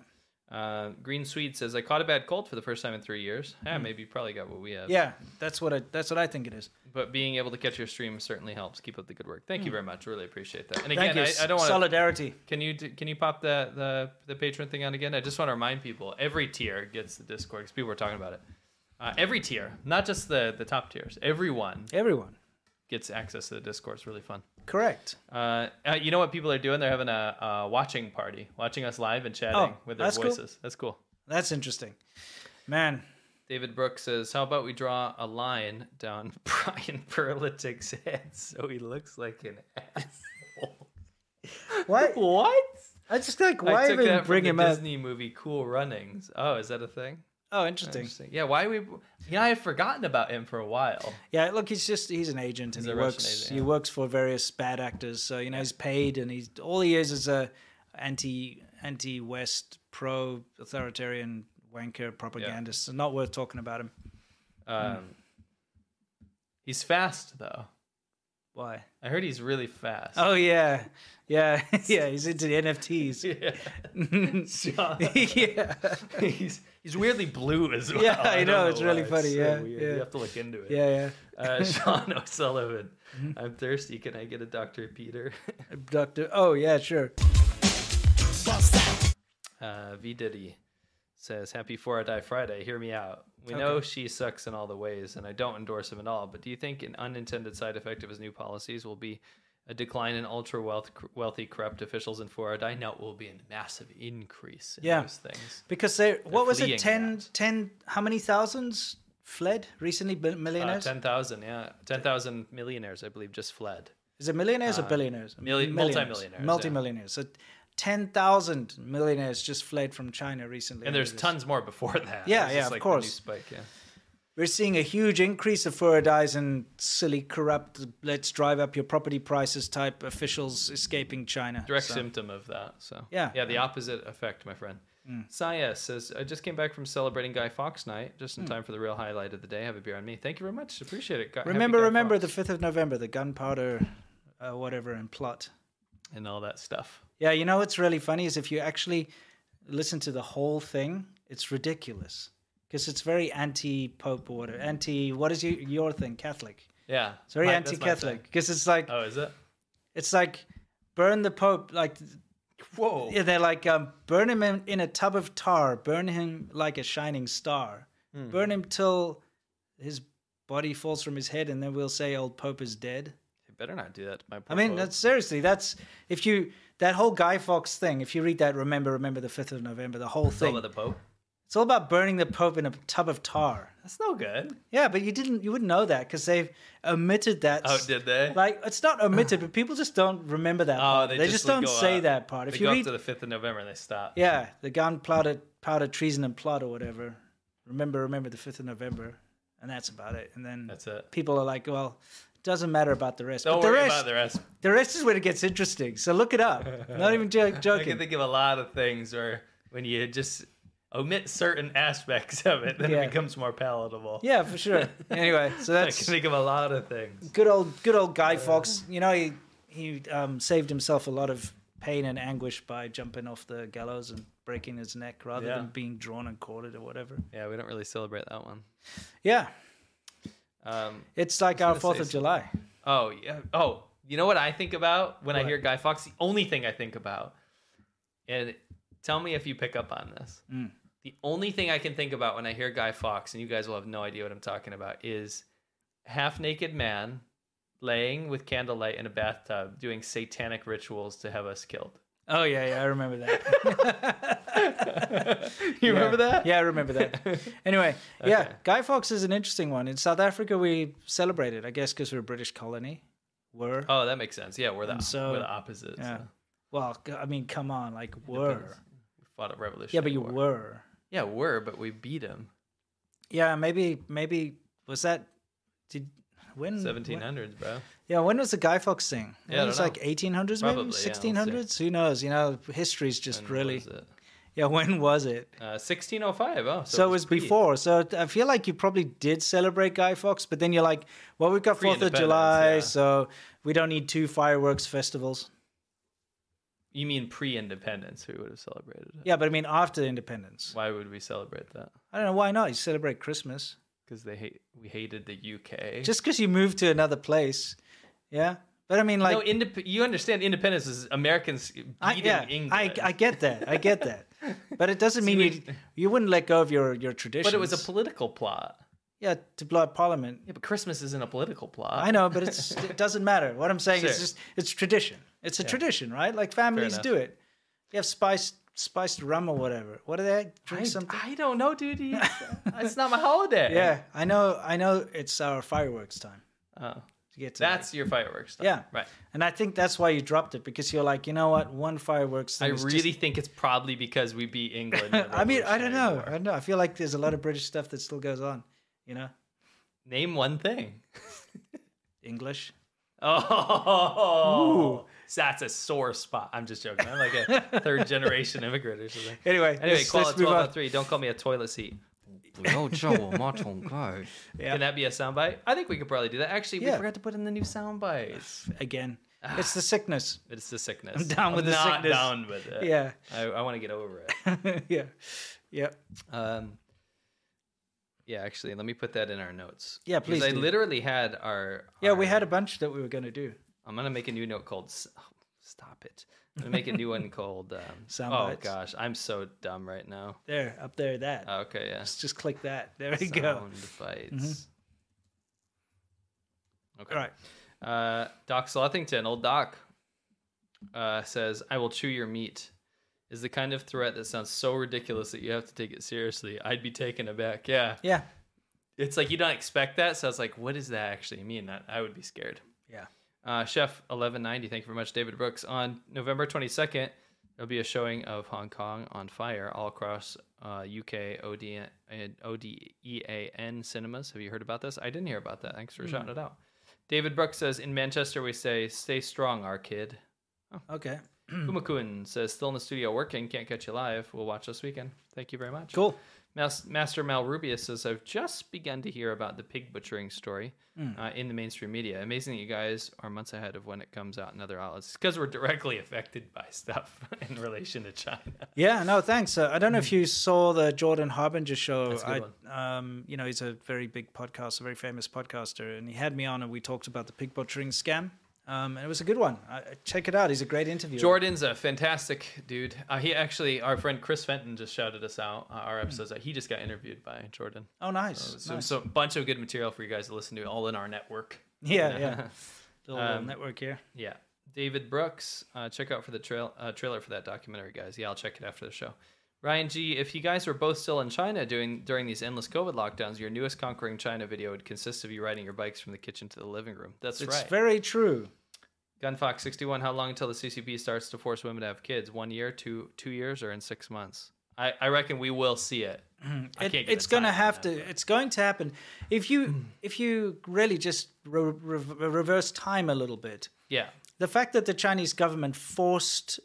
Speaker 2: Uh, Green Swede says, I caught a bad cold for the first time in three years. Yeah, maybe you probably got what we have.
Speaker 1: Hmm. Yeah, that's what I, that's what I think it is.
Speaker 2: But being able to catch your stream certainly helps. Keep up the good work. Thank you very much. Really appreciate that. And
Speaker 1: Hmm. Thank
Speaker 2: again,
Speaker 1: you.
Speaker 2: I, I don't want to.
Speaker 1: solidarity.
Speaker 2: Can you can you pop the, the the patron thing on again? I just want to remind people every tier gets the Discord because people were talking about it. Uh, every tier, not just the the top tiers. Everyone
Speaker 1: Everyone.
Speaker 2: gets access to the Discord. It's really fun.
Speaker 1: Correct.
Speaker 2: Uh, uh, you know what people are doing? They're having a, a watching party, watching us live and chatting
Speaker 1: Oh,
Speaker 2: with their
Speaker 1: that's cool.
Speaker 2: voices. That's cool.
Speaker 1: That's interesting. Man,
Speaker 2: David Brooks says, "How about we draw a line down Brian Perlitic's head so he looks like an asshole?"
Speaker 1: why?
Speaker 2: what?
Speaker 1: I just like why even bring
Speaker 2: the
Speaker 1: him up?
Speaker 2: Disney movie Cool Runnings. Oh, is that a thing?
Speaker 1: Oh, interesting.
Speaker 2: Interesting. Yeah, why we? Yeah, I had forgotten about him for a while.
Speaker 1: Yeah, look, he's just he's an agent and
Speaker 2: a
Speaker 1: he
Speaker 2: Russian
Speaker 1: works
Speaker 2: agent,
Speaker 1: he
Speaker 2: yeah.
Speaker 1: works for various bad actors. So, you know, he's paid and he's all he is is a anti anti West pro authoritarian wanker propagandist. So not worth talking about him.
Speaker 2: Um,
Speaker 1: Hmm.
Speaker 2: He's fast though.
Speaker 1: Why?
Speaker 2: I heard he's really fast.
Speaker 1: Oh yeah. Yeah. yeah, he's into the NFTs.
Speaker 2: yeah.
Speaker 1: yeah.
Speaker 2: he's he's weirdly blue as well.
Speaker 1: Yeah, I
Speaker 2: don't
Speaker 1: know, it's really
Speaker 2: why.
Speaker 1: funny,
Speaker 2: so
Speaker 1: yeah,
Speaker 2: weird.
Speaker 1: yeah.
Speaker 2: you have to look into it.
Speaker 1: Yeah, Mm-hmm. yeah.
Speaker 2: Uh, Sean O'Sullivan, I'm thirsty. Can I get a Dr. Peter?
Speaker 1: Doctor Oh yeah, sure.
Speaker 2: Uh, v Diddy says, "Happy Four I Die Friday. Hear me out. We know she sucks in all the ways, and I don't endorse him at all. But do you think an unintended side effect of his new policies will be?" A decline in ultra wealth, wealthy, corrupt officials in Florida. I know it will be a massive increase in
Speaker 1: Yeah.
Speaker 2: those things.
Speaker 1: Because they what was
Speaker 2: fleeing
Speaker 1: it 10
Speaker 2: that.
Speaker 1: 10 how many thousands fled recently Bil-
Speaker 2: Uh,
Speaker 1: millionaires?
Speaker 2: ten thousand, yeah, ten thousand millionaires, I believe, just fled.
Speaker 1: Is it millionaires or billionaires?
Speaker 2: Uh, milli-
Speaker 1: Millionaires.
Speaker 2: multimillionaires, yeah.
Speaker 1: Multimillionaires. So 10,000 millionaires just fled from China recently.
Speaker 2: And there's tons more before that.
Speaker 1: Yeah,
Speaker 2: It's
Speaker 1: yeah, of
Speaker 2: just like the new
Speaker 1: course.
Speaker 2: spike, yeah.
Speaker 1: We're seeing a huge increase of Furadies and silly, corrupt, let's drive up your property prices type officials escaping China.
Speaker 2: direct
Speaker 1: So-
Speaker 2: symptom of that. So
Speaker 1: Yeah. Mm.
Speaker 2: yeah, the opposite effect, my friend. Saya says, "I just came back from celebrating Guy Fawkes night, just
Speaker 1: Mm.
Speaker 2: in time for the real highlight of the day. Have a beer on me. Thank you very much. Appreciate it. Guy, happy
Speaker 1: Remember,
Speaker 2: Guy
Speaker 1: remember
Speaker 2: Fawkes
Speaker 1: the 5th of November, the gunpowder, uh, whatever, and plot.
Speaker 2: and all that stuff.
Speaker 1: Yeah, you know what's really funny is if you actually listen to the whole thing, it's ridiculous. Because it's very anti Pope or whatever. Anti, what is your, your thing? Catholic.
Speaker 2: Yeah,
Speaker 1: It's very
Speaker 2: My- that's my thing.
Speaker 1: anti-Catholic because it's like
Speaker 2: Oh, is it?
Speaker 1: it's like burn the Pope. Like
Speaker 2: Whoa.
Speaker 1: yeah, they're like um, burn him in, in a tub of tar, burn him like a shining star,
Speaker 2: Hmm.
Speaker 1: burn him till his body falls from his head, and then we'll say old Pope is dead.
Speaker 2: You better not do that. to My.
Speaker 1: I
Speaker 2: poor
Speaker 1: mean,
Speaker 2: Pope.
Speaker 1: that's seriously that's if you that whole Guy Fox thing. If you read that, remember, remember the fifth of November, the whole
Speaker 2: It's all
Speaker 1: thing.
Speaker 2: about the Pope.
Speaker 1: it's all about burning the Pope in a tub of tar.
Speaker 2: That's no good.
Speaker 1: Yeah, but you didn't. You wouldn't know that because they've omitted that.
Speaker 2: Oh, did they?
Speaker 1: Like it's not omitted, but people just don't remember that.
Speaker 2: Oh,
Speaker 1: part.
Speaker 2: they,
Speaker 1: they, just,
Speaker 2: would
Speaker 1: don't
Speaker 2: go
Speaker 1: say
Speaker 2: up.
Speaker 1: that part. If
Speaker 2: they
Speaker 1: you
Speaker 2: go
Speaker 1: read,
Speaker 2: up to the fifth of November and they stop.
Speaker 1: yeah, the gun plotted powder treason and plot or whatever. Remember, remember the fifth of November, and that's about it. And then
Speaker 2: That's it.
Speaker 1: People are like, well, it doesn't matter about the rest.
Speaker 2: Don't
Speaker 1: but the
Speaker 2: worry
Speaker 1: rest,
Speaker 2: about the rest.
Speaker 1: the rest is when it gets interesting. So look it up. not even jo-
Speaker 2: I can
Speaker 1: joking.
Speaker 2: think of a lot of things where when you just omit certain aspects of it, then
Speaker 1: Yeah.
Speaker 2: it becomes more palatable.
Speaker 1: Yeah, for sure. Anyway, so
Speaker 2: I
Speaker 1: that's
Speaker 2: can think of a lot of things.
Speaker 1: good old good old Guy Fox. You know, he he um, saved himself a lot of pain and anguish by jumping off the gallows and breaking his neck rather
Speaker 2: Yeah.
Speaker 1: than being drawn and quartered or whatever.
Speaker 2: Yeah, we don't really celebrate that one.
Speaker 1: Yeah,
Speaker 2: Um,
Speaker 1: it's like our
Speaker 2: gonna
Speaker 1: Fourth
Speaker 2: say
Speaker 1: of July.
Speaker 2: oh yeah. Oh, you know what I think about when I
Speaker 1: What?
Speaker 2: hear Guy Fawkes? The only thing I think about, and tell me if you pick up on this.
Speaker 1: Mm.
Speaker 2: The only thing I can think about when I hear Guy Fawkes, and you guys will have no idea what I'm talking about, is half-naked man laying with candlelight in a bathtub doing satanic rituals to have us killed.
Speaker 1: Oh yeah, yeah, I remember that.
Speaker 2: You remember that?
Speaker 1: yeah, I remember that. Anyway, yeah,
Speaker 2: Okay.
Speaker 1: Guy Fox is an interesting one. In South Africa, we celebrate it, I guess, because we're a British colony. Were
Speaker 2: Oh, that makes sense. Yeah, we're the
Speaker 1: so-
Speaker 2: we're the opposites.
Speaker 1: yeah.
Speaker 2: so.
Speaker 1: Well, g- I mean, come on, like were.
Speaker 2: We fought a revolution.
Speaker 1: Yeah, but you were.
Speaker 2: Yeah, we're, but we beat him.
Speaker 1: Yeah, maybe maybe was that did when when-
Speaker 2: 1700s, bro.
Speaker 1: Yeah, when was the Guy Fawkes thing?
Speaker 2: Yeah,
Speaker 1: Yeah,
Speaker 2: I
Speaker 1: it was
Speaker 2: don't
Speaker 1: like eighteen hundreds,
Speaker 2: Probably,
Speaker 1: maybe
Speaker 2: yeah, I'll say.
Speaker 1: sixteen hundreds. Who knows? You know, history's just
Speaker 2: When
Speaker 1: really.
Speaker 2: was it?
Speaker 1: Yeah, when was it?
Speaker 2: Uh, 1605. Oh, so,
Speaker 1: so it was
Speaker 2: pre-
Speaker 1: before. So I feel like you probably did celebrate Guy Fawkes, but then you're like, well, we've got Fourth of
Speaker 2: Pre-independence,
Speaker 1: July,
Speaker 2: yeah.
Speaker 1: so we don't need two fireworks festivals.
Speaker 2: You mean pre-independence? We would have celebrated it.
Speaker 1: Yeah, but I mean after independence.
Speaker 2: Why would we celebrate that?
Speaker 1: I don't know why not. You celebrate Christmas
Speaker 2: Because they hate. We hated the UK.
Speaker 1: just because you moved to another place. Yeah, but I mean like
Speaker 2: no. Indep- you understand? Independence is Americans beating
Speaker 1: I, yeah,
Speaker 2: England.
Speaker 1: I, I get that. I get that. But it doesn't mean you
Speaker 2: we-
Speaker 1: you wouldn't let go of your your traditions.
Speaker 2: but it was a political plot.
Speaker 1: yeah to blow up Parliament.
Speaker 2: Yeah, but Christmas isn't a political plot.
Speaker 1: I know, but it's it doesn't matter. What I'm saying is
Speaker 2: Sure.
Speaker 1: just it's tradition. It's a tradition, right? Like families
Speaker 2: enough.
Speaker 1: do it. You have spiced spiced rum or whatever. What do they drink
Speaker 2: I,
Speaker 1: something?
Speaker 2: I don't know, dude. You- it's not my holiday.
Speaker 1: yeah, I know. I know it's our fireworks time.
Speaker 2: Oh.
Speaker 1: to get to that.
Speaker 2: That's your fireworks. Stuff.
Speaker 1: Yeah.
Speaker 2: Right.
Speaker 1: And I think that's why you dropped it because you're like, you know what? One fireworks.
Speaker 2: I
Speaker 1: Thing is just-
Speaker 2: really think it's probably because we beat England. in the
Speaker 1: I mean, I don't
Speaker 2: Revolutionary
Speaker 1: know.
Speaker 2: War.
Speaker 1: I don't know. I feel like there's a lot of British stuff that still goes on. You know,
Speaker 2: Name one thing.
Speaker 1: English.
Speaker 2: Oh, that's a sore spot. I'm just joking. I'm like a third generation immigrant or something.
Speaker 1: Anyway,
Speaker 2: Anyway,
Speaker 1: let's-
Speaker 2: call
Speaker 1: let's
Speaker 2: it
Speaker 1: move on.
Speaker 2: 1203. Don't call me a toilet seat. Can that be a soundbite? I think we could probably do that. Actually,
Speaker 1: Yeah.
Speaker 2: we forgot to put in the new soundbites.
Speaker 1: Again,
Speaker 2: Ah.
Speaker 1: it's the sickness.
Speaker 2: It's the sickness. I'm
Speaker 1: down with the
Speaker 2: not
Speaker 1: sickness.
Speaker 2: down with it.
Speaker 1: Yeah,
Speaker 2: I, I want to get over it.
Speaker 1: yeah, yeah.
Speaker 2: Um, yeah, actually, let me put that in our notes.
Speaker 1: Yeah,
Speaker 2: Because
Speaker 1: please
Speaker 2: I
Speaker 1: do.
Speaker 2: literally had our.
Speaker 1: Yeah, we
Speaker 2: our-
Speaker 1: had a bunch that we were going to do.
Speaker 2: I'm gonna make a new note called. s- oh, stop it. I'm gonna make a new one called. Um,
Speaker 1: Sound
Speaker 2: oh
Speaker 1: bites.
Speaker 2: gosh, I'm so dumb right now. Ah,
Speaker 1: There, up there, that.
Speaker 2: Okay, yeah.
Speaker 1: Let's just click that. There we go.
Speaker 2: Uh. Sound bites. Okay.
Speaker 1: All right. Mm-hmm.
Speaker 2: Uh, Doc Slothington, old Doc, uh, says, I will chew your meat. Is the kind of threat that sounds so ridiculous that you have to take it seriously. I'd be taken aback. Yeah.
Speaker 1: Yeah,
Speaker 2: It's like you don't expect that. So I was like, what does that actually mean? That I would be scared.
Speaker 1: yeah.
Speaker 2: Uh, Chef 1190, thank you very much, David Brooks. On November 22nd, there'll be a showing of Hong Kong on Fire all across uh, UK OD, and ODEAN cinemas. Have you heard about this? I didn't hear about that. Thanks for shouting it out. David Brooks says, In Manchester, we say, stay strong, our kid.
Speaker 1: Okay,
Speaker 2: Kumakun says, still in the studio working, can't catch you live. We'll watch this weekend. Thank you very much.
Speaker 1: cool.
Speaker 2: Mas- Master Malrubius says, I've just begun to hear about the pig butchering story
Speaker 1: Hmm.
Speaker 2: uh, in the mainstream media. Amazing that you guys are months ahead of when it comes out in other outlets because we're directly affected by stuff in relation to China.
Speaker 1: Yeah, no, thanks. Uh, I don't know if you saw the Jordan Harbinger show.
Speaker 2: Mm. a good
Speaker 1: I, um, you know, he's a very big podcaster, very famous podcaster, and he had me on, and we talked about the pig butchering scam. Um, and it was a good one. Uh, check it out. He's a great interviewer.
Speaker 2: Jordan's a fantastic dude. Uh, he actually, our friend Chris Fenton just shouted us out. Uh, our episodes, he just got interviewed by Jordan.
Speaker 1: Oh, nice. Hmm.
Speaker 2: So,
Speaker 1: nice.
Speaker 2: so a bunch of good material for you guys to listen to, all in our network.
Speaker 1: yeah, yeah. Little uh,
Speaker 2: Um,
Speaker 1: network here.
Speaker 2: Yeah. David Brooks, uh, check out for the trail uh, trailer for that documentary, guys. Yeah, I'll check it after the show. Ryan G, if you guys were both still in China doing during these endless COVID lockdowns, your newest conquering China video would consist of you riding your bikes from the kitchen to the living room. That's
Speaker 1: It's
Speaker 2: right.
Speaker 1: very true.
Speaker 2: Gunfox sixty one. How long until the CCB starts to force women to have kids? One year, two two years, or in six months? I, I reckon we will see it. I
Speaker 1: It-
Speaker 2: can't get
Speaker 1: it's
Speaker 2: a
Speaker 1: going to
Speaker 2: timeline
Speaker 1: have
Speaker 2: out,
Speaker 1: to. It's going to happen. If
Speaker 2: Hmm.
Speaker 1: you if you really just re- re- reverse time a little bit,
Speaker 2: Yeah,
Speaker 1: the fact that the Chinese government forced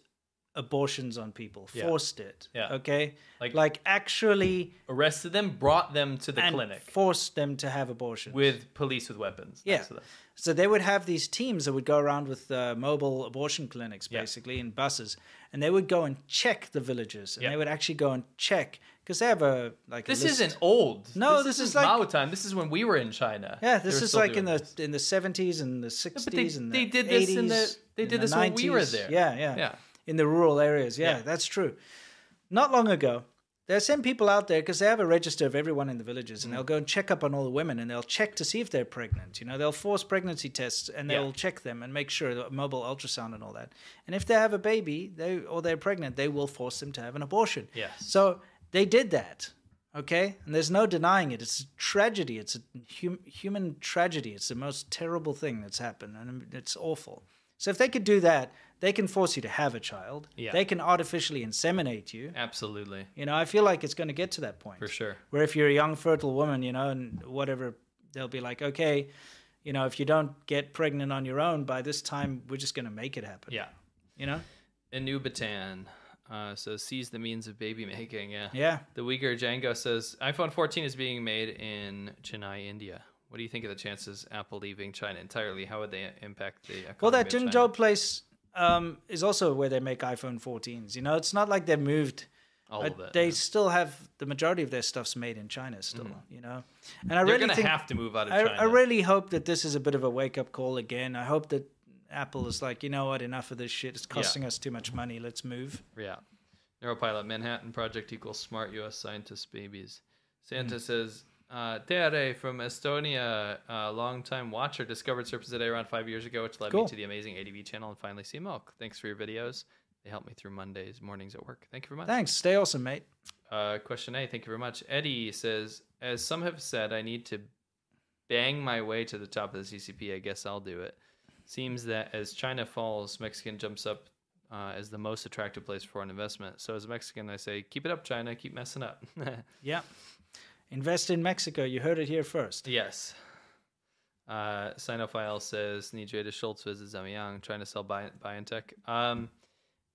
Speaker 1: abortions on people,
Speaker 2: Yeah.
Speaker 1: forced it.
Speaker 2: Yeah.
Speaker 1: Okay.
Speaker 2: Like-
Speaker 1: Like, actually
Speaker 2: arrested them, brought them to the
Speaker 1: and
Speaker 2: clinic
Speaker 1: forced them to have abortions.
Speaker 2: with police with weapons.
Speaker 1: yeah.
Speaker 2: That's the-
Speaker 1: So they would have these teams that would go around with uh, mobile abortion clinics,
Speaker 2: Yeah.
Speaker 1: basically, in buses, and they would go and check the villages, and
Speaker 2: Yeah.
Speaker 1: they would actually go and check because they have a like. a
Speaker 2: This
Speaker 1: list.
Speaker 2: isn't old.
Speaker 1: No,
Speaker 2: this,
Speaker 1: this
Speaker 2: is
Speaker 1: is like-
Speaker 2: Mao time. This is when we were in China.
Speaker 1: Yeah,
Speaker 2: They
Speaker 1: this
Speaker 2: were
Speaker 1: is
Speaker 2: still
Speaker 1: like in the
Speaker 2: doing this.
Speaker 1: in the seventies and the
Speaker 2: but they-
Speaker 1: sixties and the
Speaker 2: they did this in the-
Speaker 1: 80s,
Speaker 2: they
Speaker 1: in
Speaker 2: did
Speaker 1: the
Speaker 2: this when we were
Speaker 1: 90s.
Speaker 2: there.
Speaker 1: Yeah, yeah,
Speaker 2: Yeah.
Speaker 1: In the rural areas, yeah,
Speaker 2: Yeah.
Speaker 1: that's true. Not long ago, they send people out there because they have a register of everyone in the villages,
Speaker 2: Mm-hmm.
Speaker 1: and they'll go and check up on all the women, and they'll check to see if they're pregnant. You know, they'll force pregnancy tests, and
Speaker 2: Yeah.
Speaker 1: they'll check them and make sure the mobile ultrasound and all that. And if they have a baby, they or they're pregnant, they will force them to have an abortion.
Speaker 2: Yes.
Speaker 1: So they did that. Okay? And there's no denying it. It's a tragedy. It's a hum- human tragedy. It's the most terrible thing that's happened. And it's awful. So if they could do that, they can force you to have a child.
Speaker 2: Yeah.
Speaker 1: They can artificially inseminate you.
Speaker 2: absolutely
Speaker 1: You know, I feel like it's going to get to that point.
Speaker 2: for sure.
Speaker 1: Where if you're a young, fertile woman, you know, and whatever, they'll be like, okay, you know, if you don't get pregnant on your own by this time, we're just going to make it happen.
Speaker 2: Yeah,
Speaker 1: You know?
Speaker 2: Anubatan. Uh, so seize the means of baby making. Yeah.
Speaker 1: Yeah.
Speaker 2: The Uyghur Django says iPhone 14 is being made in Chennai, India. What do you think of the chances Apple leaving China entirely? How would they impact the economy?
Speaker 1: Well, that
Speaker 2: of
Speaker 1: Jingzhou
Speaker 2: China?
Speaker 1: place, um, is also where they make iPhone 14s. You know, it's not like they've moved.
Speaker 2: All
Speaker 1: Uh,
Speaker 2: of it.
Speaker 1: they
Speaker 2: yeah. Mm.
Speaker 1: still have the majority of their stuff's made in China still. You know, and I
Speaker 2: They're
Speaker 1: really
Speaker 2: gonna
Speaker 1: think
Speaker 2: have to move out of
Speaker 1: I,
Speaker 2: China.
Speaker 1: I really hope that this is a bit of a wake up call again. I hope that Apple is like, you know what, enough of this shit. It's costing us too much money. Let's move.
Speaker 2: Yeah. Neuropilot Manhattan Project equals smart U.S. scientist babies. Santa says, uh, Tere from Estonia, a longtime watcher, discovered Surface Today around five years ago, which led
Speaker 1: Cool.
Speaker 2: me to the amazing ADV channel and finally see Milk. Thanks for your videos. They help me through Mondays mornings at work. Thank you very much.
Speaker 1: Thanks. Stay awesome, mate.
Speaker 2: Uh, question A, thank you very much. Eddie says, as some have said, I need to bang my way to the top of the CCP. I guess I'll do it. Seems that as China falls, Mexican jumps up uh, as the most attractive place for foreign investment. So as a Mexican, I say, keep it up, China. Keep messing up.
Speaker 1: Yeah. Invest in Mexico. You heard it here first.
Speaker 2: yes. Uh, Sinophile says, Nijeda Schultz visits Zamiang trying to sell Bi- Biotech. Um,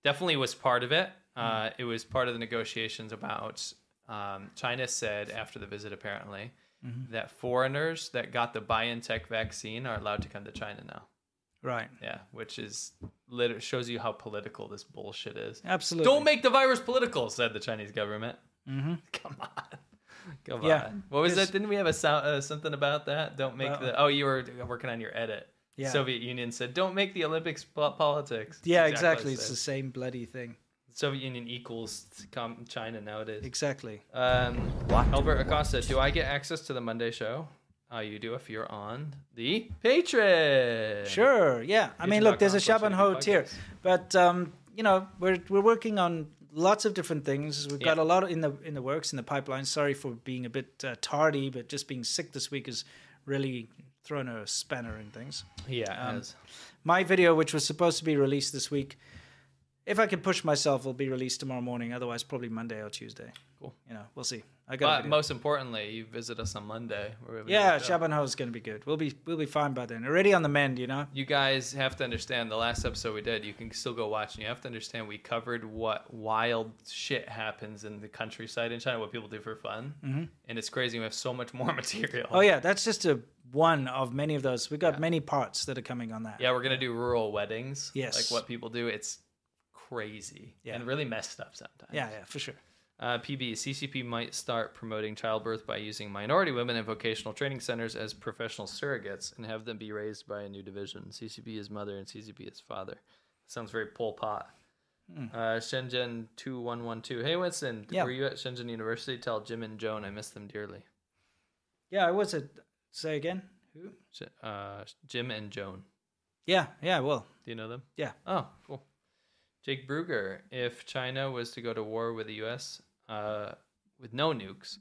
Speaker 2: definitely was part of it. Uh, it was part of the negotiations about um, China said after the visit, apparently, that foreigners that got the BioNTech vaccine are allowed to come to China now.
Speaker 1: Right.
Speaker 2: Yeah, which is lit- shows you how political this bullshit is.
Speaker 1: Absolutely. Mm-hmm.
Speaker 2: Don't make the virus political, said the Chinese government. Come on. Come
Speaker 1: Yeah,
Speaker 2: on. What was
Speaker 1: this-
Speaker 2: that? Didn't we have a sound, uh, something about that? Don't make
Speaker 1: Well-
Speaker 2: the. Oh, you were working on your edit.
Speaker 1: Yeah.
Speaker 2: Soviet Union said, "Don't make the Olympics po- politics."
Speaker 1: Yeah,
Speaker 2: That's
Speaker 1: exactly.
Speaker 2: what it
Speaker 1: It's the
Speaker 2: says.
Speaker 1: same bloody thing.
Speaker 2: Soviet Union equals com- China nowadays.
Speaker 1: Exactly.
Speaker 2: Um, Albert Acosta, do I get access to the Monday show? Uh, you do if you're on the Patreon.
Speaker 1: Sure. Yeah. I mean, look, there's a
Speaker 2: Patreon.com
Speaker 1: Shaban Ho
Speaker 2: slash
Speaker 1: tier,
Speaker 2: Shaban
Speaker 1: but um, you know, we're we're working on lots of different things. We've got a
Speaker 2: Yeah.
Speaker 1: lot in the in the works in the pipeline. Sorry for being a bit uh, tardy, but just being sick this week has really thrown a spanner in things.
Speaker 2: Yeah. it
Speaker 1: Um,
Speaker 2: is.
Speaker 1: My video, which was supposed to be released this week, if I can push myself, will be released tomorrow morning. Otherwise, probably Monday or Tuesday.
Speaker 2: Cool.
Speaker 1: You know, we'll see. I got. a
Speaker 2: But
Speaker 1: video.
Speaker 2: most importantly, you visit us on Monday. where we have a
Speaker 1: yeah,
Speaker 2: new show.
Speaker 1: Shaban Ho is going to be good. We'll be we'll be fine by then. Already on the mend, you know.
Speaker 2: you guys have to understand the last episode we did you can still go watch and you have to understand we covered what wild shit happens in the countryside in china what people do for fun mm-hmm. and it's crazy we have so much more material
Speaker 1: Oh yeah, that's just a one of many of those. We've got many parts that are coming on that.
Speaker 2: yeah we're gonna do rural weddings
Speaker 1: Yes.
Speaker 2: like what people do it's crazy
Speaker 1: Yeah.
Speaker 2: and really messed up sometimes
Speaker 1: yeah, yeah, for sure.
Speaker 2: Uh, PB, CCP might start promoting childbirth by using minority women in vocational training centers as professional surrogates and have them be raised by a new division. CCP is mother and CCP is father. Sounds very Pol Pot. Uh, Shenzhen 2112. Hey, Winston,
Speaker 1: Yeah.
Speaker 2: were you at Shenzhen University? Tell Jim and Joan I miss them dearly.
Speaker 1: Yeah, I was a say again. Who?
Speaker 2: Sh- Uh, Jim and Joan.
Speaker 1: Yeah, yeah, well,
Speaker 2: Do you know them?
Speaker 1: yeah.
Speaker 2: Oh, cool. Jake Bruger, if China was to go to war with the U.S. Uh, with no nukes,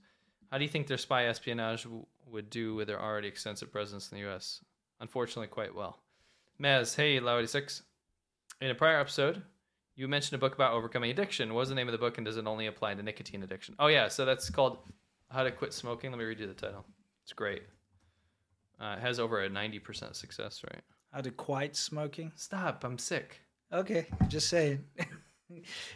Speaker 2: how do you think their spy espionage w- would do with their already extensive presence in the U.S.? Unfortunately, quite well. Maz, hey, Low 86. In a prior episode, you mentioned a book about overcoming addiction. What was the name of the book, and does it only apply to nicotine addiction? Oh, yeah, so that's called How to Quit Smoking. Let me read you the title. It's great. Uh, it has over a 90% success rate.
Speaker 1: How to quiet smoking?
Speaker 2: Stop, I'm sick.
Speaker 1: Okay, just saying.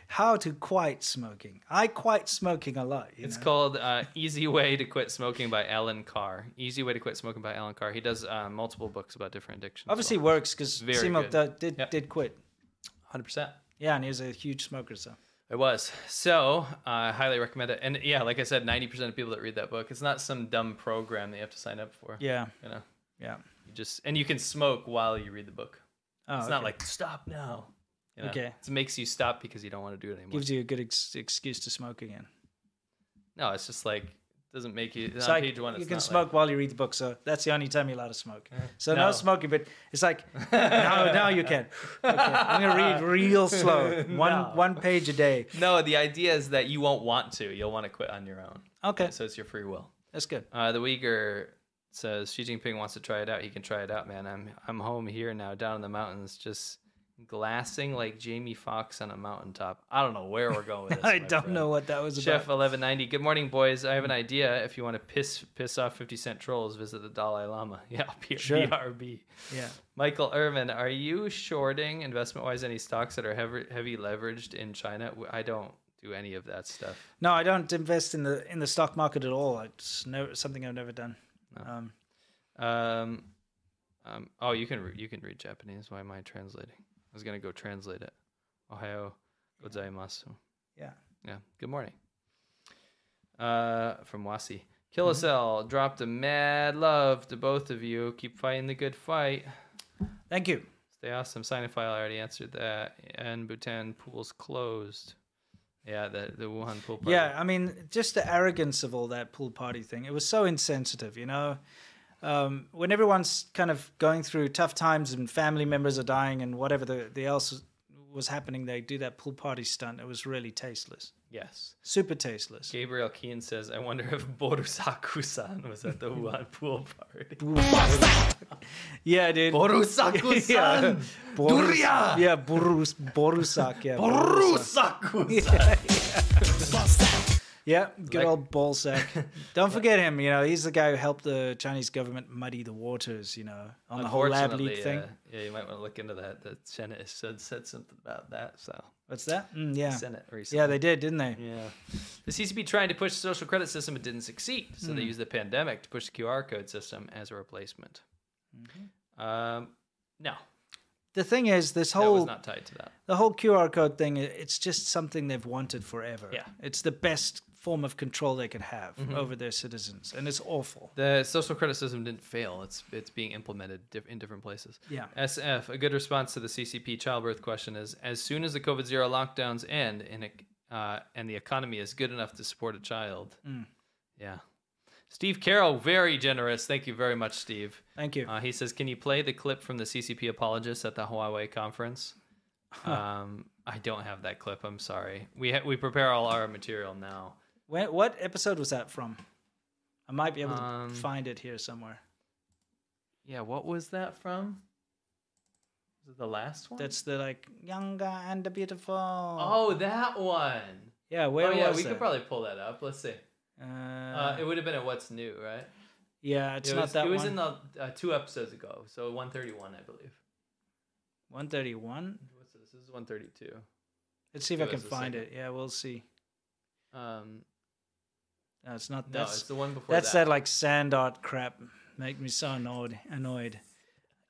Speaker 1: How to quiet smoking? I quiet smoking a lot. You
Speaker 2: It's
Speaker 1: know?
Speaker 2: called uh, Easy Way to Quit Smoking by Alan Carr. Easy Way to Quit Smoking by Alan Carr. He does uh, multiple books about different addictions.
Speaker 1: obviously works because
Speaker 2: Very
Speaker 1: Simo did
Speaker 2: good.
Speaker 1: did,
Speaker 2: Yep.
Speaker 1: did quit.
Speaker 2: 100%.
Speaker 1: Yeah, and he was a huge smoker. So
Speaker 2: It was. So uh, I highly recommend it. And yeah, like I said, 90% of people that read that book, it's not some dumb program that you have to sign up for.
Speaker 1: yeah,
Speaker 2: You know,
Speaker 1: yeah.
Speaker 2: you just, and you can smoke while you read the book.
Speaker 1: Oh,
Speaker 2: It's not
Speaker 1: okay.
Speaker 2: like, stop now. You know,
Speaker 1: Okay.
Speaker 2: It makes you stop because you don't want to do it anymore.
Speaker 1: gives you a good ex- excuse to smoke again.
Speaker 2: no, it's just like, doesn't make you,
Speaker 1: It's
Speaker 2: on
Speaker 1: like
Speaker 2: page one,
Speaker 1: you
Speaker 2: it's
Speaker 1: can
Speaker 2: not
Speaker 1: smoke while you read the book, so that's the only time you're allowed to smoke. So no,
Speaker 2: No.
Speaker 1: smoking, but it's like now, now you can. Okay, I'm gonna read real slow, one one page a day.
Speaker 2: Like, no, the idea is that you won't want to. You'll want to quit on your own.
Speaker 1: Okay,
Speaker 2: So it's your free will.
Speaker 1: that's good.
Speaker 2: Uh, the Uyghur says Xi Jinping wants to try it out. He can try it out, man. I'm I'm home here now, down in the mountains, just glassing like Jamie Foxx on a mountaintop. I don't know where we're going with this.
Speaker 1: I
Speaker 2: my
Speaker 1: don't
Speaker 2: friend.
Speaker 1: know what that was
Speaker 2: Chef
Speaker 1: about. Mm.
Speaker 2: eleven ninety. Good morning, boys. I have an idea. If you want to piss piss off fifty cent trolls, visit the Dalai Lama. Yeah, P-
Speaker 1: Sure.
Speaker 2: BRB.
Speaker 1: Yeah,
Speaker 2: Michael Irvin, are you shorting investment wise any stocks that are heavy, heavy leveraged in China? W- I don't do any of that stuff.
Speaker 1: no, I don't invest in the in the stock market at all. It's no something I've never done. Um,
Speaker 2: Um, um, oh, you can re- you can read Japanese. Why am I translating? I was gonna go translate it. Ohio gozaimasu.
Speaker 1: Yeah.
Speaker 2: Yeah. Good morning. Uh, from Wasi. Kill us all. Dropped a mad love to both of you. Keep fighting the good fight.
Speaker 1: Thank you.
Speaker 2: Stay awesome. Sinophile. I already answered that. And Bhutan pools closed. Yeah, the the Wuhan pool party.
Speaker 1: Yeah, I mean, just the arrogance of all that pool party thing. It was so insensitive, you know. Um, when everyone's kind of going through tough times and family members are dying and whatever the, the else was- was happening, they do that pool party stunt. It was really tasteless,
Speaker 2: Yes.
Speaker 1: super tasteless.
Speaker 2: Gabriel Keen says, "I wonder if Borusaku-san was at the Wuhan pool party."
Speaker 1: Yeah, dude.
Speaker 2: Borusaku-san,
Speaker 1: Borus-
Speaker 2: Duria!
Speaker 1: Yeah, Borus Borusak. Yeah,
Speaker 2: Borusaku-san.
Speaker 1: Yeah, good
Speaker 2: Like-
Speaker 1: old ballsack. Don't forget him. You know, he's the guy who helped the Chinese government muddy the waters. You know, on the whole lab
Speaker 2: Unfortunately,
Speaker 1: leak thing.
Speaker 2: uh, yeah, you might want to look into that. The Senate said said something about that. So
Speaker 1: What's that? Mm, yeah.
Speaker 2: Senate recently.
Speaker 1: Yeah, they did, didn't they?
Speaker 2: Yeah. The CCP tried to push the social credit system but didn't succeed, so
Speaker 1: Hmm.
Speaker 2: they used the pandemic to push the QR code system as a replacement.
Speaker 1: Mm-hmm.
Speaker 2: Um, no,
Speaker 1: The thing is, this
Speaker 2: that was
Speaker 1: whole
Speaker 2: not tied to that.
Speaker 1: the whole QR code thing, i- it's just something they've wanted forever.
Speaker 2: Yeah. Mm-hmm.
Speaker 1: It's the best form of control they could have over their citizens, and it's awful.
Speaker 2: The social criticism didn't fail. It's it's being implemented diff- in different places.
Speaker 1: Yeah.
Speaker 2: SF. A good response to the CCP childbirth question is: as soon as the COVID zero lockdowns end and it, uh, and the economy is good enough to support a child,
Speaker 1: Mm.
Speaker 2: yeah. Steve Carroll, very generous. Thank you very much, Steve.
Speaker 1: Thank you.
Speaker 2: Uh, he says, "Can you play the clip from the CCP apologist at the Huawei conference?" um, I don't have that clip. I'm sorry. We ha- we prepare all our material now.
Speaker 1: When, what episode was that from? I might be able to
Speaker 2: Um,
Speaker 1: find it here somewhere.
Speaker 2: Yeah, what was that from? Was it the last one?
Speaker 1: That's the like younger and the beautiful. Oh,
Speaker 2: oh, that one.
Speaker 1: yeah. Where
Speaker 2: oh yeah,
Speaker 1: was
Speaker 2: we
Speaker 1: it?
Speaker 2: could probably pull that up. Let's see.
Speaker 1: Uh,
Speaker 2: Uh, it would have been a what's new, right?
Speaker 1: yeah, it's
Speaker 2: it
Speaker 1: not
Speaker 2: was,
Speaker 1: that
Speaker 2: It was
Speaker 1: one.
Speaker 2: in the uh, two episodes ago, so 131, I believe.
Speaker 1: One thirty-one.
Speaker 2: What's this? This is 132.
Speaker 1: Let's see if
Speaker 2: It
Speaker 1: I can
Speaker 2: was the
Speaker 1: find
Speaker 2: second.
Speaker 1: it. Yeah, we'll see.
Speaker 2: Um,
Speaker 1: No, it's not.
Speaker 2: no,
Speaker 1: That's
Speaker 2: it's the one before
Speaker 1: That's that.
Speaker 2: that.
Speaker 1: like sand art crap. Make me so annoyed. Annoyed.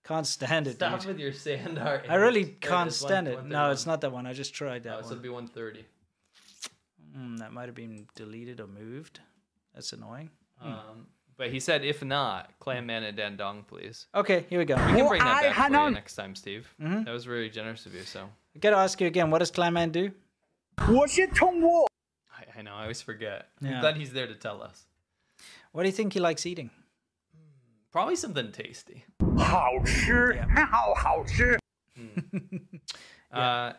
Speaker 1: Can't stand it,
Speaker 2: Stop
Speaker 1: dude.
Speaker 2: with your sand art.
Speaker 1: I really
Speaker 2: image. There
Speaker 1: can't
Speaker 2: is one-
Speaker 1: stand it. No, it's
Speaker 2: 131.
Speaker 1: not that one. I just tried that
Speaker 2: Oh, so
Speaker 1: one.
Speaker 2: it'll be 130.
Speaker 1: Mm, that might have been deleted or moved. That's annoying.
Speaker 2: Um, but he said, if not, Clan Man and Dandong, please.
Speaker 1: Okay, here we go.
Speaker 2: We
Speaker 1: Hmm. I Mm-hmm.
Speaker 2: can bring that back for you next time, Steve. That was really generous of you. So
Speaker 1: gotta ask you again. What does Clayman do?
Speaker 2: I, I know I always forget.
Speaker 1: Yeah.
Speaker 2: I'm glad he's there to tell us.
Speaker 1: What do you think he likes eating?
Speaker 2: Probably something tasty. Hmm. Uh,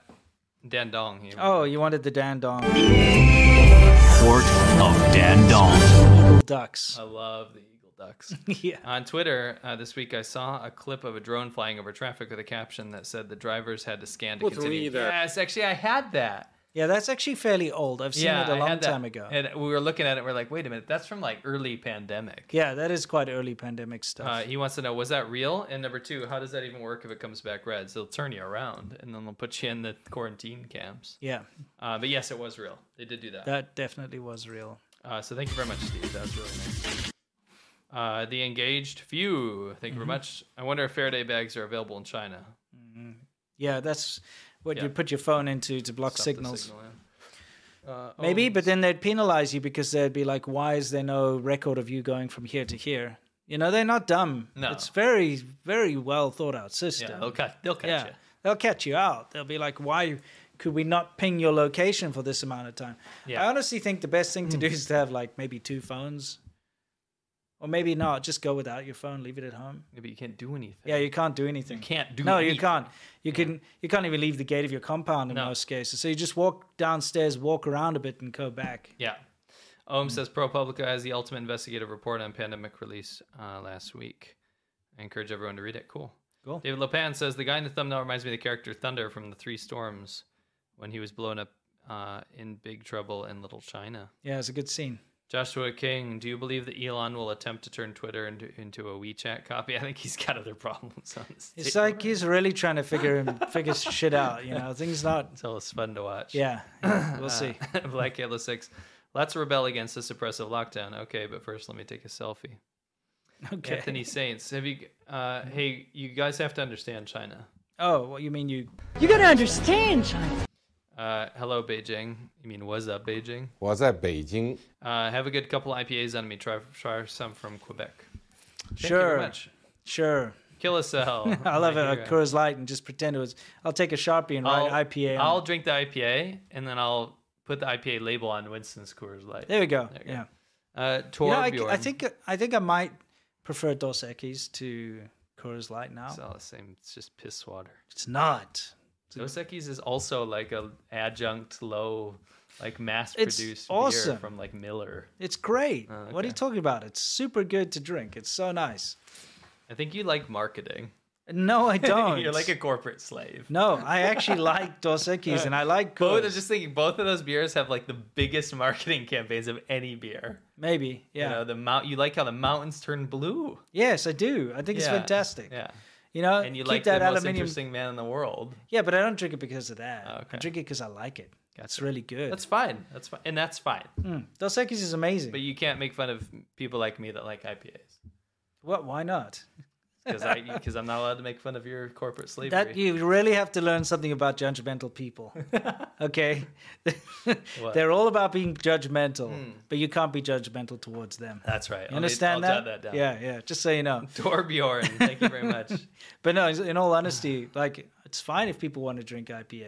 Speaker 2: Dandong here.
Speaker 1: Oh, you wanted the dandong
Speaker 5: Fort of Dandong.
Speaker 1: eagle ducks.
Speaker 2: I love the eagle ducks.
Speaker 1: yeah.
Speaker 2: On Twitter uh, this week, I saw a clip of a drone flying over traffic with a caption that said the drivers had to scan to continue. Yes, actually, I had that.
Speaker 1: Yeah, that's actually fairly old. I've seen
Speaker 2: yeah,
Speaker 1: it a
Speaker 2: I
Speaker 1: long
Speaker 2: had that.
Speaker 1: time ago.
Speaker 2: And we were looking at it. We're like, wait a minute, that's from like early pandemic.
Speaker 1: yeah, that is quite early pandemic stuff.
Speaker 2: Uh, he wants to know was that real? And number two, how does that even work if it comes back red? So they'll turn you around and then they'll put you in the quarantine camps.
Speaker 1: yeah,
Speaker 2: Uh, but yes, it was real. They did do that.
Speaker 1: that definitely was real.
Speaker 2: Uh, so thank you very much, Steve. That was really nice. Uh, the engaged few. Thank you very much. I wonder if Faraday bags are available in China.
Speaker 1: Yeah, that's what
Speaker 2: Yeah.
Speaker 1: you put your phone into to block
Speaker 2: Stuff the
Speaker 1: signals.
Speaker 2: signal in. Uh,
Speaker 1: Maybe,
Speaker 2: oh,
Speaker 1: but then they'd penalize you because they'd be like, why is there no record of you going from here to here? You know, they're not dumb.
Speaker 2: No.
Speaker 1: It's very, very well thought out
Speaker 2: yeah,
Speaker 1: system.
Speaker 2: they'll cut. They'll cut
Speaker 1: Yeah.
Speaker 2: you.
Speaker 1: They'll catch you out. They'll be like, why could we not ping your location for this amount of time?
Speaker 2: Yeah.
Speaker 1: I honestly think the best thing to do is to have like maybe two phones. Or maybe not. Just go without your phone, leave it at home.
Speaker 2: Maybe you can't do anything.
Speaker 1: Yeah, you can't do anything. You
Speaker 2: can't do
Speaker 1: No, you
Speaker 2: anything.
Speaker 1: can't. You can you can't even leave the gate of your compound in
Speaker 2: No.
Speaker 1: most cases. So you just walk downstairs, walk around a bit and go back.
Speaker 2: Yeah. Ohm says ProPublica has the ultimate investigative report on pandemic release uh, last week. I encourage everyone to read it. Cool.
Speaker 1: Cool.
Speaker 2: David Lopan says the guy in the thumbnail reminds me of the character Thunder from the Three Storms when he was blown up uh, in Big Trouble in Little China.
Speaker 1: Yeah, it's a good scene.
Speaker 2: Joshua King, do you believe that Elon will attempt to turn Twitter into, into a WeChat copy? I think he's got other problems on this.
Speaker 1: It's
Speaker 2: table.
Speaker 1: like he's really trying to figure him, figure shit out. You know, things not.
Speaker 2: it's always fun to watch.
Speaker 1: Yeah, yeah, we'll see.
Speaker 2: Black Halo 6. Let's rebel against this oppressive lockdown. Okay, but first let me take a selfie.
Speaker 1: Okay. Mm-hmm.
Speaker 2: Anthony Saints, have you? Uh, hey, you guys have to understand China.
Speaker 1: Oh, what you mean you?
Speaker 6: You gotta understand China.
Speaker 2: Uh, hello, Beijing. You mean, what's up, Beijing?
Speaker 8: 我在北京，
Speaker 2: Uh, have a good couple IPAs on me. Try, try some from Quebec. Thank You
Speaker 1: Sure.
Speaker 2: very much.
Speaker 1: Sure.
Speaker 2: Kill a cell.
Speaker 1: I'll have
Speaker 2: Right
Speaker 1: a
Speaker 2: here.
Speaker 1: Coors Light and just pretend it was. I'll take a sharpie and write IPA. on
Speaker 2: I'll
Speaker 1: it.
Speaker 2: drink the IPA and then I'll put the IPA label on Winston's Coors Light.
Speaker 1: There we go.
Speaker 2: There you go.
Speaker 1: yeah.
Speaker 2: Uh,
Speaker 1: You know, I,
Speaker 2: Torbjorn.
Speaker 1: I think I think I might prefer Dos Equis to Coors Light now.
Speaker 2: it's all the same. It's just piss water.
Speaker 1: It's not.
Speaker 2: Dos Equis is also like a adjunct low, like mass
Speaker 1: It's
Speaker 2: produced
Speaker 1: awesome.
Speaker 2: beer from like Miller.
Speaker 1: It's great. What are
Speaker 2: Oh, okay.
Speaker 1: you talking about? It's super good to drink. It's so nice.
Speaker 2: I think you like marketing.
Speaker 1: No, I don't.
Speaker 2: You're like a corporate slave.
Speaker 1: No, I actually like Dos Equis and I like
Speaker 2: Both, I was
Speaker 1: Coors.
Speaker 2: just thinking, both of those beers have like the biggest marketing campaigns of any beer.
Speaker 1: Maybe, yeah.
Speaker 2: You know, the mount. You like how the mountains turn blue.
Speaker 1: yes, I do. I think it's
Speaker 2: Yeah,
Speaker 1: fantastic.
Speaker 2: Yeah,
Speaker 1: You know,
Speaker 2: and you
Speaker 1: keep
Speaker 2: like
Speaker 1: that
Speaker 2: the most
Speaker 1: aluminium.
Speaker 2: interesting man in the world.
Speaker 1: Yeah, but I don't drink it because of that. I
Speaker 2: okay.
Speaker 1: drink it because I like it. It's
Speaker 2: Gotcha.
Speaker 1: really good.
Speaker 2: That's fine. That's fine, and that's fine.
Speaker 1: Hmm. Dos Equis is amazing.
Speaker 2: But you can't make fun of people like me that like IPAs
Speaker 1: what? Why not?
Speaker 2: because I because I'm not allowed to make fun of your corporate slavery.
Speaker 1: That you really have to learn something about judgmental people. okay, they're all about being judgmental, but you can't be judgmental towards them.
Speaker 2: Hmm. That's right.
Speaker 1: You
Speaker 2: I'll need-
Speaker 1: understand
Speaker 2: I'll jot
Speaker 1: that?
Speaker 2: that down.
Speaker 1: Yeah, yeah. Just so you know.
Speaker 2: Torbjorn, thank you very much.
Speaker 1: But no, in all honesty, like it's fine if people want to drink IPA.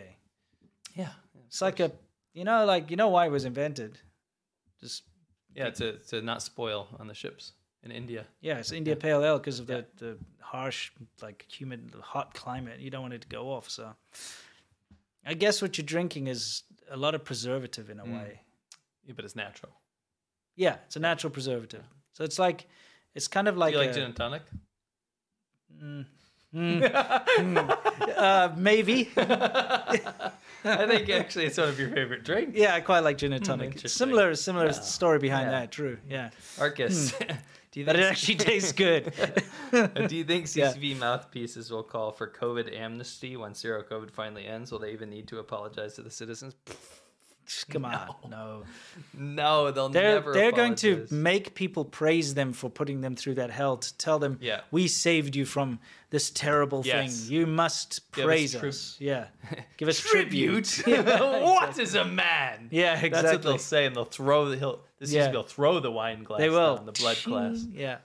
Speaker 2: yeah,
Speaker 1: It's like a, you know, like you know why it was invented. Just
Speaker 2: yeah. To to not spoil on the ships in India.
Speaker 1: yeah, it's India Pale Ale because of the the harsh, like humid, hot climate. You don't want it to go off. So, I guess what you're drinking is a lot of preservative in
Speaker 2: Hmm.
Speaker 1: a way.
Speaker 2: Yeah, but it's natural.
Speaker 1: Yeah, it's a natural preservative. So it's like, it's kind of like,
Speaker 2: Do you like
Speaker 1: a-
Speaker 2: gin and tonic?
Speaker 1: uh, maybe.
Speaker 2: I think actually it's one of your favorite drinks.
Speaker 1: yeah, I quite like gin and tonic.
Speaker 2: interesting.
Speaker 1: similar, similar story behind that. True. Yeah,
Speaker 2: Arcus. do you
Speaker 1: but
Speaker 2: think
Speaker 1: Hmm. it actually tastes good.
Speaker 2: do you think CCV mouthpieces will call for COVID amnesty once zero COVID finally ends? Will they even need to apologize to the citizens?
Speaker 1: Come on, no.
Speaker 2: No, they'll
Speaker 1: They're
Speaker 2: never.
Speaker 1: they're going to
Speaker 2: apologize.
Speaker 1: make people praise them for putting them through that hell to tell them,
Speaker 2: Yeah.
Speaker 1: we saved you from this terrible
Speaker 2: Yes.
Speaker 1: thing. You must
Speaker 2: Give us
Speaker 1: praise us.
Speaker 2: trib-
Speaker 1: Yeah, give us tribute.
Speaker 2: tribute. what is a man?
Speaker 1: Yeah,
Speaker 2: That's what
Speaker 1: exactly.
Speaker 2: they'll say, and they'll throw the he'll, this
Speaker 1: Yeah.
Speaker 2: yeah. they'll throw the wine glass.
Speaker 1: They will.
Speaker 2: down, the blood glass.
Speaker 1: Yeah.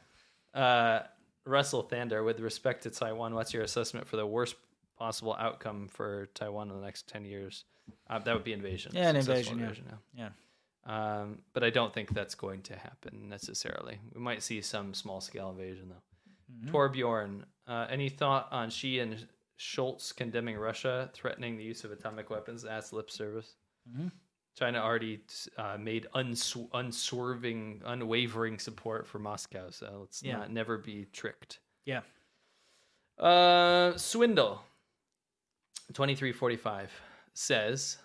Speaker 2: Uh, Russell Thander, with respect to Taiwan, what's your assessment for the worst possible outcome for Taiwan in the next ten years? Uh, that would be invasion.
Speaker 1: Yeah, an
Speaker 2: Successful
Speaker 1: invasion, yeah.
Speaker 2: yeah.
Speaker 1: Yeah.
Speaker 2: Um, but I don't think that's going to happen necessarily. We might see some small scale invasion though.
Speaker 1: Mm-hmm.
Speaker 2: Torbjorn, uh, any thought on she and Schultz condemning Russia threatening the use of atomic weapons? That's lip service. China already t- uh, made unsw- unswerving, unwavering support for Moscow. So let's
Speaker 1: Yeah.
Speaker 2: not never be tricked.
Speaker 1: Yeah.
Speaker 2: Uh, Swindle, 2345, says,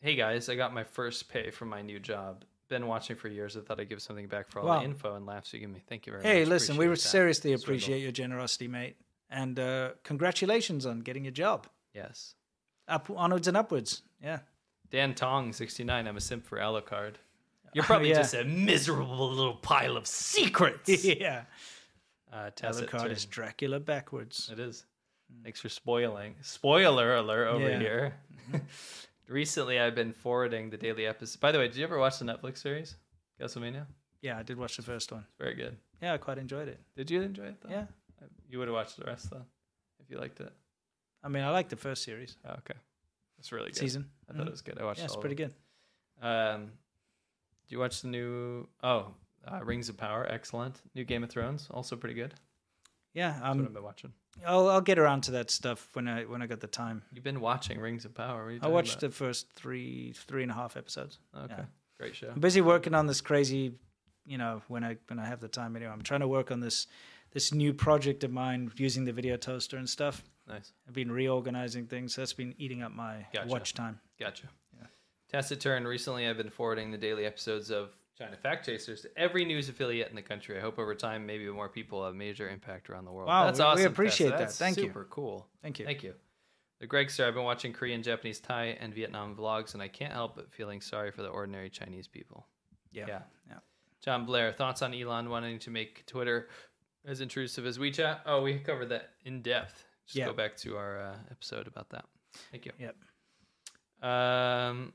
Speaker 2: Hey guys, I got my first pay from my new job. Been watching for years. I thought I'd give something back for all
Speaker 1: Wow.
Speaker 2: the info and laughs you give me. Thank you very much.
Speaker 1: Hey, listen, we
Speaker 2: Appreciate
Speaker 1: re-
Speaker 2: that,
Speaker 1: seriously
Speaker 2: Swindle.
Speaker 1: appreciate your generosity, mate. And uh, congratulations on getting your job.
Speaker 2: Yes.
Speaker 1: Up, onwards and upwards. Yeah.
Speaker 2: Dan Tong, 69, I'm a simp for Alucard. You're probably
Speaker 1: yeah.
Speaker 2: just a miserable little pile of secrets.
Speaker 1: yeah.
Speaker 2: uh, Tacit
Speaker 1: Alucard is
Speaker 2: Twin.
Speaker 1: Dracula backwards.
Speaker 2: It is. Thanks for spoiling. Spoiler alert over
Speaker 1: Hmm. Yeah. Mm-hmm.
Speaker 2: here. Recently, I've been forwarding the daily episode. By the way, did you ever watch the Netflix series Castlevania?
Speaker 1: Yeah, I did watch the first one.
Speaker 2: Very good.
Speaker 1: Yeah, I quite enjoyed it.
Speaker 2: Did you enjoy it? Though?
Speaker 1: Yeah.
Speaker 2: You would have watched the rest though, if you liked it.
Speaker 1: I mean, I like the first series
Speaker 2: Oh, okay. It's really good.
Speaker 1: season. Mm-hmm.
Speaker 2: I thought it was good. I watched.
Speaker 1: Yeah, it's
Speaker 2: all of
Speaker 1: pretty
Speaker 2: it.
Speaker 1: good.
Speaker 2: Um, do you watch the new? Oh, uh, Rings of Power. Excellent. New Game of Thrones. Also pretty good.
Speaker 1: Yeah,
Speaker 2: That's what I've
Speaker 1: um,
Speaker 2: been watching.
Speaker 1: I'll I'll get around to that stuff when I when I got the time.
Speaker 2: You've been watching Rings of Power. What are you
Speaker 1: I
Speaker 2: talking
Speaker 1: watched
Speaker 2: about?
Speaker 1: the first three three and a half episodes.
Speaker 2: Okay.
Speaker 1: yeah.
Speaker 2: Great show.
Speaker 1: I'm busy working on this crazy, you know, when I when I have the time anyway. I'm trying to work on this this new project of mine using the video toaster and stuff.
Speaker 2: Nice.
Speaker 1: I've been reorganizing things. That's been eating up my
Speaker 2: Gotcha.
Speaker 1: watch time.
Speaker 2: Gotcha. Taciturn, recently I've been forwarding the daily episodes of China Fact Chasers to every news affiliate in the country. I hope over time, maybe more people have major impact around the world.
Speaker 1: Wow,
Speaker 2: That's
Speaker 1: we- we
Speaker 2: awesome. Tessa.
Speaker 1: appreciate that.
Speaker 2: That's
Speaker 1: Thank you.
Speaker 2: Super cool.
Speaker 1: Thank you.
Speaker 2: Thank you. The Greg Sir, I've been watching Korean, Japanese, Thai, and Vietnam vlogs, and I can't help but feeling sorry for the ordinary Chinese people.
Speaker 1: Yeah.
Speaker 2: Yeah.
Speaker 1: Yeah.
Speaker 2: John Blair, thoughts on Elon wanting to make Twitter as intrusive as WeChat? Oh, we covered that in depth. Just
Speaker 1: Yeah.
Speaker 2: go back to our uh, episode about that. Thank you.
Speaker 1: Yep.
Speaker 2: Um,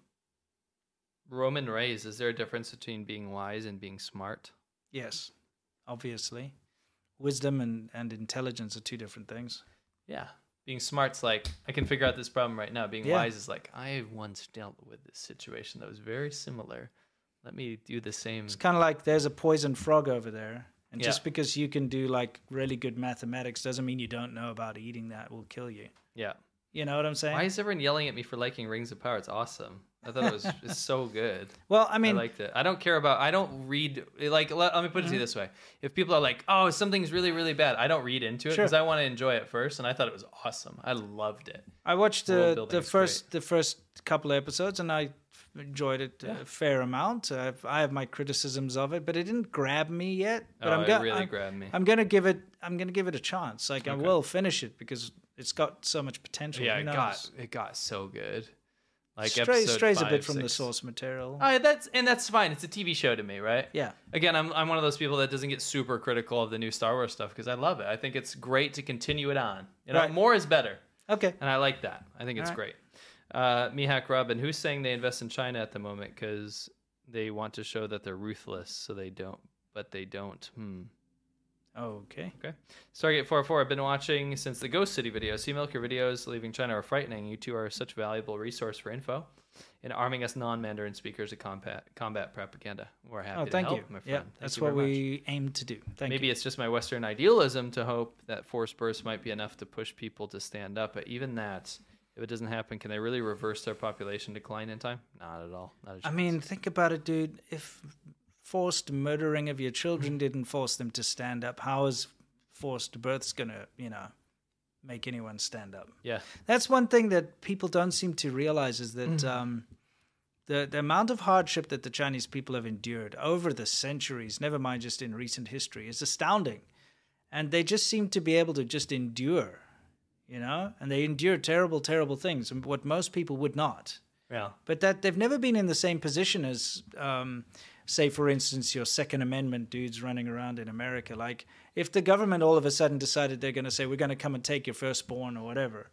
Speaker 2: Roman Reigns, is there a difference between being wise and being smart?
Speaker 1: Yes, obviously. Wisdom and, and intelligence are two different things.
Speaker 2: Yeah. Being smart's like, I can figure out this problem right now. Being
Speaker 1: Yeah.
Speaker 2: wise is like, I once dealt with this situation that was very similar. Let me do the same.
Speaker 1: It's kind of like there's a poison frog over there. And
Speaker 2: Yeah.
Speaker 1: just because you can do like really good mathematics doesn't mean you don't know about eating that will kill you.
Speaker 2: Yeah.
Speaker 1: You know what I'm saying?
Speaker 2: Why is everyone yelling at me for liking Rings of Power? It's awesome. I thought it was it's so good.
Speaker 1: well, I
Speaker 2: I,
Speaker 1: mean,
Speaker 2: liked it. I don't care about. I don't read. Like, let, let me put it to you
Speaker 1: Mm-hmm.
Speaker 2: this way: if people are like, "Oh, something's really, really bad," I don't read into it
Speaker 1: Sure.
Speaker 2: because I want to enjoy it first. And I thought it was awesome. I loved it.
Speaker 1: I watched
Speaker 2: World
Speaker 1: the
Speaker 2: building
Speaker 1: the
Speaker 2: is
Speaker 1: first the first couple of episodes and I enjoyed it a fair amount. I I have my criticisms of it, but it didn't grab me yet. But
Speaker 2: Oh,
Speaker 1: I'm
Speaker 2: it
Speaker 1: go-
Speaker 2: really
Speaker 1: I'm,
Speaker 2: grabbed me.
Speaker 1: I'm gonna give it. I'm gonna give it a chance. Like I will finish it because it's got so much potential.
Speaker 2: Yeah,
Speaker 1: Who
Speaker 2: it
Speaker 1: knows?
Speaker 2: got it got so good. Like
Speaker 1: Stray,
Speaker 2: episode
Speaker 1: strays a
Speaker 2: five,
Speaker 1: bit from the
Speaker 2: six.
Speaker 1: source material.
Speaker 2: Oh, that's and that's fine. It's a TV show to me, right?
Speaker 1: Yeah.
Speaker 2: Again, I'm I'm one of those people that doesn't get super critical of the new Star Wars stuff because I love it. I think it's great to continue it on. You know,
Speaker 1: Right.
Speaker 2: more is better,
Speaker 1: okay.
Speaker 2: and I like that. I think it's
Speaker 1: All
Speaker 2: great. Uh, Mihak Robin, who's saying they invest in China at the moment because they want to show that they're ruthless, so they don't, but they don't. Hmm.
Speaker 1: Okay.
Speaker 2: Okay. Stargate 44, I've been watching since the Ghost City video. Sea Milk, your videos leaving China are frightening. You two are such a valuable resource for info and arming us non Mandarin speakers to combat, combat propaganda. We're happy
Speaker 1: Oh,
Speaker 2: to
Speaker 1: thank
Speaker 2: help,
Speaker 1: you.
Speaker 2: my friend.
Speaker 1: Yeah,
Speaker 2: Thank
Speaker 1: that's
Speaker 2: you
Speaker 1: what
Speaker 2: very much.
Speaker 1: we aim to do. Thank
Speaker 2: Maybe
Speaker 1: you.
Speaker 2: it's just my Western idealism to hope that force bursts might be enough to push people to stand up. But even that, if it doesn't happen, can they really reverse their population decline in time? Not at all. Not a
Speaker 1: I
Speaker 2: chance.
Speaker 1: mean, think about it, dude. If forced murdering of your children didn't force them to stand up, how is forced births gonna, you know, make anyone stand up?
Speaker 2: yeah.
Speaker 1: That's one thing that people don't seem to realize is that um, the the amount of hardship that the Chinese people have endured over the centuries, never mind just in recent history, is astounding, and they just seem to be able to just endure, you know, and they endure terrible, terrible things, and what most people would not
Speaker 2: Yeah.
Speaker 1: but that they've never been in the same position as um, say for instance your second amendment dudes running around in america like if the government all of a sudden decided they're going to say we're going to come and take your firstborn or whatever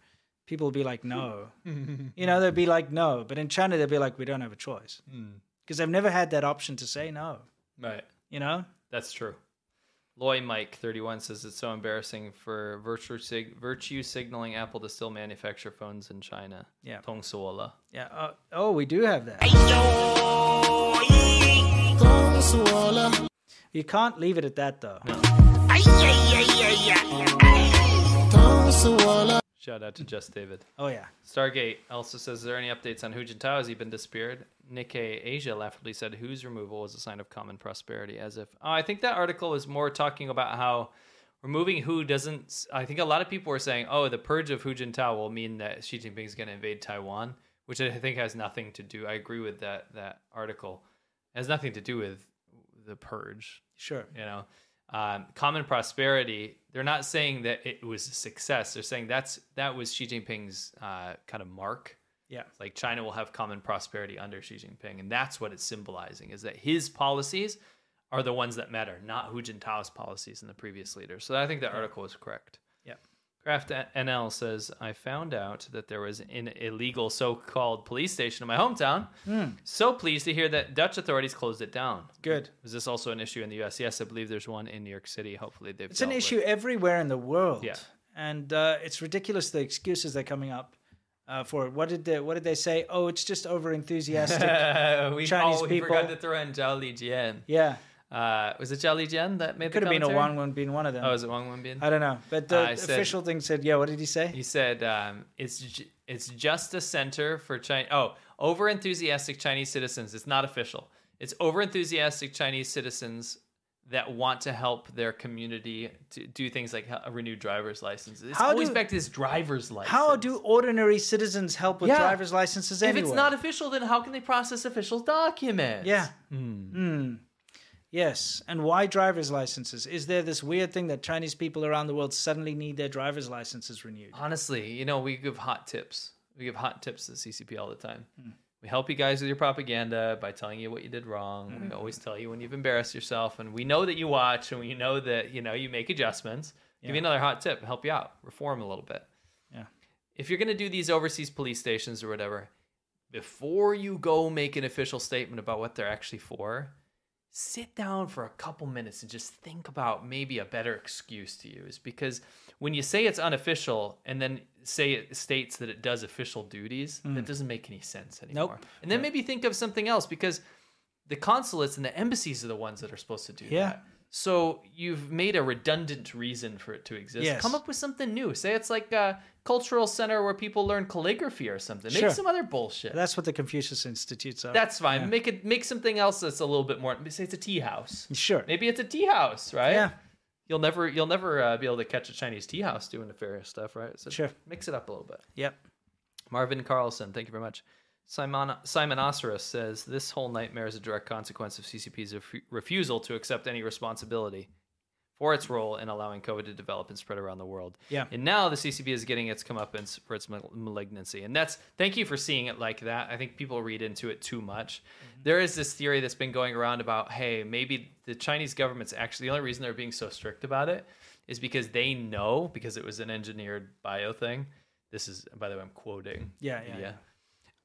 Speaker 1: people would be like no you know they'd be like no but in china they'd be like we don't have a choice because they've never had that option to say no
Speaker 2: Right.
Speaker 1: you know
Speaker 2: That's true. Loy Mike thirty one says it's so embarrassing for virtue sig- virtue signaling Apple to still manufacture phones in China.
Speaker 1: Yeah.
Speaker 2: Tong Suola.
Speaker 1: yeah uh, oh we do have that you can't leave it at that though
Speaker 2: Shout out to Just David.
Speaker 1: oh yeah
Speaker 2: Stargate also says, "Is there any updates on Hu Jintao? Has he been disappeared?" Nikkei Asia laughably said, "Hu's removal was a sign of common prosperity." As if, oh, I think that article is more talking about how removing Hu doesn't. I think a lot of people were saying, "Oh, the purge of Hu Jintao will mean that Xi Jinping is going to invade Taiwan," which I think has nothing to do. I agree with that that article. It has nothing to do with the purge
Speaker 1: sure
Speaker 2: you know um, common prosperity they're not saying that it was a success they're saying that's that was xi jinping's uh, kind of mark
Speaker 1: yeah
Speaker 2: It's like china will have common prosperity under xi jinping and that's what it's symbolizing is that his policies are the ones that matter not hu jintao's policies and the previous leader so i think the article is correct
Speaker 1: yeah
Speaker 2: Craft NL says, I found out that there was an illegal so called police station in my hometown.
Speaker 1: Hmm.
Speaker 2: So pleased to hear that Dutch authorities closed it down.
Speaker 1: Good.
Speaker 2: Is this also an issue in the US? Yes, I believe there's one in New York City. Hopefully they've
Speaker 1: It's an
Speaker 2: dealt with-
Speaker 1: issue everywhere in the world.
Speaker 2: Yeah.
Speaker 1: And uh, it's ridiculous the excuses they're coming up uh, for it. What did they What did they say? Oh, it's just over enthusiastic.
Speaker 2: Uh, we,
Speaker 1: Chinese
Speaker 2: oh, we forgot
Speaker 1: people.
Speaker 2: to throw in Zhao Lijian.
Speaker 1: yeah,
Speaker 2: Uh, was it Zhao Lijian that made
Speaker 1: could
Speaker 2: the
Speaker 1: have been a
Speaker 2: commentary?
Speaker 1: one. Would been one of them.
Speaker 2: Oh, is it Wang Wenbin?
Speaker 1: I don't know. But the
Speaker 2: I said-
Speaker 1: official thing said, yeah. What did he say?
Speaker 2: He said um, it's ju- it's just a center for China. Oh, over enthusiastic Chinese citizens. It's not official. It's over enthusiastic Chinese citizens that want to help their community to do things like he- renew driver's licenses. It's
Speaker 1: How
Speaker 2: always
Speaker 1: do-
Speaker 2: back to this driver's license.
Speaker 1: How do ordinary citizens help with
Speaker 2: Yeah.
Speaker 1: driver's licenses
Speaker 2: if
Speaker 1: anyway?
Speaker 2: it's not official, then how can they process official documents?
Speaker 1: yeah. Hmm. Yes. And why driver's licenses? Is there this weird thing that Chinese people around the world suddenly need their driver's licenses renewed?
Speaker 2: Oh. Honestly, you know, we give hot tips. We give hot tips to CCP all the time. We help you guys with your propaganda by telling you what you did wrong. We always tell you when you've embarrassed yourself, and we know that you watch, and we know that you know you make adjustments. Give you another hot tip, help you out, reform a little bit. if you're going to do these overseas police stations or whatever, before you go make an official statement about what they're actually for, sit down for a couple minutes and just think about maybe a better excuse to use because when you say it's unofficial and then say it states that it does official duties
Speaker 1: Mm.
Speaker 2: that doesn't make any sense anymore and then maybe think of something else because the consulates and the embassies are the ones that are supposed to do
Speaker 1: Yeah.
Speaker 2: that so you've made a redundant reason for it to exist
Speaker 1: Yes.
Speaker 2: come up with something new say it's like a cultural center where people learn calligraphy or something
Speaker 1: Sure.
Speaker 2: make some other bullshit
Speaker 1: That's what the Confucius Institutes are.
Speaker 2: that's fine. Make it make something else that's a little bit more. Say it's a tea house.
Speaker 1: Sure.
Speaker 2: Maybe it's a tea house, right?
Speaker 1: Yeah.
Speaker 2: You'll never you'll never uh, be able to catch a Chinese tea house doing nefarious stuff, right? So
Speaker 1: Sure.
Speaker 2: Mix it up a little bit.
Speaker 1: Yep.
Speaker 2: Marvin Carlson, thank you very much. Simon Simon Osiris says this whole nightmare is a direct consequence of CCP's refu- refusal to accept any responsibility for its role in allowing COVID to develop and spread around the world.
Speaker 1: Yeah.
Speaker 2: And now the CCP is getting its comeuppance for its mal- malignancy, and that's thank you for seeing it like that. I think people read into it too much. There is this theory that's been going around about hey, maybe the Chinese government's actually the only reason they're being so strict about it is because they know because it was an engineered bio thing. This is by the way I'm quoting.
Speaker 1: Yeah, yeah,
Speaker 2: media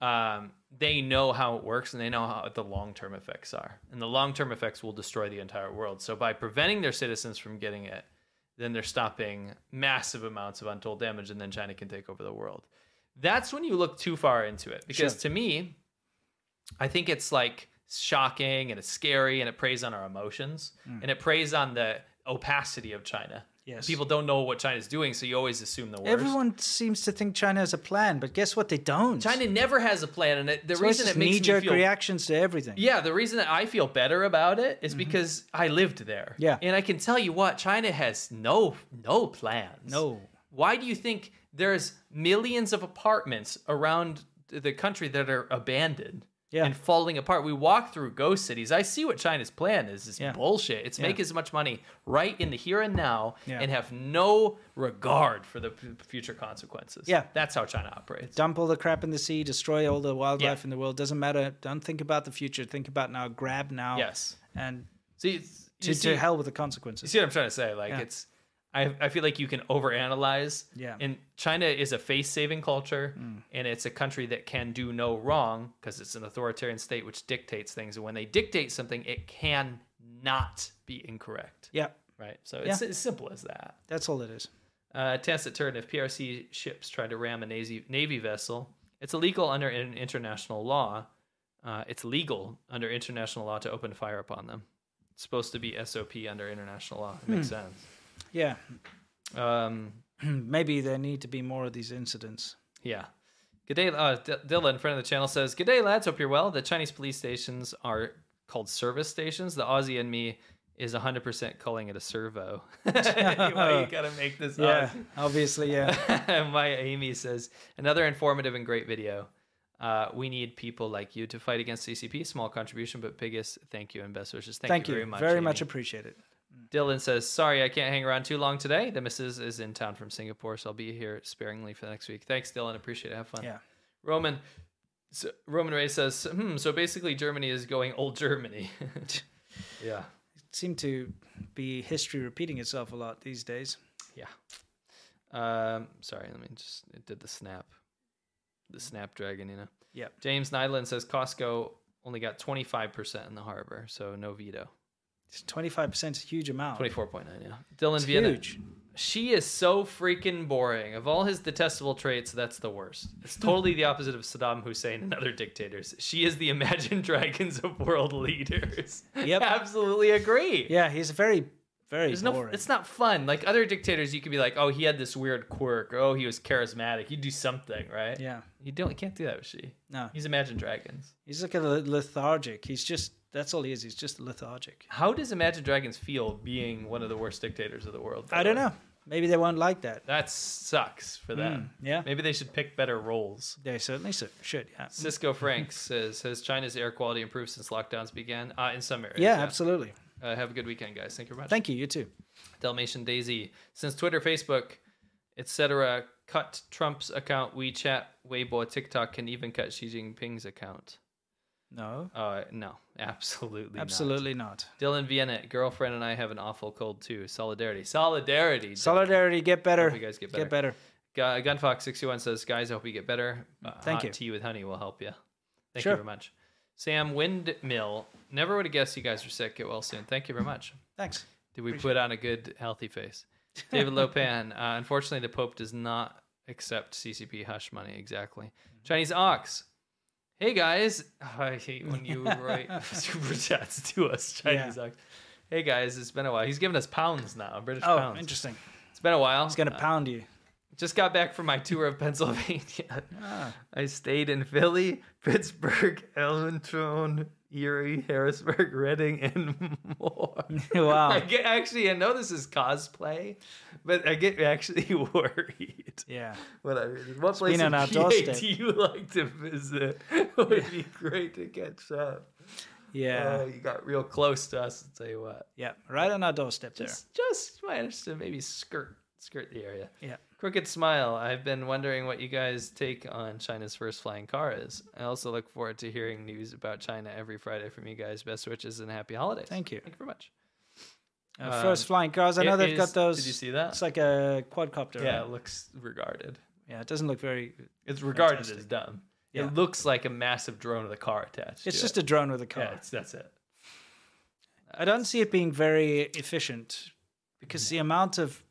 Speaker 2: um, they know how it works and they know how the long term effects are. And the long term effects will destroy the entire world. So by preventing their citizens from getting it, then they're stopping massive amounts of untold damage, and then China can take over the world. That's when you look too far into it. Because to me, I think it's like shocking and it's scary and it preys on our emotions and it preys on the opacity of China.
Speaker 1: Mm. Yes.
Speaker 2: People don't know what China's doing, so you always assume the worst.
Speaker 1: Everyone seems to think China has a plan, but guess what? They don't.
Speaker 2: China never has a plan, and it, the
Speaker 1: So it's
Speaker 2: reason
Speaker 1: just
Speaker 2: it makes me
Speaker 1: knee-jerk
Speaker 2: feel
Speaker 1: reactions to everything.
Speaker 2: yeah, the reason that I feel better about it is because I lived there.
Speaker 1: Mm-hmm. Yeah.
Speaker 2: And I can tell you what, China has no no plans.
Speaker 1: No.
Speaker 2: Why do you think there's millions of apartments around the country that are abandoned
Speaker 1: Yeah.
Speaker 2: and falling apart? We walk through ghost cities. I see what China's plan is. It's
Speaker 1: Yeah.
Speaker 2: bullshit. It's make as much money right in the here and now
Speaker 1: Yeah.
Speaker 2: and have no regard for the p- future consequences.
Speaker 1: Yeah.
Speaker 2: That's how China operates.
Speaker 1: Dump all the crap in the sea, destroy all the wildlife in the world. Doesn't matter. Don't think about the future. Think about now. Grab now.
Speaker 2: Yes.
Speaker 1: And
Speaker 2: See, it's- you
Speaker 1: to,
Speaker 2: see-
Speaker 1: to hell with the
Speaker 2: You
Speaker 1: consequences.
Speaker 2: see what I'm trying to say? Like
Speaker 1: Yeah.
Speaker 2: it's I I feel like you can overanalyze.
Speaker 1: Yeah. Mm.
Speaker 2: And China is a face saving culture and it's a country that can do no wrong because it's an authoritarian state which dictates things. And when they dictate something, it can not be incorrect.
Speaker 1: yeah.
Speaker 2: Right. So it's
Speaker 1: Yeah.
Speaker 2: as simple as that.
Speaker 1: That's all it is.
Speaker 2: Uh, Tacit Turn, if PRC ships try to ram a Nazi, Navy vessel, it's illegal under in- international law. Uh, it's legal under international law to open fire upon them. It's supposed to be SOP under international law. It
Speaker 1: Hmm.
Speaker 2: makes sense.
Speaker 1: Yeah.
Speaker 2: Um,
Speaker 1: Maybe there need to be more of these incidents.
Speaker 2: yeah. Good day, uh, D- Dylan, friend of the channel, says, Good day, lads. Hope you're well. The Chinese police stations are called service stations. The Aussie in me is 100% calling it a servo. anyway, you gotta make this
Speaker 1: Yeah.
Speaker 2: Aussie.
Speaker 1: Uh, Obviously, yeah.
Speaker 2: My Amy says another informative and great video. Uh, we need people like you to fight against CCP. Small contribution, but biggest thank you and best wishes. Thank,
Speaker 1: Thank
Speaker 2: you,
Speaker 1: you.
Speaker 2: very much. Amy.
Speaker 1: appreciate it.
Speaker 2: Dylan says sorry I can't hang around too long today. The missus is in town from Singapore, so I'll be here sparingly for the next week. Thanks, Dylan. Appreciate it. Have fun.
Speaker 1: Yeah.
Speaker 2: Roman. So Roman Ray says, hmm, so basically Germany is going old Germany. yeah.
Speaker 1: Seem to be history repeating itself a lot these days.
Speaker 2: Yeah. Um, sorry, let me just it did the snap. The snapdragon, you know.
Speaker 1: Yep.
Speaker 2: James Nyland says Costco only got twenty five percent in the harbor, so no veto.
Speaker 1: Twenty five percent is a huge amount.
Speaker 2: Twenty four point nine, yeah. Dylan
Speaker 1: It's
Speaker 2: Vienna.
Speaker 1: huge.
Speaker 2: She is so freaking boring. Of all his detestable traits, that's the worst. It's totally the opposite of Saddam Hussein and other dictators. She is the imagined dragons of world leaders.
Speaker 1: Yep.
Speaker 2: Absolutely agree.
Speaker 1: Yeah, he's very, very
Speaker 2: There's no,
Speaker 1: boring.
Speaker 2: it's not fun. Like other dictators, you could be like, oh, he had this weird quirk, or oh, he was charismatic. You do something, right?
Speaker 1: Yeah.
Speaker 2: You don't. You can't do that with she.
Speaker 1: No.
Speaker 2: He's Imagine Dragons.
Speaker 1: He's like a le- lethargic. He's just that's all he is. He's just lethargic.
Speaker 2: How does Imagine Dragons feel being one of the worst dictators of the world? by
Speaker 1: I
Speaker 2: the
Speaker 1: don't
Speaker 2: way?
Speaker 1: know. Maybe they won't like that.
Speaker 2: That sucks for them.
Speaker 1: Hmm, yeah.
Speaker 2: Maybe they should pick better roles.
Speaker 1: They certainly so- should. Yeah.
Speaker 2: Cisco Franks says, "Has China's air quality improved since lockdowns began? Uh, in some areas.
Speaker 1: Yeah, absolutely.
Speaker 2: Uh, have a good weekend, guys. Thank you very much.
Speaker 1: Thank you. You too.
Speaker 2: Dalmatian Daisy. Since Twitter, Facebook, etc., cut Trump's account, WeChat, Weibo, TikTok can even cut Xi Jinping's account.
Speaker 1: No,
Speaker 2: Uh, no, absolutely, not.
Speaker 1: absolutely not.
Speaker 2: Dylan Vienna, girlfriend and I have an awful cold too. Solidarity, solidarity.
Speaker 1: Solidarity, get better.
Speaker 2: you guys get
Speaker 1: Get better.
Speaker 2: Gu- Gunfox61 says, guys, I hope you get better. Uh,
Speaker 1: Thank
Speaker 2: hot
Speaker 1: you.
Speaker 2: Tea with honey will help you. Thank
Speaker 1: Sure.
Speaker 2: you very much. Sam Windmill, never would have guessed you guys were sick. Get well soon. Thank you very much.
Speaker 1: Thanks.
Speaker 2: Did we put on a good, healthy face? David Lopan, uh, unfortunately, the Pope does not accept CCP hush money. Exactly. Chinese Ox. Hey guys, I hate when you write super chats to us, Chinese Ox. Hey guys, it's been a while. He's giving us pounds now, British
Speaker 1: Oh,
Speaker 2: pounds. Uh,
Speaker 1: interesting.
Speaker 2: It's been a while.
Speaker 1: He's gonna pound you.
Speaker 2: Just got back from my tour of Pennsylvania.
Speaker 1: Ah.
Speaker 2: I stayed in Philly, Pittsburgh, Ellenton, Erie, Harrisburg, Reading, and more.
Speaker 1: Wow.
Speaker 2: I get actually. I know this is cosplay, but I get actually worried.
Speaker 1: Yeah.
Speaker 2: When I read it. What place
Speaker 1: been
Speaker 2: in
Speaker 1: on our
Speaker 2: PA
Speaker 1: doorstep.
Speaker 2: do you like to visit? It would be great to catch up.
Speaker 1: Yeah.
Speaker 2: Oh, you got real close to us. I'll tell you what.
Speaker 1: yeah. Right on our doorstep there.
Speaker 2: Just, just managed to maybe skirt skirt the area.
Speaker 1: Yeah.
Speaker 2: Crooked Smile, I've been wondering what you guys take on China's first flying car is. I also look forward to hearing news about China every Friday from you guys. Best wishes and happy holidays.
Speaker 1: Thank you.
Speaker 2: Thank you very much.
Speaker 1: Uh, first flying cars. I
Speaker 2: um, it
Speaker 1: know they've
Speaker 2: is-
Speaker 1: got those.
Speaker 2: did you see that?
Speaker 1: It's like a quadcopter.
Speaker 2: Yeah,
Speaker 1: Right?
Speaker 2: it looks regarded.
Speaker 1: Yeah. It doesn't look very.
Speaker 2: It's regarded as
Speaker 1: Fantastic.
Speaker 2: dumb.
Speaker 1: Yeah.
Speaker 2: It looks like a massive drone with a car attached.
Speaker 1: It's
Speaker 2: to
Speaker 1: just
Speaker 2: it.
Speaker 1: a drone with a car.
Speaker 2: yeah, it's, that's it.
Speaker 1: I don't see it being very efficient
Speaker 2: Mm.
Speaker 1: because the amount of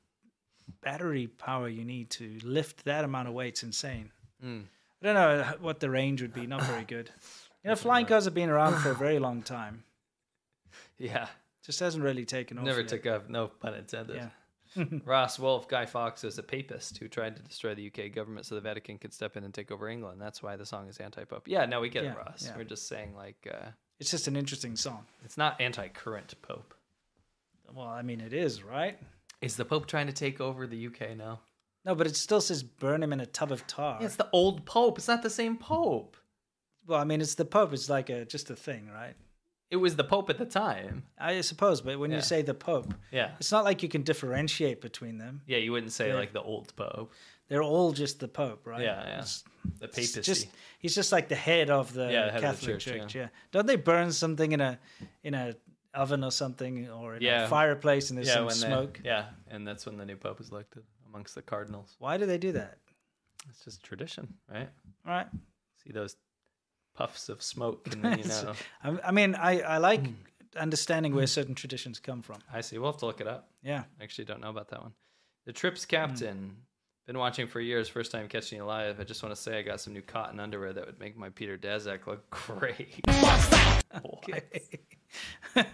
Speaker 1: battery power you need to lift that amount of weight's insane.
Speaker 2: Mm.
Speaker 1: I don't know h- what the range would be. Not very good. You know, flying cars have been around for a very long time.
Speaker 2: Yeah,
Speaker 1: Just hasn't really taken off.
Speaker 2: never
Speaker 1: yet.
Speaker 2: took off. No pun intended.
Speaker 1: Yeah.
Speaker 2: Ross Wolf, Guy Fawkes is a papist who tried to destroy the UK government so the Vatican could step in and take over England. That's why the song is anti-pope. Yeah, no, we get
Speaker 1: Yeah,
Speaker 2: it, Ross.
Speaker 1: yeah.
Speaker 2: We're just saying like uh,
Speaker 1: It's just an interesting song.
Speaker 2: it's not anti-current pope.
Speaker 1: Well, I mean, it is right.
Speaker 2: Is the pope trying to take over the UK now?
Speaker 1: No, but it still says burn him in a tub of tar.
Speaker 2: It's the old pope. It's not the same pope.
Speaker 1: Well, I mean, it's the Pope. It's like a just a thing, right?
Speaker 2: It was the pope at the time.
Speaker 1: I suppose. But when
Speaker 2: Yeah.
Speaker 1: you say the Pope,
Speaker 2: Yeah.
Speaker 1: it's not like you can differentiate between them.
Speaker 2: Yeah, you wouldn't say like the old pope.
Speaker 1: They're all just the Pope, right?
Speaker 2: Yeah, yeah.
Speaker 1: It's-
Speaker 2: The
Speaker 1: it's
Speaker 2: papacy.
Speaker 1: just he's just like the head of the
Speaker 2: Yeah, the head of the
Speaker 1: Catholic
Speaker 2: church,
Speaker 1: Church. yeah. don't they burn something in a in a oven or something or in
Speaker 2: Yeah.
Speaker 1: a fireplace and there's
Speaker 2: yeah,
Speaker 1: some
Speaker 2: when they-
Speaker 1: smoke?
Speaker 2: yeah, and that's when the new pope was elected amongst the cardinals.
Speaker 1: Why do they do that?
Speaker 2: It's just tradition, right?
Speaker 1: All right.
Speaker 2: See those puffs of smoke and then you know.
Speaker 1: I, I mean, I I like
Speaker 2: Hmm.
Speaker 1: understanding where certain traditions come from.
Speaker 2: I see. We'll have to look it up.
Speaker 1: Yeah.
Speaker 2: I actually don't know about that one. The Trips Captain.
Speaker 1: Hmm.
Speaker 2: Been watching for years. First time catching you live. I just want to say I got some new cotton underwear that would make my Peter Daszak look great. What?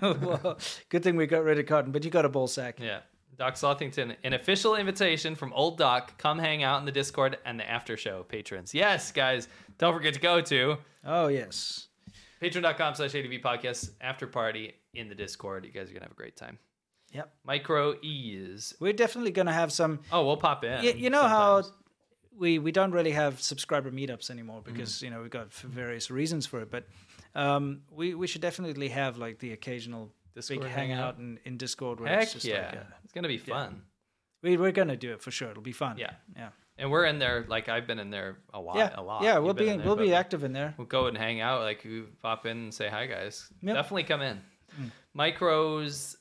Speaker 1: well, good thing we got rid of cotton, but you got a ball sack.
Speaker 2: Yeah. Doc Slothington, an official invitation from Old Doc. Come hang out in the Discord and the after show, patrons. Yes, guys. Don't forget to go to
Speaker 1: Oh yes.
Speaker 2: patreon.com slash ADV podcast after party in the Discord. You guys are going to have a great time.
Speaker 1: Yep.
Speaker 2: Micro E's.
Speaker 1: We're definitely going to have some.
Speaker 2: Oh, we'll pop in.
Speaker 1: You, you know
Speaker 2: sometimes.
Speaker 1: how we we don't really have subscriber meetups anymore because
Speaker 2: Mm.
Speaker 1: you know we've got for various reasons for it, but um, we we should definitely have like the occasional
Speaker 2: Discord
Speaker 1: big
Speaker 2: hangout?
Speaker 1: hangout in, in Discord where it's
Speaker 2: Heck
Speaker 1: just
Speaker 2: yeah.
Speaker 1: like a,
Speaker 2: it's going to be fun.
Speaker 1: we we're going to do it for sure. It'll be fun.
Speaker 2: Yeah.
Speaker 1: yeah,
Speaker 2: And we're in there, like I've been in there a lot,
Speaker 1: yeah,
Speaker 2: a lot.
Speaker 1: yeah.
Speaker 2: You've
Speaker 1: We'll
Speaker 2: been
Speaker 1: be
Speaker 2: in there,
Speaker 1: we'll
Speaker 2: but
Speaker 1: be active in there.
Speaker 2: We'll go and hang out. Like you pop in and say hi, guys.
Speaker 1: Yep. Mm.
Speaker 2: Definitely come in. Micros,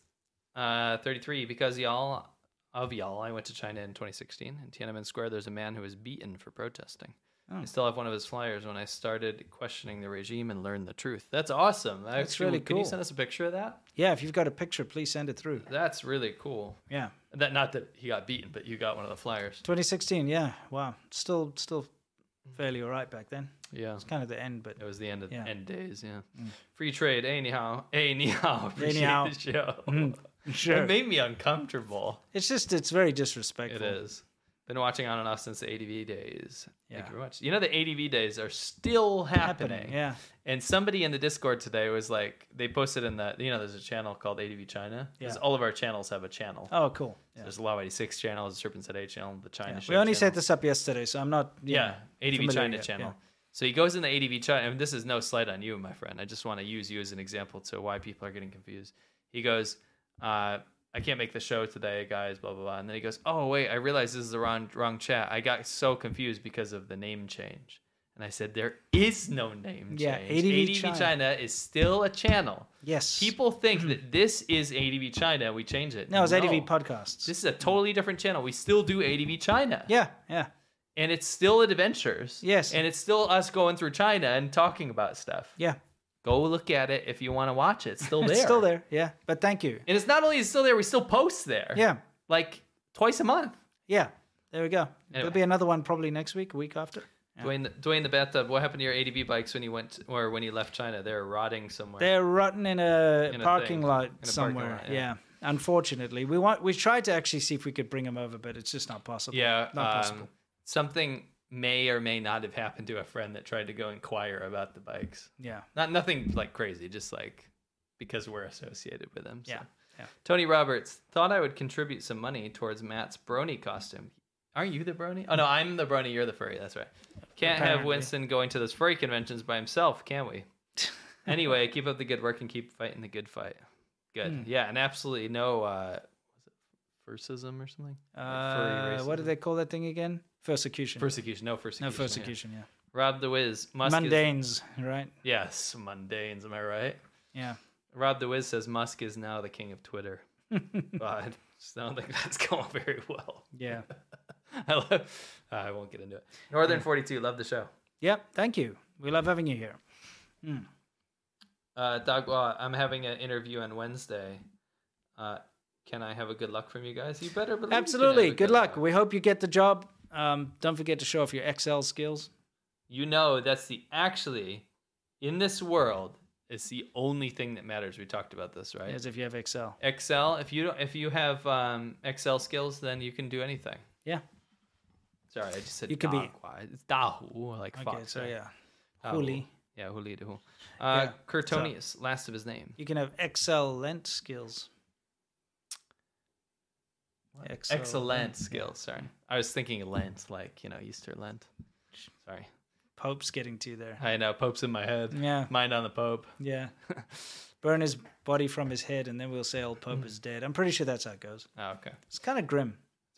Speaker 2: uh, thirty three. Because y'all of y'all, I went to China in 2016 in Tiananmen Square. There's a man who was beaten for protesting.
Speaker 1: Oh.
Speaker 2: I still have one of his flyers when I started questioning the regime and learned the truth. That's awesome. That's
Speaker 1: really
Speaker 2: Can you
Speaker 1: cool.
Speaker 2: send us a picture of that?
Speaker 1: Yeah, if you've got a picture, please send it through.
Speaker 2: That's really cool.
Speaker 1: Yeah,
Speaker 2: That not that he got beaten, but you got one of the flyers.
Speaker 1: 2016. Yeah, wow, still still fairly alright back then.
Speaker 2: Yeah.
Speaker 1: Kind of the end, but
Speaker 2: It was the end of
Speaker 1: Yeah. Mm.
Speaker 2: end days, yeah. Free trade, anyhow, anyhow, appreciate
Speaker 1: Anyhow. Mm-hmm.
Speaker 2: the show.
Speaker 1: sure.
Speaker 2: It made me uncomfortable.
Speaker 1: It's just it's very disrespectful.
Speaker 2: It is. Been watching on and off since the ADV days. Thank
Speaker 1: Yeah.
Speaker 2: you very much. You know the ADV days are still happening.
Speaker 1: Happening, yeah.
Speaker 2: And somebody in the Discord today was like, they posted in the you know there's a channel called ADV China. Because
Speaker 1: Yeah.
Speaker 2: all of our channels have a channel.
Speaker 1: Oh, cool. Yeah.
Speaker 2: There's a Law 86 channel, the Serpent Today channel, the China. Show
Speaker 1: We only
Speaker 2: channel.
Speaker 1: set this up yesterday, so I'm not. you
Speaker 2: Yeah,
Speaker 1: know,
Speaker 2: ADV
Speaker 1: familiar
Speaker 2: China
Speaker 1: yet.
Speaker 2: channel.
Speaker 1: Yeah.
Speaker 2: So he goes in the ADV China, and this is no slight on you, my friend. I just want to use you as an example to why people are getting confused. He goes, uh, "I can't make the show today, guys." Blah blah blah, and then he goes, "Oh wait, I realize this is the wrong wrong chat. I got so confused because of the name change." And I said, "There is no name
Speaker 1: Yeah,
Speaker 2: change.
Speaker 1: ADV China.
Speaker 2: is still a channel.
Speaker 1: Yes.
Speaker 2: people think that this is ADV China. and We change it.
Speaker 1: No, it's ADV podcasts.
Speaker 2: This is a totally different channel. We still do ADV China.
Speaker 1: yeah, yeah.
Speaker 2: and it's still adventures.
Speaker 1: Yes.
Speaker 2: and it's still us going through China and talking about stuff.
Speaker 1: Yeah.
Speaker 2: Go look at it if you want to watch it. It's still there.
Speaker 1: It's still there. Yeah. But thank you.
Speaker 2: And it's not only it's still there, we still post there.
Speaker 1: Yeah.
Speaker 2: like twice a month.
Speaker 1: Yeah. There we go. There'll
Speaker 2: Anyway.
Speaker 1: be another one probably next week, week after.
Speaker 2: Dwayne, Dwayne the bathtub. What happened to your ADB bikes when you went or when you left China? They're rotting somewhere.
Speaker 1: They're rotten in a
Speaker 2: In a
Speaker 1: parking
Speaker 2: thing.
Speaker 1: lot
Speaker 2: In a parking
Speaker 1: somewhere.
Speaker 2: lot,
Speaker 1: yeah.
Speaker 2: yeah.
Speaker 1: Unfortunately, we want we tried to actually see if we could bring them over, but it's just not possible.
Speaker 2: yeah,
Speaker 1: Not
Speaker 2: um,
Speaker 1: possible.
Speaker 2: Something may or may not have happened to a friend that tried to go inquire about the bikes.
Speaker 1: Yeah.
Speaker 2: Not nothing like crazy, just like because we're associated with them. so.
Speaker 1: Yeah. Yeah.
Speaker 2: Tony Roberts thought I would contribute some money towards Matt's brony costume. Are you the brony? Oh no, I'm the brony. You're the furry. That's right. Can't have
Speaker 1: Apparently.
Speaker 2: Winston going to those furry conventions by himself, can we? anyway, keep up the good work and keep fighting the good fight. Good.
Speaker 1: Hmm.
Speaker 2: Yeah, and absolutely no uh was it fursism or something?
Speaker 1: Uh, what do they call that thing again? Persecution.
Speaker 2: Persecution. No persecution.
Speaker 1: no
Speaker 2: yeah.
Speaker 1: persecution. Yeah.
Speaker 2: Rob the Wiz. Musk is-
Speaker 1: Mundanes, right?
Speaker 2: yes, mundanes. Am I right?
Speaker 1: Yeah.
Speaker 2: Rob the Wiz says Musk is now the king of Twitter. God, just don't think that's going very well.
Speaker 1: Yeah.
Speaker 2: I, love,
Speaker 1: uh,
Speaker 2: I won't get into it.
Speaker 1: Um,
Speaker 2: Northern 42, love the show.
Speaker 1: Yep. Thank you. We love having you here.
Speaker 2: Uh, Doug, uh, I'm having an interview on Wednesday. Uh, can I have a good luck from you guys? You better believe. you can
Speaker 1: Absolutely.
Speaker 2: have a
Speaker 1: Good luck. We hope you get the job. Um, don't forget to show off your Excel skills.
Speaker 2: You know, that's the actually, in this world, it's the only thing that matters. We talked about this, right?
Speaker 1: As if you have Excel.
Speaker 2: Excel. If you don't, if you have um, Excel skills, then you can do anything.
Speaker 1: Yeah.
Speaker 2: Sorry, I just said
Speaker 1: You could be-
Speaker 2: Dahua. It's Dahu, like
Speaker 1: Okay.
Speaker 2: fox.
Speaker 1: so
Speaker 2: right?
Speaker 1: yeah, Oh.
Speaker 2: Dahu.
Speaker 1: Huli.
Speaker 2: Yeah, Huli Dahu. Uh,
Speaker 1: Yeah,
Speaker 2: Curtonius, last of his name.
Speaker 1: you can have excellent skills. Excel-
Speaker 2: Excellent skills. Sorry, I was thinking Lent, like you know Easter Lent. Sorry,
Speaker 1: Pope's getting to you there.
Speaker 2: I know Pope's in my head.
Speaker 1: Yeah.
Speaker 2: mind on the Pope.
Speaker 1: Yeah. Burn his body from his head, and then we'll say old Pope is dead. I'm pretty sure that's how it goes.
Speaker 2: Oh, okay, it's
Speaker 1: It's kind of grim.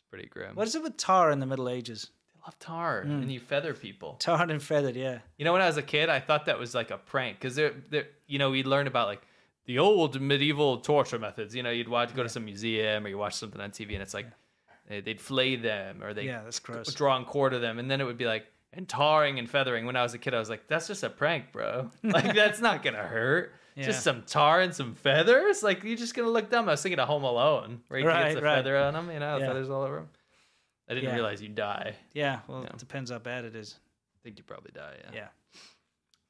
Speaker 2: pretty grim.
Speaker 1: What Hmm. is it with tar in the Middle Ages?
Speaker 2: I love tar and you feather people.
Speaker 1: Tar and feathered, yeah.
Speaker 2: You know, when I was a kid, I thought that was like a prank because there, there, you know, we learn about like the old medieval torture methods. You know, you'd watch, go to some museum or you watch something on TV, and it's like they- they'd flay them or they
Speaker 1: Yeah, that's gross.
Speaker 2: draw and quarter them, and then it would be like and tarring and feathering. When I was a kid, I was like, that's just a prank, bro. Like that's not gonna hurt. Just
Speaker 1: Yeah.
Speaker 2: some tar and some feathers. Like you're just gonna look dumb. I was thinking of Home Alone, where he
Speaker 1: Right,
Speaker 2: gets a
Speaker 1: right.
Speaker 2: feather on him, you know,
Speaker 1: Yeah.
Speaker 2: feathers all over him. I didn't
Speaker 1: Yeah.
Speaker 2: realize you die. I
Speaker 1: Yeah, well, it depends how bad it is.
Speaker 2: think you probably die. Yeah.
Speaker 1: Yeah.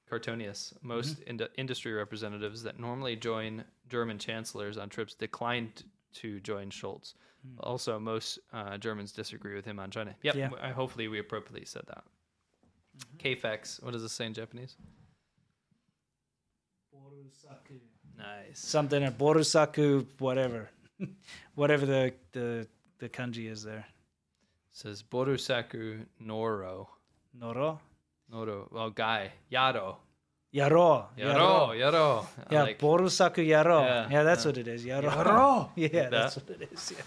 Speaker 2: Cartonius, most
Speaker 1: Mm-hmm.
Speaker 2: ind- industry representatives that normally join German chancellors on trips declined to join Schultz. Also, most uh, Germans disagree with him on China. Yep,
Speaker 1: Hmm. Yeah. Mm-hmm.
Speaker 2: I, hopefully we appropriately said that. KFX, what does this say in Japanese? Nice.
Speaker 1: Something a borusaku, whatever. whatever the, the the kanji is there.
Speaker 2: says Borusaku Noro.
Speaker 1: Noro?
Speaker 2: Noro. Well, guy. Yaro.
Speaker 1: Yaro.
Speaker 2: Yaro. Yaro. I
Speaker 1: Yeah,
Speaker 2: like-
Speaker 1: borusaku yaro. Yeah,
Speaker 2: Yeah,
Speaker 1: that's what it is. Yaro.
Speaker 2: Yaro.
Speaker 1: yeah,
Speaker 2: Like
Speaker 1: that's
Speaker 2: that.
Speaker 1: what it is. Yeah.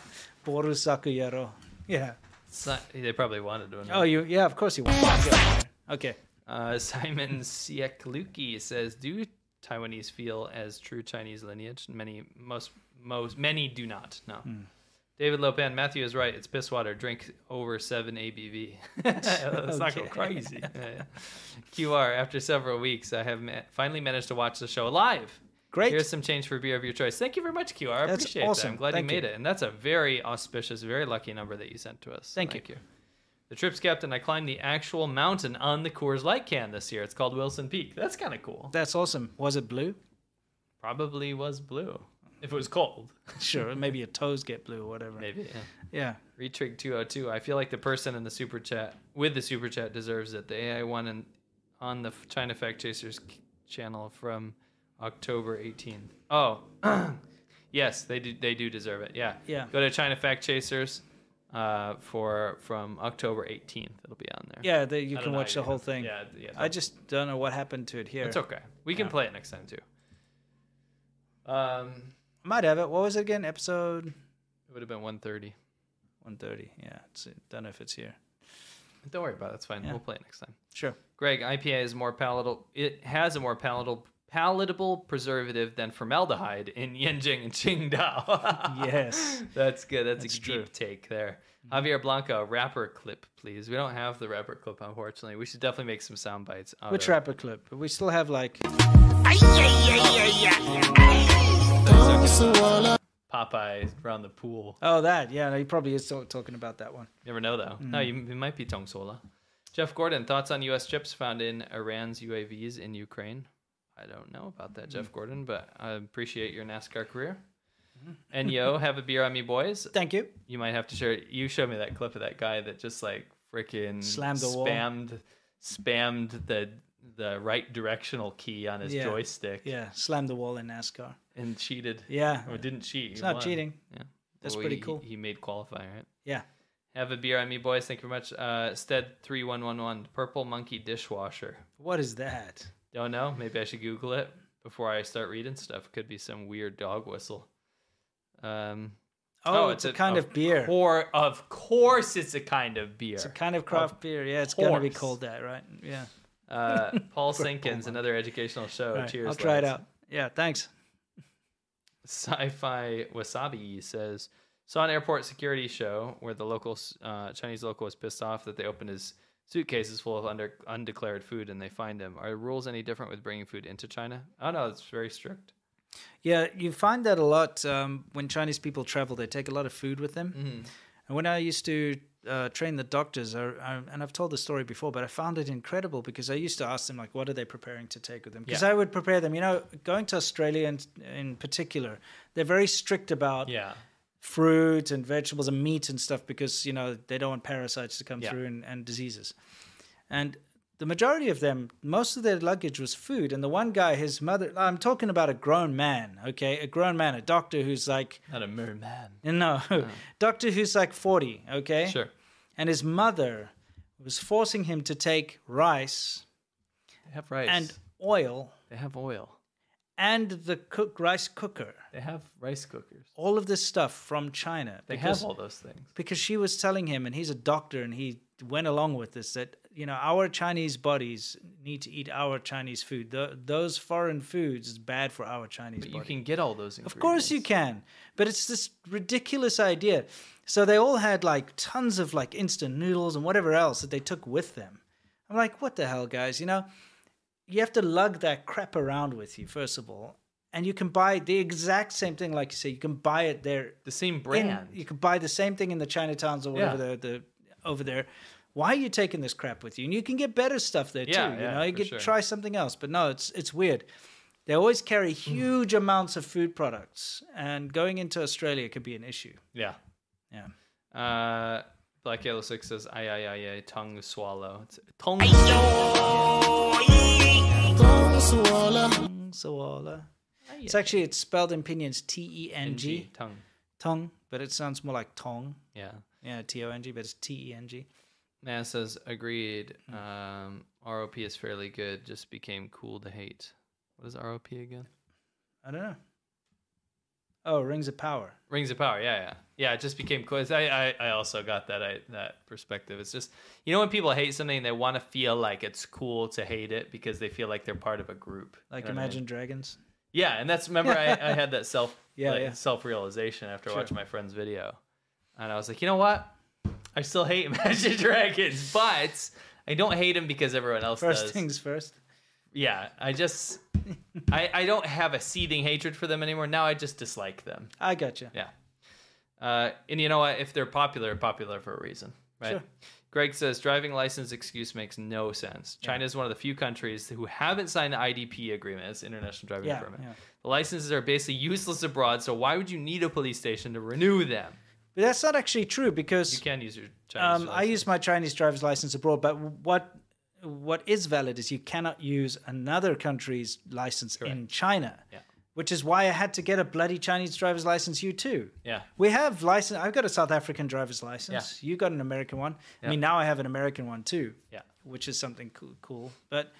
Speaker 1: Borusaku yaro. Yeah.
Speaker 2: It's not- they probably wanted to. know.
Speaker 1: Oh, you. Yeah, of course you want. to. okay.
Speaker 2: Uh, Simon Siekluki says, "Do Taiwanese feel as true Chinese lineage? Many, most, most, many do not. No."
Speaker 1: Hmm.
Speaker 2: David Lopan, Matthew is right. It's piss water. Drink over seven ABV. Let's not go
Speaker 1: Okay.
Speaker 2: crazy. Yeah, yeah. QR. After several weeks, I have ma- finally managed to watch the show live.
Speaker 1: Great.
Speaker 2: Here's some change for beer of your choice. Thank you very much, QR. I
Speaker 1: That's
Speaker 2: appreciate that.
Speaker 1: awesome.
Speaker 2: I'm glad
Speaker 1: Thank
Speaker 2: you made
Speaker 1: you.
Speaker 2: it. And that's a very auspicious, very lucky number that you sent to us.
Speaker 1: Thank you.
Speaker 2: The trip's kept, and I climbed the actual mountain on the Coors Light can this year. It's called Wilson Peak. That's kind of cool.
Speaker 1: That's awesome. Was it blue?
Speaker 2: Probably was blue. If it was cold,
Speaker 1: Sure. Maybe your toes get blue or whatever.
Speaker 2: maybe. Yeah.
Speaker 1: Yeah.
Speaker 2: Retrig 202. I feel like the person in the super chat with the super chat deserves it. The AI one and on the China Fact Chasers c- channel from October 18th. Oh, yes, they do. They do deserve it. Yeah.
Speaker 1: Yeah.
Speaker 2: Go to China Fact Chasers uh, for from October 18th. It'll be on there.
Speaker 1: Yeah. The, you
Speaker 2: I
Speaker 1: can
Speaker 2: don't know,
Speaker 1: watch the
Speaker 2: you
Speaker 1: whole
Speaker 2: can-
Speaker 1: thing.
Speaker 2: yeah, yeah,
Speaker 1: I
Speaker 2: don't-
Speaker 1: just don't know what happened to it here.
Speaker 2: It's okay. We can play it next time too. Um,
Speaker 1: I might have it. What was it again? Episode
Speaker 2: it would have been 1:30.
Speaker 1: 130. Yeah. It's, don't know if it's here.
Speaker 2: Don't worry about it. It's fine. We'll play it next time.
Speaker 1: Sure.
Speaker 2: Greg, IPA is more palatable. It has a more palatable palatable preservative than formaldehyde in Yenjing and Qingdao.
Speaker 1: Yes.
Speaker 2: That's good. That's,
Speaker 1: That's
Speaker 2: a
Speaker 1: true. Mm-hmm.
Speaker 2: deep take there. Javier Blanco, rapper clip, please. We don't have the rapper clip, unfortunately. We should definitely make some sound bites. out
Speaker 1: Which
Speaker 2: of-
Speaker 1: rapper clip? But we still have like
Speaker 2: Popeye around the pool.
Speaker 1: oh that yeah. No, he probably is still talking about that one.
Speaker 2: Never know though. No,
Speaker 1: Mm.
Speaker 2: you, it might be Tong Sola. Jeff Gordon, thoughts on U.S. chips found in Iran's UAVs in Ukraine? I don't know about that,
Speaker 1: Mm.
Speaker 2: Jeff Gordon, but I appreciate your NASCAR career.
Speaker 1: Mm-hmm.
Speaker 2: And yo, have a beer on me, boys.
Speaker 1: Thank you.
Speaker 2: You might have to share. You showed me that clip of that guy that just like freaking
Speaker 1: Slammed the wall.
Speaker 2: spammed, spammed the the right directional key on his
Speaker 1: Yeah.
Speaker 2: joystick
Speaker 1: Yeah, slam the wall in NASCAR.
Speaker 2: and cheated.
Speaker 1: Yeah.
Speaker 2: or didn't cheat. It's
Speaker 1: not cheating.
Speaker 2: Yeah,
Speaker 1: That's
Speaker 2: Well,
Speaker 1: pretty
Speaker 2: he-
Speaker 1: cool.
Speaker 2: He made qualifying, right?
Speaker 1: Yeah.
Speaker 2: Have a beer on me, boys. Thank you very much. Uh, Stead three one one one purple monkey dishwasher.
Speaker 1: What is that?
Speaker 2: Don't know. Maybe I should Google it before I start reading stuff. Could be some weird dog whistle. Um,
Speaker 1: Oh, it's, a kind of beer.
Speaker 2: Or of course, it's a kind of beer.
Speaker 1: It's a kind of craft beer. Yeah, it's gonna be
Speaker 2: course.
Speaker 1: called that, right? Yeah.
Speaker 2: uh, Paul Sinkins, another educational show.
Speaker 1: Right,
Speaker 2: Cheers.
Speaker 1: I'll try it
Speaker 2: lads.
Speaker 1: out. Yeah, thanks.
Speaker 2: Sci-Fi Wasabi says saw an airport security show where the local uh, Chinese local was pissed off that they opened his suitcases full of under, undeclared food and they find him. Are rules any different with bringing food into China? Oh no, it's very strict.
Speaker 1: Yeah, you find that a lot um, when Chinese people travel. They take a lot of food with them. And when I used to uh, train the doctors, I, I, and I've told the story before, but I found it incredible because I used to ask them, like, what are they preparing to take with them? Because
Speaker 2: Yeah.
Speaker 1: I would prepare them. You know, going to Australia in, in particular, they're very strict about
Speaker 2: Yeah,
Speaker 1: fruit and vegetables and meat and stuff because you know they don't want parasites to come
Speaker 2: Yeah.
Speaker 1: through and, and diseases and the majority of them most of their luggage was food and the one guy his mother i'm talking about a grown man okay a grown man a doctor who's like
Speaker 2: not a merman.
Speaker 1: no doctor who's like 40 okay
Speaker 2: Uh. Sure.
Speaker 1: and his mother was forcing him to take rice
Speaker 2: They have rice.
Speaker 1: and oil
Speaker 2: they have oil.
Speaker 1: and the cook rice cooker
Speaker 2: They have rice cookers.
Speaker 1: all of this stuff from china
Speaker 2: They
Speaker 1: because-
Speaker 2: have all those things.
Speaker 1: because she was telling him, and he's a doctor, and he went along with this that you know our Chinese bodies need to eat our Chinese food. Tho- those foreign foods is bad for our Chinese.
Speaker 2: But you
Speaker 1: body.
Speaker 2: can get all those. Ingredients.
Speaker 1: Of course you can. But it's this ridiculous idea. So they all had like tons of like instant noodles and whatever else that they took with them. I'm like, what the hell, guys? You know, you have to lug that crap around with you, first of all. And you can buy the exact same thing, like you say, you can buy it there.
Speaker 2: The same
Speaker 1: in-
Speaker 2: brand.
Speaker 1: you can buy the same thing in the Chinatowns or whatever
Speaker 2: Yeah.
Speaker 1: the, the over there. Why are you taking this crap with you? And you can get better stuff there
Speaker 2: Yeah,
Speaker 1: too. You
Speaker 2: yeah,
Speaker 1: know, you
Speaker 2: for
Speaker 1: could
Speaker 2: sure.
Speaker 1: try something else. But no, it's it's weird. They always carry
Speaker 2: Hmm.
Speaker 1: huge amounts of food products, and going into Australia could be an issue.
Speaker 2: Yeah.
Speaker 1: Yeah.
Speaker 2: Uh, Black Yellow Six says, "I I I I tongue swallow." It's tongue.
Speaker 1: So uh, it's actually it's spelled in Pinyin T E N
Speaker 2: G,
Speaker 1: G
Speaker 2: tongue.
Speaker 1: tongue, but it sounds more like tong.
Speaker 2: Yeah.
Speaker 1: Yeah, T O N G, but it's T E N G.
Speaker 2: Man says, agreed.
Speaker 1: Hmm.
Speaker 2: Um, ROP is fairly good. Just became cool to hate. What is ROP again?
Speaker 1: I don't know. Oh, rings of power.
Speaker 2: Rings of Power. Yeah, yeah, yeah. It just became cool. I, I, I also got that I, that perspective. It's just you know when people hate something, they want to feel like it's cool to hate it because they feel like they're part of a group. You
Speaker 1: Like
Speaker 2: know what I mean?
Speaker 1: Imagine Dragons.
Speaker 2: Yeah, and that's remember I, I had that self
Speaker 1: Yeah,
Speaker 2: like,
Speaker 1: yeah.
Speaker 2: self realization after watching my friend's video, and I was like, you know what? I still hate Imagine Dragons, but I don't hate them because everyone else
Speaker 1: First
Speaker 2: does.
Speaker 1: things first.
Speaker 2: Yeah, I just I I don't have a seething hatred for them anymore. Now I just dislike them.
Speaker 1: I gotcha.
Speaker 2: Yeah. Uh, and you know what? If they're popular, popular for a reason, right?
Speaker 1: Sure.
Speaker 2: Greg says driving license excuse makes no sense. China is one of the few countries who haven't signed the IDP agreement, it's international driving
Speaker 1: Yeah,
Speaker 2: permit.
Speaker 1: yeah.
Speaker 2: The licenses are basically useless abroad, so why would you need a police station to renew them?
Speaker 1: But that's not actually true
Speaker 2: You
Speaker 1: because
Speaker 2: can use your Chinese.
Speaker 1: um, I use my Chinese driver's license abroad, but what what is valid is you cannot use another country's license in China,
Speaker 2: Yeah.
Speaker 1: which is why I had to get a bloody Chinese driver's license. You too.
Speaker 2: Yeah.
Speaker 1: We have license. I've got a South African driver's license. You got an American one. I mean, now I have an American one too.
Speaker 2: Yeah.
Speaker 1: Which is something cool. cool. But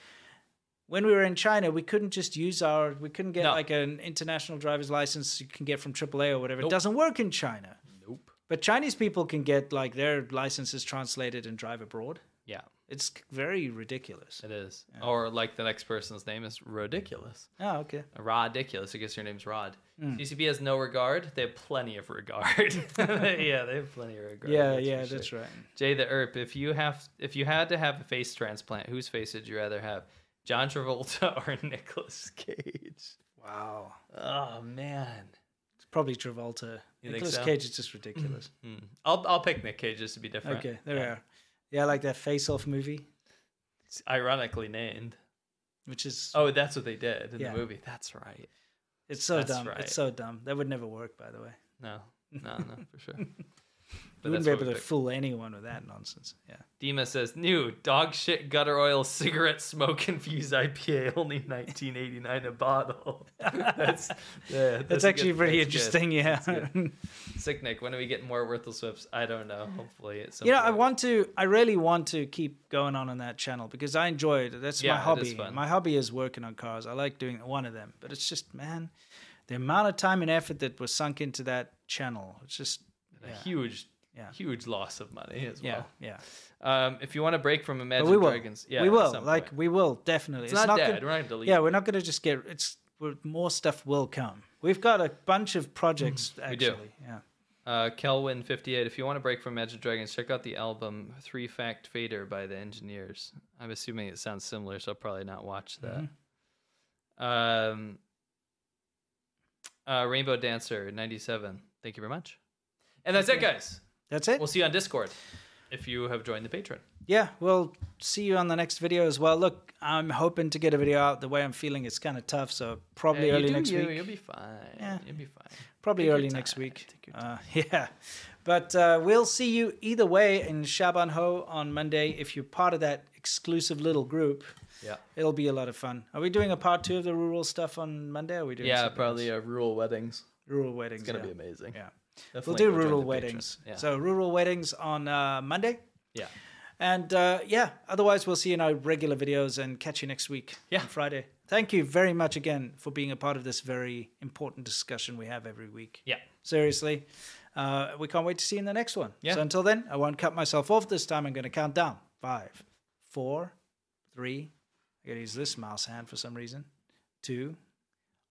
Speaker 1: when we were in China, we couldn't just use our. We couldn't get
Speaker 2: No.
Speaker 1: like an international driver's license you can get from AAA or whatever.
Speaker 2: Nope.
Speaker 1: It doesn't work in China.
Speaker 2: Nope.
Speaker 1: But Chinese people can get like their licenses translated and drive abroad.
Speaker 2: Yeah,
Speaker 1: It's c- very ridiculous.
Speaker 2: it is. Or like the next person's name is ridiculous.
Speaker 1: Oh, okay.
Speaker 2: Ridiculous. I guess your name's Rod.
Speaker 1: Hmm.
Speaker 2: CCP has no regard. They have plenty of regard. yeah, they have plenty of regard.
Speaker 1: Yeah,
Speaker 2: that's for
Speaker 1: yeah,
Speaker 2: sure.
Speaker 1: that's right.
Speaker 2: Jay the Earp, if you have if you had to have a face transplant, whose face would you rather have? John Travolta or Nicolas Cage?
Speaker 1: Wow.
Speaker 2: Oh man.
Speaker 1: It's probably Travolta.
Speaker 2: You think
Speaker 1: Nicolas
Speaker 2: so? Mm-hmm.
Speaker 1: Cage is just ridiculous.
Speaker 2: I'll I'll pick Nick Cage just to be different.
Speaker 1: okay, there we are. Yeah, I like that Face Off movie,
Speaker 2: It's ironically named.
Speaker 1: which is
Speaker 2: Oh, that's what they did in
Speaker 1: Yeah.
Speaker 2: the movie. That's right.
Speaker 1: it's so
Speaker 2: that's
Speaker 1: dumb.
Speaker 2: right.
Speaker 1: It's so dumb. That would never work, by the way.
Speaker 2: No. No, no, for sure. But
Speaker 1: You wouldn't
Speaker 2: that's
Speaker 1: be
Speaker 2: what
Speaker 1: able
Speaker 2: we
Speaker 1: to
Speaker 2: picked.
Speaker 1: fool anyone with that nonsense. Yeah.
Speaker 2: Dima says, new dog shit gutter oil cigarette smoke infused IPA, only nineteen eighty nine a bottle. that's yeah,
Speaker 1: That's,
Speaker 2: a
Speaker 1: actually
Speaker 2: good-
Speaker 1: pretty
Speaker 2: that's good.
Speaker 1: interesting. Yeah.
Speaker 2: Sick Nick, when do we get more worthless whips? I don't know. Hopefully it's
Speaker 1: you know, I want to. I really want to keep going on on that channel because I enjoy it. That's
Speaker 2: Yeah, it
Speaker 1: my
Speaker 2: is
Speaker 1: hobby.
Speaker 2: fun.
Speaker 1: My hobby is working on cars. I like doing one of them, but it's just man, the amount of time and effort that was sunk into that channel. It's just
Speaker 2: a huge
Speaker 1: Yeah.
Speaker 2: huge loss of money as
Speaker 1: yeah,
Speaker 2: well.
Speaker 1: yeah.
Speaker 2: Um if you want to break from Imagine
Speaker 1: But we will.
Speaker 2: Dragons, yeah.
Speaker 1: we
Speaker 2: at
Speaker 1: will.
Speaker 2: some
Speaker 1: Like
Speaker 2: point.
Speaker 1: we will definitely. It's,
Speaker 2: not
Speaker 1: gonna-
Speaker 2: dead. We're not gonna delete
Speaker 1: Yeah,
Speaker 2: it.
Speaker 1: we're not going to just get. It's we're, more stuff will come. We've got a bunch of projects. Actually,
Speaker 2: Mm, do.
Speaker 1: yeah.
Speaker 2: uh Kelwin fifty eight. If you want to break from Imagine Dragons, check out the album Three Fact Fader by the engineers. I'm assuming it sounds similar, so I'll probably not watch that.
Speaker 1: Mm-hmm.
Speaker 2: Um uh, Rainbow Dancer 97. Thank you very much. And that's it, guys.
Speaker 1: That's it.
Speaker 2: We'll see you on Discord if you have joined the patron.
Speaker 1: yeah, we'll see you on the next video as well. Look, I'm hoping to get a video out. The way I'm feeling, it's kind of tough, so probably
Speaker 2: Yeah, you
Speaker 1: early
Speaker 2: do
Speaker 1: next
Speaker 2: you,
Speaker 1: week.
Speaker 2: You'll be fine.
Speaker 1: Yeah.
Speaker 2: You'll be fine.
Speaker 1: probably
Speaker 2: Take your
Speaker 1: early
Speaker 2: time,
Speaker 1: next week.
Speaker 2: take your
Speaker 1: Uh, yeah, but uh, we'll see you either way in Shaban Ho on Monday. If you're part of that exclusive little group,
Speaker 2: Yeah.
Speaker 1: it'll be a lot of fun. Are we doing a part two of the rural stuff on Monday? Or are we doing
Speaker 2: Yeah,
Speaker 1: something
Speaker 2: probably
Speaker 1: else?
Speaker 2: uh, rural weddings.
Speaker 1: rural weddings.
Speaker 2: It's gonna
Speaker 1: yeah.
Speaker 2: be amazing.
Speaker 1: Yeah,
Speaker 2: Definitely
Speaker 1: we'll
Speaker 2: go
Speaker 1: do
Speaker 2: join
Speaker 1: rural
Speaker 2: the Patreon.
Speaker 1: weddings.
Speaker 2: Yeah.
Speaker 1: So rural weddings on uh, Monday.
Speaker 2: yeah,
Speaker 1: And uh, yeah, otherwise we'll see you in our regular videos and catch you next week
Speaker 2: Yeah.
Speaker 1: on Friday. Thank you very much again for being a part of this very important discussion we have every week.
Speaker 2: yeah.
Speaker 1: Seriously, uh, we can't wait to see you in the next one.
Speaker 2: Yeah.
Speaker 1: So until then, I won't cut myself off this time. I'm going to count down. Five, four, three. I got to use this mouse hand for some reason. Two,